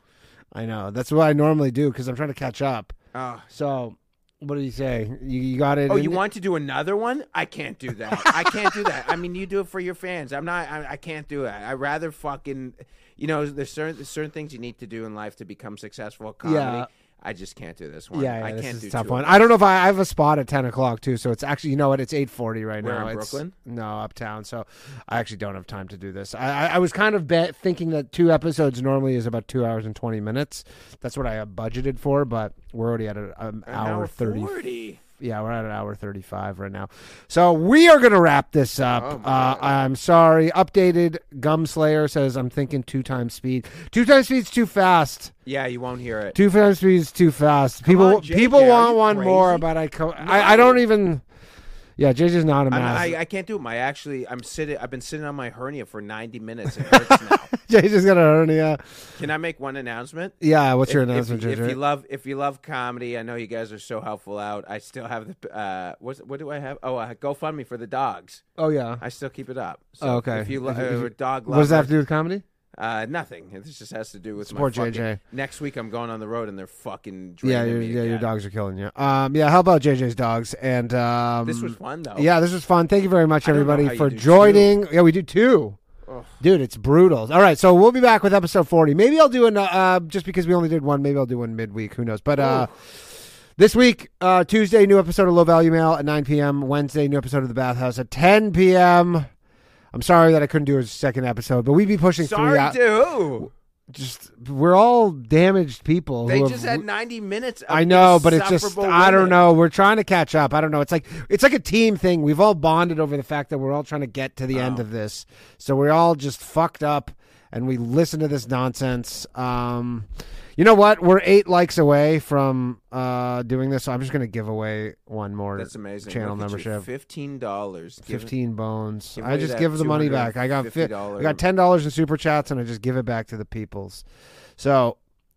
S1: I know. That's what I normally do because I'm trying to catch up.
S2: Oh.
S1: So, what do you say? You, you got it.
S2: Oh,
S1: in
S2: you
S1: ya?
S2: want to do another one? I can't do that. I can't do that. I mean, you do it for your fans. I'm not. I, I can't do that. I rather fucking. You know, there's certain there's certain things you need to do in life to become successful. at Comedy.
S1: Yeah.
S2: I just can't do this one.
S1: Yeah, yeah
S2: I
S1: this
S2: can't
S1: is
S2: do
S1: a tough
S2: two
S1: one.
S2: of
S1: I don't know if I, I have a spot at ten o'clock too, so it's actually you know what? It's eight forty right
S2: Where,
S1: now.
S2: in
S1: It's-
S2: Brooklyn?
S1: No, uptown. So I actually don't have time to do this. I I, I was kind of bet, thinking that two episodes normally is about two hours and twenty minutes. That's what I have budgeted for, but we're already at an um,
S2: An
S1: hour, thirty.
S2: 40.
S1: Yeah, we're at an hour thirty-five right now. So we are gonna wrap this up.
S2: Oh, my
S1: uh,
S2: God.
S1: I'm sorry. Updated Gumslayer says I'm thinking two times speed. Two times speed's too fast.
S2: Yeah, you won't hear it.
S1: Two times speed is too fast. People
S2: on, JJ,
S1: people
S2: are you
S1: want one more,
S2: crazy?
S1: but I, co- I I don't even. Yeah, JJ's not a
S2: I'm-
S1: massive.
S2: I, I can't do them. I actually, I'm sitting. I've been sitting on my hernia for 90 minutes. It hurts now.
S1: JJ's got a hernia.
S2: Can I make one announcement?
S1: Yeah, what's your
S2: If- if-
S1: announcement,
S2: if,
S1: JJ?
S2: you love, if you love comedy, I know you guys are so helpful out. I still have the. Uh, what's, what do I have? Oh, uh, GoFundMe for the dogs.
S1: oh yeah.
S2: I still keep it up. So
S1: Oh, okay.
S2: If you love
S1: If you- if you-
S2: dog
S1: What does that have to
S2: lovers,
S1: do with comedy?
S2: uh, nothing. This just has to do with
S1: Support
S2: my fucking-
S1: JJ.
S2: Next week, I'm going on the road, and they're fucking.
S1: Yeah,
S2: draining
S1: your,
S2: me
S1: yeah, your
S2: again.
S1: dogs are killing you. Um, yeah, how about JJ's dogs? And um,
S2: This was fun though.
S1: Yeah, this was fun. Thank you very much,
S2: Oh. I don't know how
S1: everybody,
S2: you
S1: for
S2: do
S1: joining. Yeah, we do too.
S2: Ugh.
S1: Dude, it's brutal. All right, so we'll be back with episode 40. Maybe I'll do an, uh, uh, just because we only did one, maybe I'll do one midweek. Who knows? But uh, this week, uh, Tuesday, new episode of Low Value Mail at 9 p.m. Wednesday, new episode of The Bathhouse at 10 p.m. I'm sorry that I couldn't do a second episode, but we'd be pushing three
S2: Sorry
S1: out.
S2: to who?
S1: Just we're all damaged people.
S2: They
S1: who
S2: just
S1: have-
S2: had 90 minutes. Of
S1: I know, but it's just
S2: insufferable
S1: I don't
S2: women.
S1: know. We're trying to catch up. I don't know. It's like it's like a team thing. We've all bonded over the fact that we're all trying to get to the end of this. So we're all just fucked up and we listen to this nonsense. Um you know what? We're eight likes away from uh doing this, so I'm just gonna give away one more
S2: That's amazing.
S1: channel
S2: Look at you.
S1: membership.
S2: Fifteen dollars.
S1: Fifteen bones.
S2: give
S1: I
S2: away
S1: just
S2: that
S1: give the money back. I got fi-
S2: $250
S1: I got ten dollars in super chats and I just give it back to the peoples. So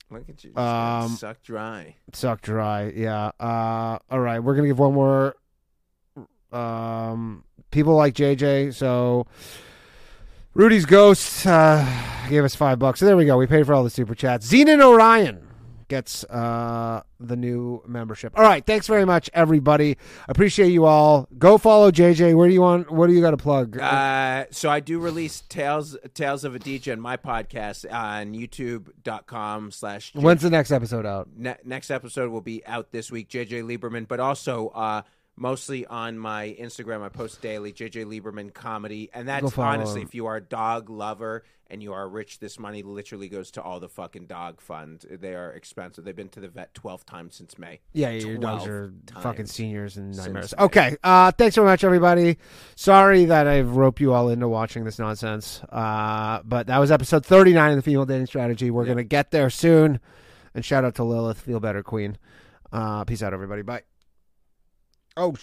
S2: Look at you. Just got
S1: Um,
S2: sucked dry.
S1: suck dry. Yeah. Uh, all right. We're gonna give one more. Um, people like JJ. So Rudy's ghost uh, gave us five bucks. So there we go. We paid for all the super chats. Zenon Orion gets uh, the new membership. All right. Thanks very much, everybody. Appreciate you all. Go follow JJ. Where do you want? What do you got to plug?
S2: Uh, so I do release tales tales of a DJ in my podcast on YouTube.com slash. J-
S1: When's the next episode out?
S2: Ne- next episode will be out this week. JJ Lieberman, but also. Uh, Mostly on my Instagram, I post daily JJ Lieberman comedy, and
S1: Go
S2: that's
S1: follow
S2: honestly,
S1: him.
S2: if you are a dog lover and you are rich, this money literally goes to all the fucking dog fund. They are expensive. They've been to the vet twelve times since May.
S1: Yeah, your dogs
S2: 12
S1: are fucking
S2: times.
S1: seniors and nightmares.
S2: Since-
S1: Okay, uh, thanks so much, everybody. Sorry that I've roped you all into watching this nonsense, uh, but that was episode 39 of the Female Dating Strategy. We're going to get there soon. And shout out to Lilith, Feel Better Queen. Uh, peace out, everybody. Bye. Oh, sh-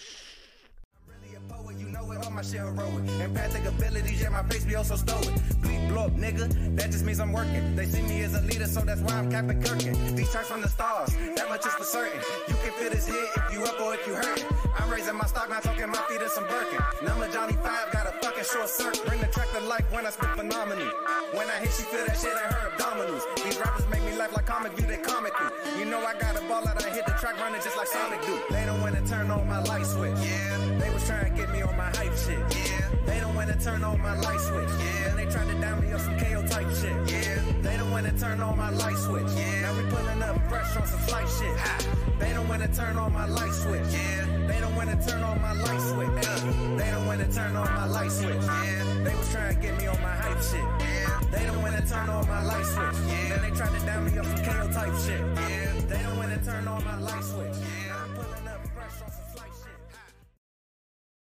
S6: Really a poet, you know it, all my shit heroic. Empathic abilities, yeah, my face be also stoic. Bleep, blow up, nigga, that just means I'm working. They see me as a leader, so that's why I'm Captain Kirkin. These tracks from the stars, that much is for certain. You can feel this hit if you up or if you hurting. I'm raising my stock, not talking my feet in some Birkin. Number Johnny 5, got a fucking short circuit. Bring the track to life when I spit phenomenon. When I hit, she feel that shit in her abdominals. These rappers make me laugh like comic view, they comic through. You know I got a ball out, I hit the track running just like Sonic do. They don't wanna turn on my light switch. Yeah. They was trying to get me on my hype shit. Yeah. They don't wanna turn on my light switch. Yeah. Then they tried to down me up some KO type shit. Yeah. They don't wanna turn on my light switch. Yeah. Now we pulling up fresh on some flight shit. Ha. They don't wanna turn on my light switch. Yeah. They don't wanna turn on my light switch. Uh. They don't wanna turn on my light switch. Yeah. They was trying to get me on my hype shit. Yeah. They don't wanna turn on my light switch. Yeah. Then they tried to down me up some KO type shit. Yeah. They don't wanna turn on my light switch. Yeah. Now I'm pulling up fresh on some flight shit.